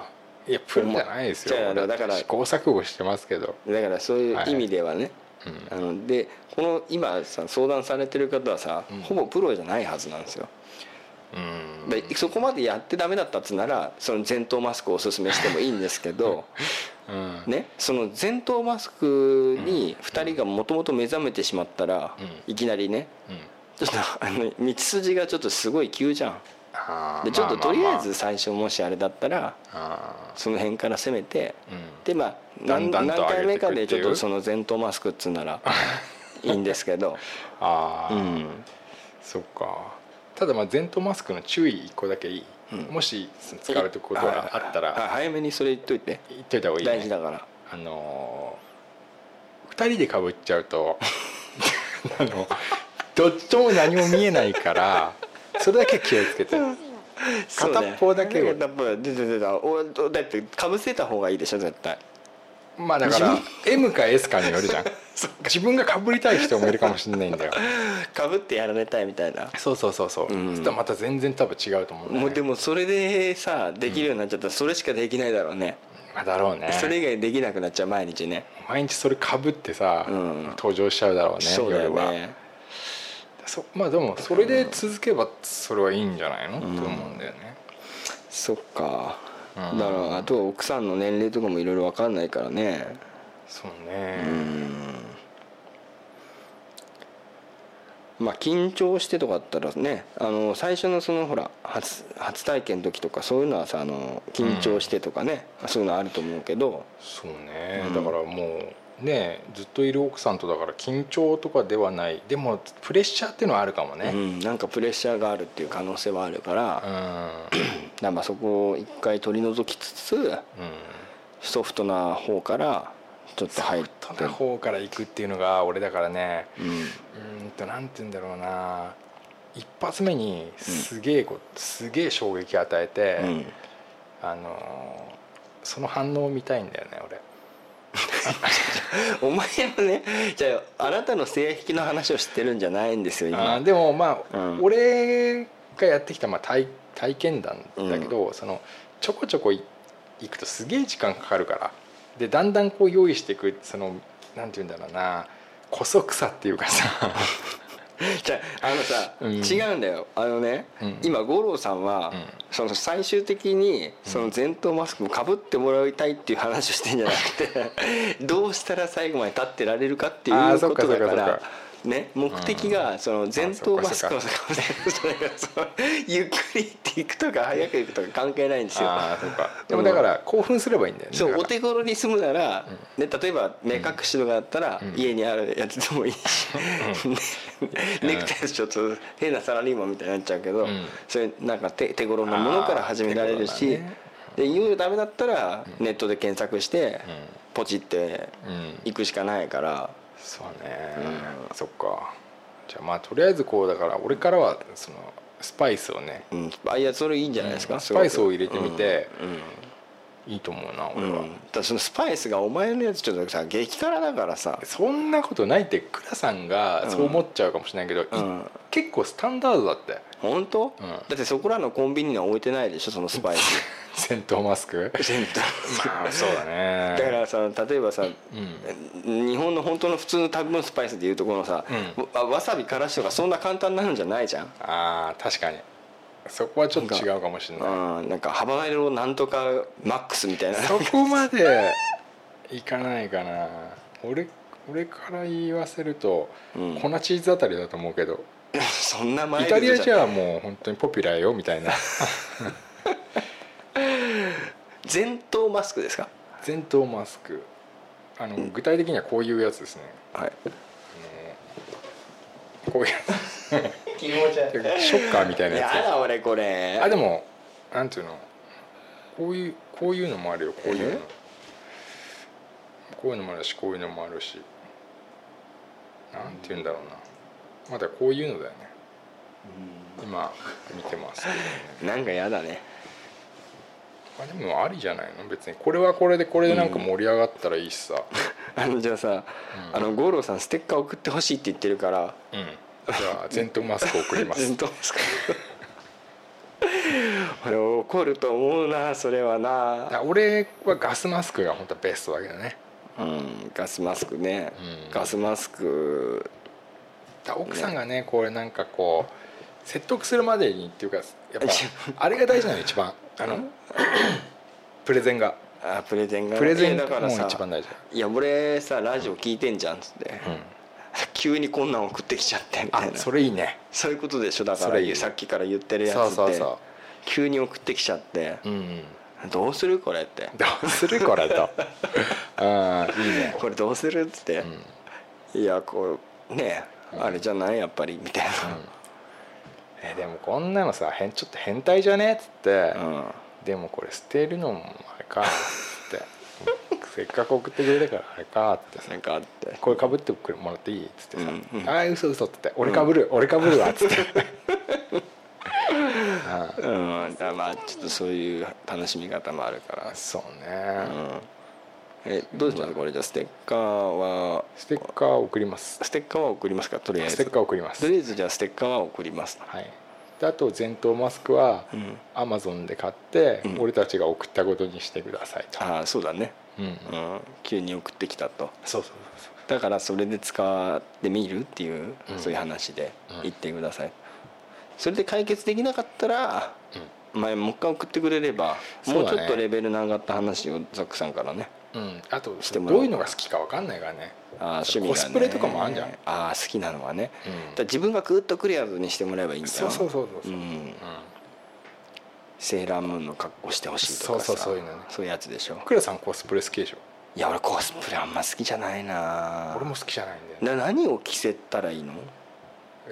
Speaker 4: んいやプロじゃないですよ
Speaker 3: じゃあだから
Speaker 4: 試行錯誤してますけど
Speaker 3: んだからそういう意味ではね、あのでこの今さ相談されてる方はさ、ほぼプロじゃないはずなんですよ
Speaker 4: うん
Speaker 3: でそこまでやってダメだったっつならその前頭マスクをおすすめしてもいいんですけど、
Speaker 4: うん
Speaker 3: ね、その前頭マスクに2人がもともと目覚めてしまったら、
Speaker 4: う
Speaker 3: いきなりね
Speaker 4: うん
Speaker 3: ちょっとあの道筋がちょっとすごい急じゃん
Speaker 4: あー
Speaker 3: でちょっと
Speaker 4: まま
Speaker 3: とりあえず
Speaker 4: ま
Speaker 3: 最初もしあれだったら
Speaker 4: あ
Speaker 3: その辺から攻めて
Speaker 4: ーうん
Speaker 3: でまあ
Speaker 4: だ
Speaker 3: 何
Speaker 4: んだん
Speaker 3: 何
Speaker 4: と
Speaker 3: 回
Speaker 4: 上げ
Speaker 3: 目
Speaker 4: てく
Speaker 3: か
Speaker 4: ってい
Speaker 3: で
Speaker 4: う
Speaker 3: ちょっとその前頭マスクっつうな らいいんですけど、
Speaker 4: あ
Speaker 3: う
Speaker 4: ー、
Speaker 3: ん、
Speaker 4: そっかただまあ前頭マスクの注意一個だけいい、もし使われてることがあった
Speaker 3: は
Speaker 4: ら
Speaker 3: 早めにそれ言っといて
Speaker 4: 言っといた方がいい、ね、
Speaker 3: 大事だから
Speaker 4: あのー、2人でかぶっちゃうと あのどっちとも何も見えないからそれだけ気をつけて
Speaker 3: そうね
Speaker 4: 片方だけを
Speaker 3: 片方出て出たおだってかぶせた方がいいでしょ絶対
Speaker 4: まあだから M か S かによるじ ゃん自分がかぶりたい人もいるかもしれないんだよ
Speaker 3: かぶってやられたいみたいな
Speaker 4: そうそうそうそう、
Speaker 3: うん
Speaker 4: そしたらまた全然多分違うと思うんだよ
Speaker 3: もう
Speaker 4: ね
Speaker 3: でもそれでさできるようになっちゃったらそれしかできないだろうね、
Speaker 4: まあだろうね
Speaker 3: それ以外できなくなっちゃう毎日ね
Speaker 4: 毎日それかぶってさ、
Speaker 3: うん
Speaker 4: 登場しちゃうだろうね
Speaker 3: そうだよ
Speaker 4: 夜は
Speaker 3: ね
Speaker 4: そまあでもそれで続けばそれはいいんじゃないの、と思うんだよね
Speaker 3: そっか
Speaker 4: うん
Speaker 3: だからあとは奥さんの年齢とかもいろいろ分かんないからね
Speaker 4: そうね、
Speaker 3: まあ緊張してとかだったらねあの最初のそのほら初初体験の時とかそういうのはさあの緊張してとかね、そういうのあると思うけど
Speaker 4: そうね、
Speaker 3: うん
Speaker 4: だからもうねずっといる奥さんとだから緊張とかではないでもプレッシャーっていうのはあるかも
Speaker 3: う
Speaker 4: ね
Speaker 3: ん、なんかプレッシャーがあるっていう可能性はあるから、
Speaker 4: うん、
Speaker 3: だか
Speaker 4: うん
Speaker 3: らまあそこを一回取り除きつつソフトな方からちょっと入って
Speaker 4: その方から行くっていうのが俺だからね
Speaker 3: うん
Speaker 4: うーんとなんて言うんだろうな一発目にすげえこすげえ衝撃与えて、
Speaker 3: うん、
Speaker 4: あのーその反応を見たいんだよね俺
Speaker 3: お前はねじゃああなたの性癖の話を知ってるんじゃないんですよ
Speaker 4: あ
Speaker 3: 今
Speaker 4: ーでもまあ、
Speaker 3: うん
Speaker 4: 俺がやってきた、まあ、体体験談だけど、そのちょこちょこい行くとすげえ時間かかるからでだんだんこう用意していくそのなんて言うんだろうなこそくさってい うかさ
Speaker 3: じゃああのさ、
Speaker 4: うん
Speaker 3: 違うんだよあのね、
Speaker 4: うん
Speaker 3: 今五郎さんは、
Speaker 4: うん
Speaker 3: その最終的にその前頭マスクをかぶってもらいたいっていう話をしてんじゃな くてどうしたら最後まで立ってられるかってい
Speaker 4: あー
Speaker 3: う
Speaker 4: そ
Speaker 3: こ
Speaker 4: っか
Speaker 3: とだか
Speaker 4: そっからそっ。
Speaker 3: ね、目的がその前頭マスクをかぶせる それがそのゆっくりっていくとか早く行くとか関係ないんですよ。
Speaker 4: あーそうかでもだから興奮すればいいんだよね
Speaker 3: そう
Speaker 4: だ
Speaker 3: お
Speaker 4: から
Speaker 3: 手頃に住むなら、ね、例えば目隠しとかだったら、
Speaker 4: ん
Speaker 3: 家にあるやつでもいいし、 ネクタイちょっと変なサラリーマンみたいになっちゃうけど、
Speaker 4: うん
Speaker 3: そういうなんか手手頃なものから始められるし、
Speaker 4: あー手頃なね
Speaker 3: でいよいよダメだったらネットで検索して、
Speaker 4: ん
Speaker 3: ポチって
Speaker 4: うん
Speaker 3: 行くしかないから、
Speaker 4: そうね、そっかじゃあまあとりあえずこうだから俺からはそのスパイスをね
Speaker 3: うん、あいやそれいいんじゃないですか、
Speaker 4: スパイスを入れてみて、
Speaker 3: うん、うん
Speaker 4: いいと思うな
Speaker 3: う
Speaker 4: 俺は、
Speaker 3: ん、だからそのスパイスがお前のやつちょっとさ激辛だからさ
Speaker 4: そんなことないって倉さんがそう思っちゃうかもしれないけど、い
Speaker 3: うん
Speaker 4: 結構スタンダードだって
Speaker 3: 本当、
Speaker 4: うん
Speaker 3: だってそこらのコンビニには置いてないでしょそのスパイス
Speaker 4: 戦闘マスク
Speaker 3: 全部
Speaker 4: まあそうだ ね
Speaker 3: だからさ例えばさ、
Speaker 4: うん
Speaker 3: 日本の本当の普通の食べ物スパイスでいうところのさ、
Speaker 4: うん
Speaker 3: わわさびからしとかそんな簡単なのじゃないじゃん、
Speaker 4: あー確かにそこはちょっと違うかもしれない
Speaker 3: うん、なんかハバネロなんとかマックスみたいな
Speaker 4: そこまでいかないかな俺俺から言わせると、
Speaker 3: うん
Speaker 4: 粉チーズあたりだと思うけど
Speaker 3: そんな
Speaker 4: イ
Speaker 3: 前
Speaker 4: タリアじ
Speaker 3: ゃ
Speaker 4: ゃもう本当にポピュラーよみたいな
Speaker 3: 前頭マスクですか
Speaker 4: 前頭マスクあの具体的にはこういうやつですね
Speaker 3: はい
Speaker 4: こう いうやつ
Speaker 3: 気持ち悪
Speaker 4: ショッカーみたいなや
Speaker 3: や
Speaker 4: つ
Speaker 3: だ俺これ
Speaker 4: あでもなんていうのこういうこういうのもあるよこういうの
Speaker 3: え
Speaker 4: こういうのもあるしこういうのもあるしなんていうんだろうなまだこういうのだよね今見てますけどね
Speaker 3: なんかやだね
Speaker 4: まあでもありじゃないの別にこれはこれでこれでなんか盛り上がったらいいしさ
Speaker 3: あのじゃあさ、あの五郎さんステッカー送ってほしいって言ってるから
Speaker 4: うんじゃあ全頭マスク送りま
Speaker 3: ず
Speaker 4: す
Speaker 3: っとですか 俺怒ると思うなそれはな
Speaker 4: だ俺はガスマスクが本当はベストだけどね
Speaker 3: うん、ガスマスクね、
Speaker 4: うん
Speaker 3: ガスマスク
Speaker 4: だから奥さんがねこれなんかこう説得するまでにっていうかやっぱあれが大事なの一番 あのプレゼンが
Speaker 3: あプレゼンが
Speaker 4: プレゼン
Speaker 3: えだ
Speaker 4: が
Speaker 3: か
Speaker 4: も
Speaker 3: ら
Speaker 4: う
Speaker 3: さ
Speaker 4: 一番大事、
Speaker 3: いや俺さラジオ聞いてんじゃん」っつって、
Speaker 4: うん、
Speaker 3: 急にこんなん送ってきちゃってみたい
Speaker 4: あ
Speaker 3: な
Speaker 4: それいいね
Speaker 3: そういうことでしょだか
Speaker 4: そ
Speaker 3: ら
Speaker 4: れいい
Speaker 3: さっきから言ってるやつ
Speaker 4: そ
Speaker 3: っ
Speaker 4: う
Speaker 3: て
Speaker 4: そうそ
Speaker 3: 急に送ってきちゃって
Speaker 4: う、うんう
Speaker 3: 「
Speaker 4: ん、
Speaker 3: どうするこれ」って
Speaker 4: どうするこれ とあーいいね
Speaker 3: 「これどうする?」っつって
Speaker 4: う
Speaker 3: 「
Speaker 4: ん
Speaker 3: いやこうねえあれじゃないやっぱり」みたい
Speaker 4: えでもこんなのさ変ちょっと変態じゃねっつって、
Speaker 3: な、うん、
Speaker 4: でもこれ捨てるのもあれかっつってせっかく送ってくれたからあれかってさ
Speaker 3: なんかあって
Speaker 4: これかぶってくれもらっていいっつってさ
Speaker 3: うん
Speaker 4: 「
Speaker 3: うん
Speaker 4: ああ嘘嘘っつって「俺かぶる、俺かぶるわ」っつって
Speaker 3: うん、だからまあちょっとそういう楽しみ方もあるから
Speaker 4: そ
Speaker 3: う
Speaker 4: うね、
Speaker 3: んえどうしますこれじゃあステッカーは
Speaker 4: ステッカー送ります
Speaker 3: ステッカーは送りますかとりあえず
Speaker 4: ステッカー送ります
Speaker 3: とりあえずじゃあステッカーは送ります
Speaker 4: はいであと前頭マスクは
Speaker 3: うん
Speaker 4: アマゾンで買って、
Speaker 3: うん
Speaker 4: 俺たちが送ったことにしてくださいと、
Speaker 3: ああそうだね、
Speaker 4: うん
Speaker 3: うん、急に送ってきたと
Speaker 4: そうそうそうそ
Speaker 3: だからそれで使ってみるっていう、
Speaker 4: うん
Speaker 3: そういう話で
Speaker 4: うん
Speaker 3: 言ってください、それで解決できなかったら、前もう一回送ってくれれば
Speaker 4: そ
Speaker 3: も
Speaker 4: う
Speaker 3: う
Speaker 4: だ
Speaker 3: ち
Speaker 4: ね
Speaker 3: ょっとレベルの上がった話をザックさんからね
Speaker 4: う、うん、あと
Speaker 3: してもらおう
Speaker 4: どういうのが好きか分かんないからね
Speaker 3: あー趣味が、ね、
Speaker 4: コスプレとかもあんじゃん
Speaker 3: ああ好きなのはね、
Speaker 4: うん
Speaker 3: だから自分がグッとクリアーズにしてもらえばいいんだよ
Speaker 4: そうそうそうそうそう、
Speaker 3: うん
Speaker 4: うん
Speaker 3: セーラームーンの格好してほしいとかさ
Speaker 4: そうそうそういうのね
Speaker 3: そういうやつでしょ
Speaker 4: クラさんコスプレ好きでしょ
Speaker 3: いや俺コスプレあんま好きじゃないな
Speaker 4: 俺も好きじゃないんだよね
Speaker 3: な何を着せたらいいの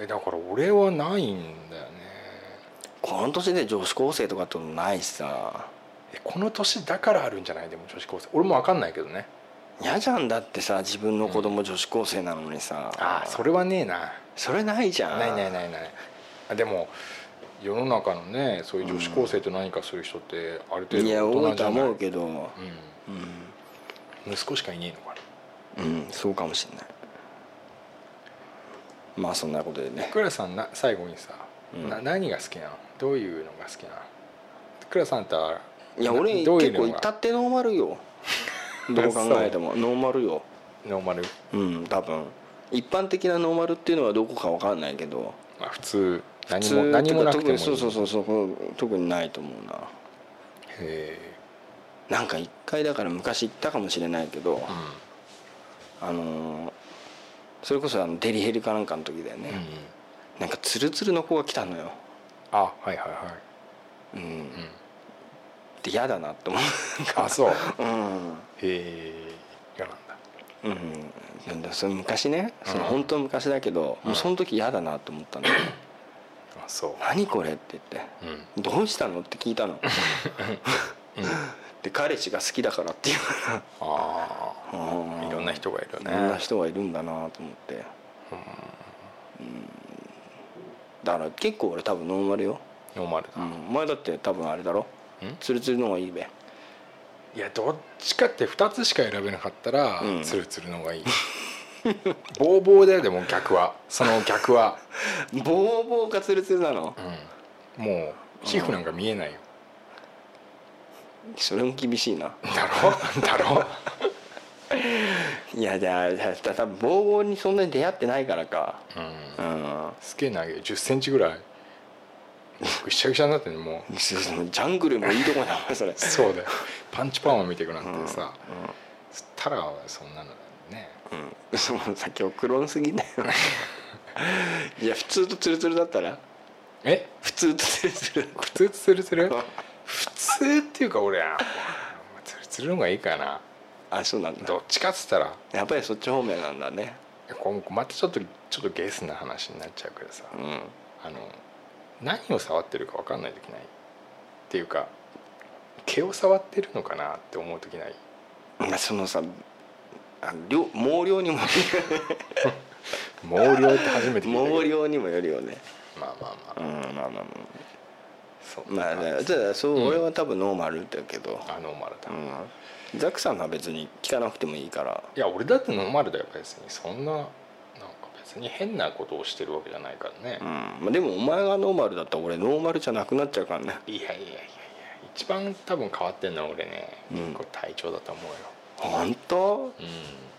Speaker 4: えだから俺はないんだよね
Speaker 3: この年で女子高生とかってことないしさ
Speaker 4: えこの年だからあるんじゃないでも女子高生俺も分かんないけどね
Speaker 3: 嫌じゃんだってさ自分の子供女子高生なのにさ、
Speaker 4: ああそれはねえな
Speaker 3: それないじゃん
Speaker 4: ないないないないあでも世の中のねそういう女子高生と何かする人ってある程
Speaker 3: いや
Speaker 4: 度
Speaker 3: 多い
Speaker 4: 大人じ
Speaker 3: と
Speaker 4: ゃない
Speaker 3: 思うけど
Speaker 4: うん、息子しかいねえのか
Speaker 3: うん、うん、そうかもしれないまあそんなことで
Speaker 4: な
Speaker 3: ね
Speaker 4: クラさんな最後にさ、
Speaker 3: うん
Speaker 4: な何が好きなのどういうのが好きなのクラさんってあ
Speaker 3: いや俺
Speaker 4: どうい
Speaker 3: 結
Speaker 4: うの
Speaker 3: 構
Speaker 4: が
Speaker 3: 至ってノーマルよどう考え てもノーマルよ
Speaker 4: ノーマル、
Speaker 3: うん多分一般的なノーマルっていうのはどこか分かんないけど
Speaker 4: まあ、普通何
Speaker 3: 普
Speaker 4: も
Speaker 3: 通
Speaker 4: 何もなく
Speaker 3: 特
Speaker 4: てもい
Speaker 3: に
Speaker 4: い
Speaker 3: そうそうそうそう特にないと思うな
Speaker 4: へ
Speaker 3: なんか一回だから昔行ったかもしれないけど
Speaker 4: え、
Speaker 3: あのーそれこそあのデリヘルかなんかの時だよね、
Speaker 4: うん、うん、
Speaker 3: なんかツルツルの子が来たのよ
Speaker 4: あはいはいは
Speaker 3: うん、
Speaker 4: い、うん、
Speaker 3: で嫌だなって思う
Speaker 4: あそうへ
Speaker 3: うん、うん
Speaker 4: え嫌なんだ
Speaker 3: うん、でそれ昔ねその本当昔だけど、もうその時嫌だなって思ったのよ
Speaker 4: あそ
Speaker 3: 「何これ?」って言って
Speaker 4: ううん
Speaker 3: 「どうしたの?」って聞いたの で彼氏が好きだからって言うか
Speaker 4: ああ
Speaker 3: ら
Speaker 4: いろんな人がいる
Speaker 3: い
Speaker 4: ね
Speaker 3: ろんな人がいるんだなと思ってうんだから結構俺多分ノーマルよ、
Speaker 4: ノーマルだ、
Speaker 3: うん、お前だって多分あれだろ
Speaker 4: ん
Speaker 3: ツルツルの方がいいべ
Speaker 4: いやどっちかって2つしか選べなかったら、
Speaker 3: うん
Speaker 4: ツルツルの方 がいいボーボーだよでも逆はその逆は、
Speaker 3: ボーボーかツルツルなの
Speaker 4: うん、もう皮膚なんか見えないよ、
Speaker 3: それも厳しいな
Speaker 4: だろ だろ
Speaker 3: いやじゃあじゃあ多分ボーボーにそんなに出会ってないからか
Speaker 4: うん
Speaker 3: うん
Speaker 4: すげえ長い1 0ンチぐらいぐっしゃぐしゃになってるもう
Speaker 3: ジャングルもいいとこだなそれ
Speaker 4: そうだよパンチパーマ見てくなんてさ、そしたらそんなのね
Speaker 3: うん、 そのさ極論すぎだよ いや普通とツルツルだったら
Speaker 4: え
Speaker 3: 普通とツルツル
Speaker 4: 普通ツルツル普通っていうか俺はツルツルの方がいいかな
Speaker 3: あそうなんだ
Speaker 4: どっちかっつったら
Speaker 3: やっぱりそっち方面なんだね
Speaker 4: 今後またちょっとちょっとゲスな話になっちゃうけどさ、
Speaker 3: うん
Speaker 4: あの何を触ってるか分かんない時ないっていうか毛を触ってるのかなって思う時ない
Speaker 3: いやそのさあ量毛量に も
Speaker 4: 毛量って初めて聞いたけど
Speaker 3: 毛量にもよるよね
Speaker 4: まあまあ
Speaker 3: う
Speaker 4: ま
Speaker 3: ん
Speaker 4: あ、
Speaker 3: まあまあまあ
Speaker 4: そう
Speaker 3: まあだからじゃあそう、俺は多分ノーマルだけど、
Speaker 4: あノーマルだ、
Speaker 3: う
Speaker 4: い
Speaker 3: ん、ザックさんは別に聞かなくてもいいから
Speaker 4: や俺だってノーマルだよ別にそんななんか別に変なことをしてるわけじゃないからね、
Speaker 3: うん、まあ、でもお前がノーマルだったら俺ノーマルじゃなくなっちゃうからね
Speaker 4: いやいやいやいや一番多分変わってんのは俺ね、
Speaker 3: うん
Speaker 4: これ体調だと思うよ
Speaker 3: 本当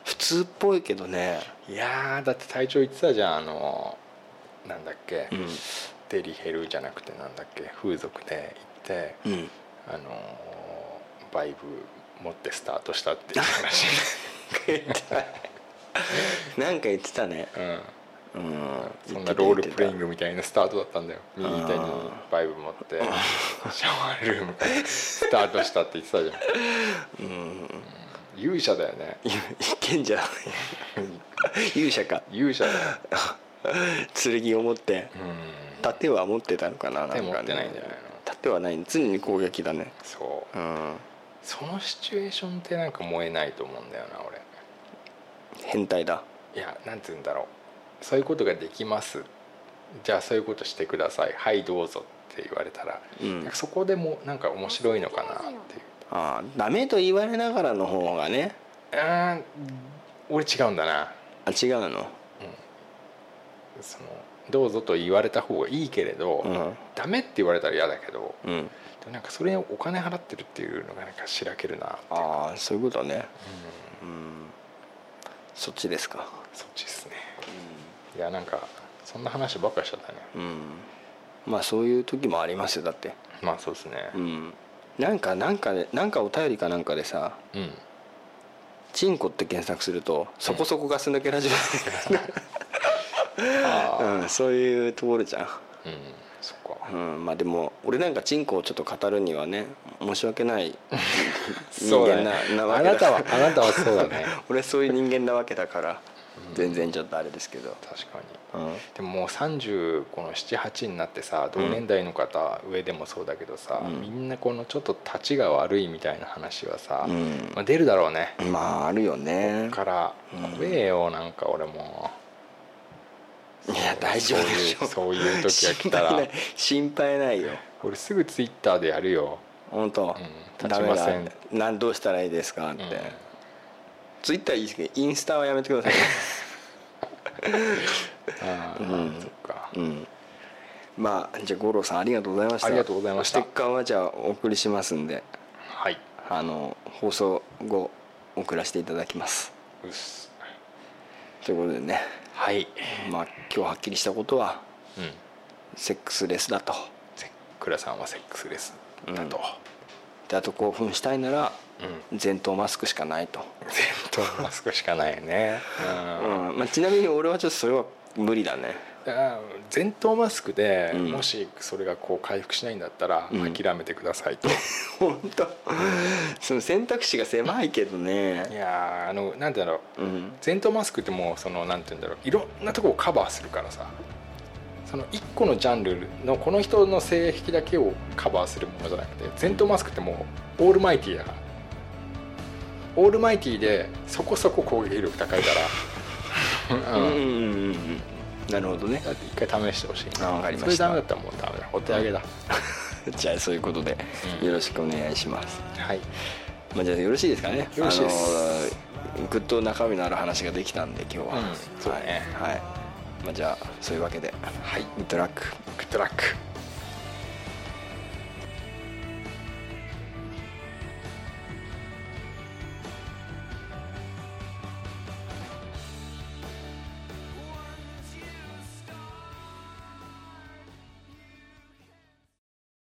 Speaker 3: 普通っぽいけどね
Speaker 4: いやーだって隊長言ってたじゃんあのなんだっけ、
Speaker 3: うん
Speaker 4: デリヘルじゃなくてなんだっけ風俗で行って、
Speaker 3: うん
Speaker 4: あのーバイブ持ってスタートしたっていう話、
Speaker 3: なんか言ってたね
Speaker 4: うん、
Speaker 3: うん
Speaker 4: そんなロールプレイン
Speaker 3: グ
Speaker 4: グみたいなスタートだったんだよ右手にバイブ持ってシャワールームからスタートしたって言ってたじゃん、うん勇者だよね
Speaker 3: いけんじゃん勇者か
Speaker 4: 勇者だよ、
Speaker 3: 剣を持って
Speaker 4: うん、
Speaker 3: 盾は持ってたのかななんか、ね、
Speaker 4: 盾持ってないんじゃないの
Speaker 3: 盾はない常に攻撃だね
Speaker 4: そう
Speaker 3: うん
Speaker 4: そのシチュエーションってなんか燃えないと思うんだよな俺
Speaker 3: 変態だ
Speaker 4: いやなんて言うんだろうそういうことができますじゃあそういうことしてくださいはいどうぞって言われたら、
Speaker 3: うん
Speaker 4: なんかそこでもなんか面白いのかなっていう
Speaker 3: ああダメと言われながらの方がね
Speaker 4: あー俺違うんだな
Speaker 3: あ違うの
Speaker 4: そのどうぞと言われた方がいいけれど、
Speaker 3: うん
Speaker 4: ダメって言われたら嫌だけど
Speaker 3: うん
Speaker 4: でもなんかそれにお金払ってるっていうのがなんかしらけるなっていう
Speaker 3: ああそういうことねうんそっちですか
Speaker 4: そっちですね、いやなんかそんな話ばっかりしちゃったね
Speaker 3: うんまあそういう時もありますよだって
Speaker 4: まあそうですね
Speaker 3: うんなんかなんかでなんかお便りかなんかでさ
Speaker 4: うん、
Speaker 3: 「チンコ」って検索するとそこそこガス抜けラジオ、
Speaker 4: あ
Speaker 3: うん、そういうところじゃん
Speaker 4: あうんそっか、
Speaker 3: うん、まあでも俺なんかチンコをちょっと語るにはね申し訳ない人
Speaker 4: そうだ
Speaker 3: 間
Speaker 4: ね
Speaker 3: な,、なわ
Speaker 4: あ
Speaker 3: けだか
Speaker 4: なた
Speaker 3: ら
Speaker 4: はあなたはそうだね
Speaker 3: 俺そういう人間なわけだから全然ちょっとあれですけど、
Speaker 4: 確かに
Speaker 3: うん
Speaker 4: でももう30この78になってさ同年代の方、上でもそうだけどさ、
Speaker 3: うん
Speaker 4: みんなこのちょっと立ちが悪いみたいな話はさ、
Speaker 3: うん
Speaker 4: まあ、出るだろうね、
Speaker 3: まああるよね
Speaker 4: から
Speaker 3: うん
Speaker 4: 怖えよなんか俺も
Speaker 3: いや大丈夫でしょ
Speaker 4: そういうそういう時
Speaker 3: 心
Speaker 4: が来た
Speaker 3: 配な
Speaker 4: ら
Speaker 3: い心配ないよ
Speaker 4: 俺すぐツイッターでやるよ、
Speaker 3: 本当、
Speaker 4: うん
Speaker 3: ダメ
Speaker 4: 立ち
Speaker 3: だ
Speaker 4: ません
Speaker 3: なんどうしたらいいですかって、
Speaker 4: うん
Speaker 3: ツイッターいいですけどインスタはやめてください、
Speaker 4: ああ
Speaker 3: うん
Speaker 4: そっか
Speaker 3: うん、まあじゃあ五郎さんありがとうございました
Speaker 4: ありがとうございました
Speaker 3: ステッカーはじゃあお送りしますんで
Speaker 4: はい
Speaker 3: あの放送後送らせていただきます
Speaker 4: うっす
Speaker 3: ということでね
Speaker 4: はい、
Speaker 3: まあ今日はっきりしたことは
Speaker 4: うん、
Speaker 3: セックスレスだと
Speaker 4: せ倉さんはセックスレスだと、
Speaker 3: であと興奮したいなら
Speaker 4: うん
Speaker 3: 前頭マスクしかないと、
Speaker 4: 前頭 マスクしかないね、うん
Speaker 3: うんまあ、ちなみに俺はちょっとそれは無理だね
Speaker 4: あー前頭マスクで、
Speaker 3: うん
Speaker 4: もしそれがこう回復しないんだったら
Speaker 3: うん
Speaker 4: 諦めてくださいと、
Speaker 3: 本当その選択肢が狭いけど
Speaker 4: い
Speaker 3: ね
Speaker 4: やーあのなんて言うんだろう
Speaker 3: うん
Speaker 4: 前頭マスクってもうそのなんて言うんだろういろんなとこをカバーするからさその1個のジャンルのこの人の性癖だけをカバーするものじゃなくて前頭マスクってもうオールマイティーだからオールマイティーでそこそこ攻撃力高いから
Speaker 3: う
Speaker 4: うん
Speaker 3: うん
Speaker 4: ん
Speaker 3: うんうんなるほどね
Speaker 4: だって一回試してほしい
Speaker 3: あわかりました
Speaker 4: それダメだったらもうダメだお手上げだ
Speaker 3: じゃあそういうことで
Speaker 4: うん
Speaker 3: よろしくお願いします、
Speaker 4: はい
Speaker 3: まあ、じゃあよろしいですかね
Speaker 4: よろしいです
Speaker 3: あのーぐっと中身のある話ができたんで今日は、
Speaker 4: うんそうね
Speaker 3: はい、はいまあ、じゃあそういうわけではいグッドラック
Speaker 4: グッドラック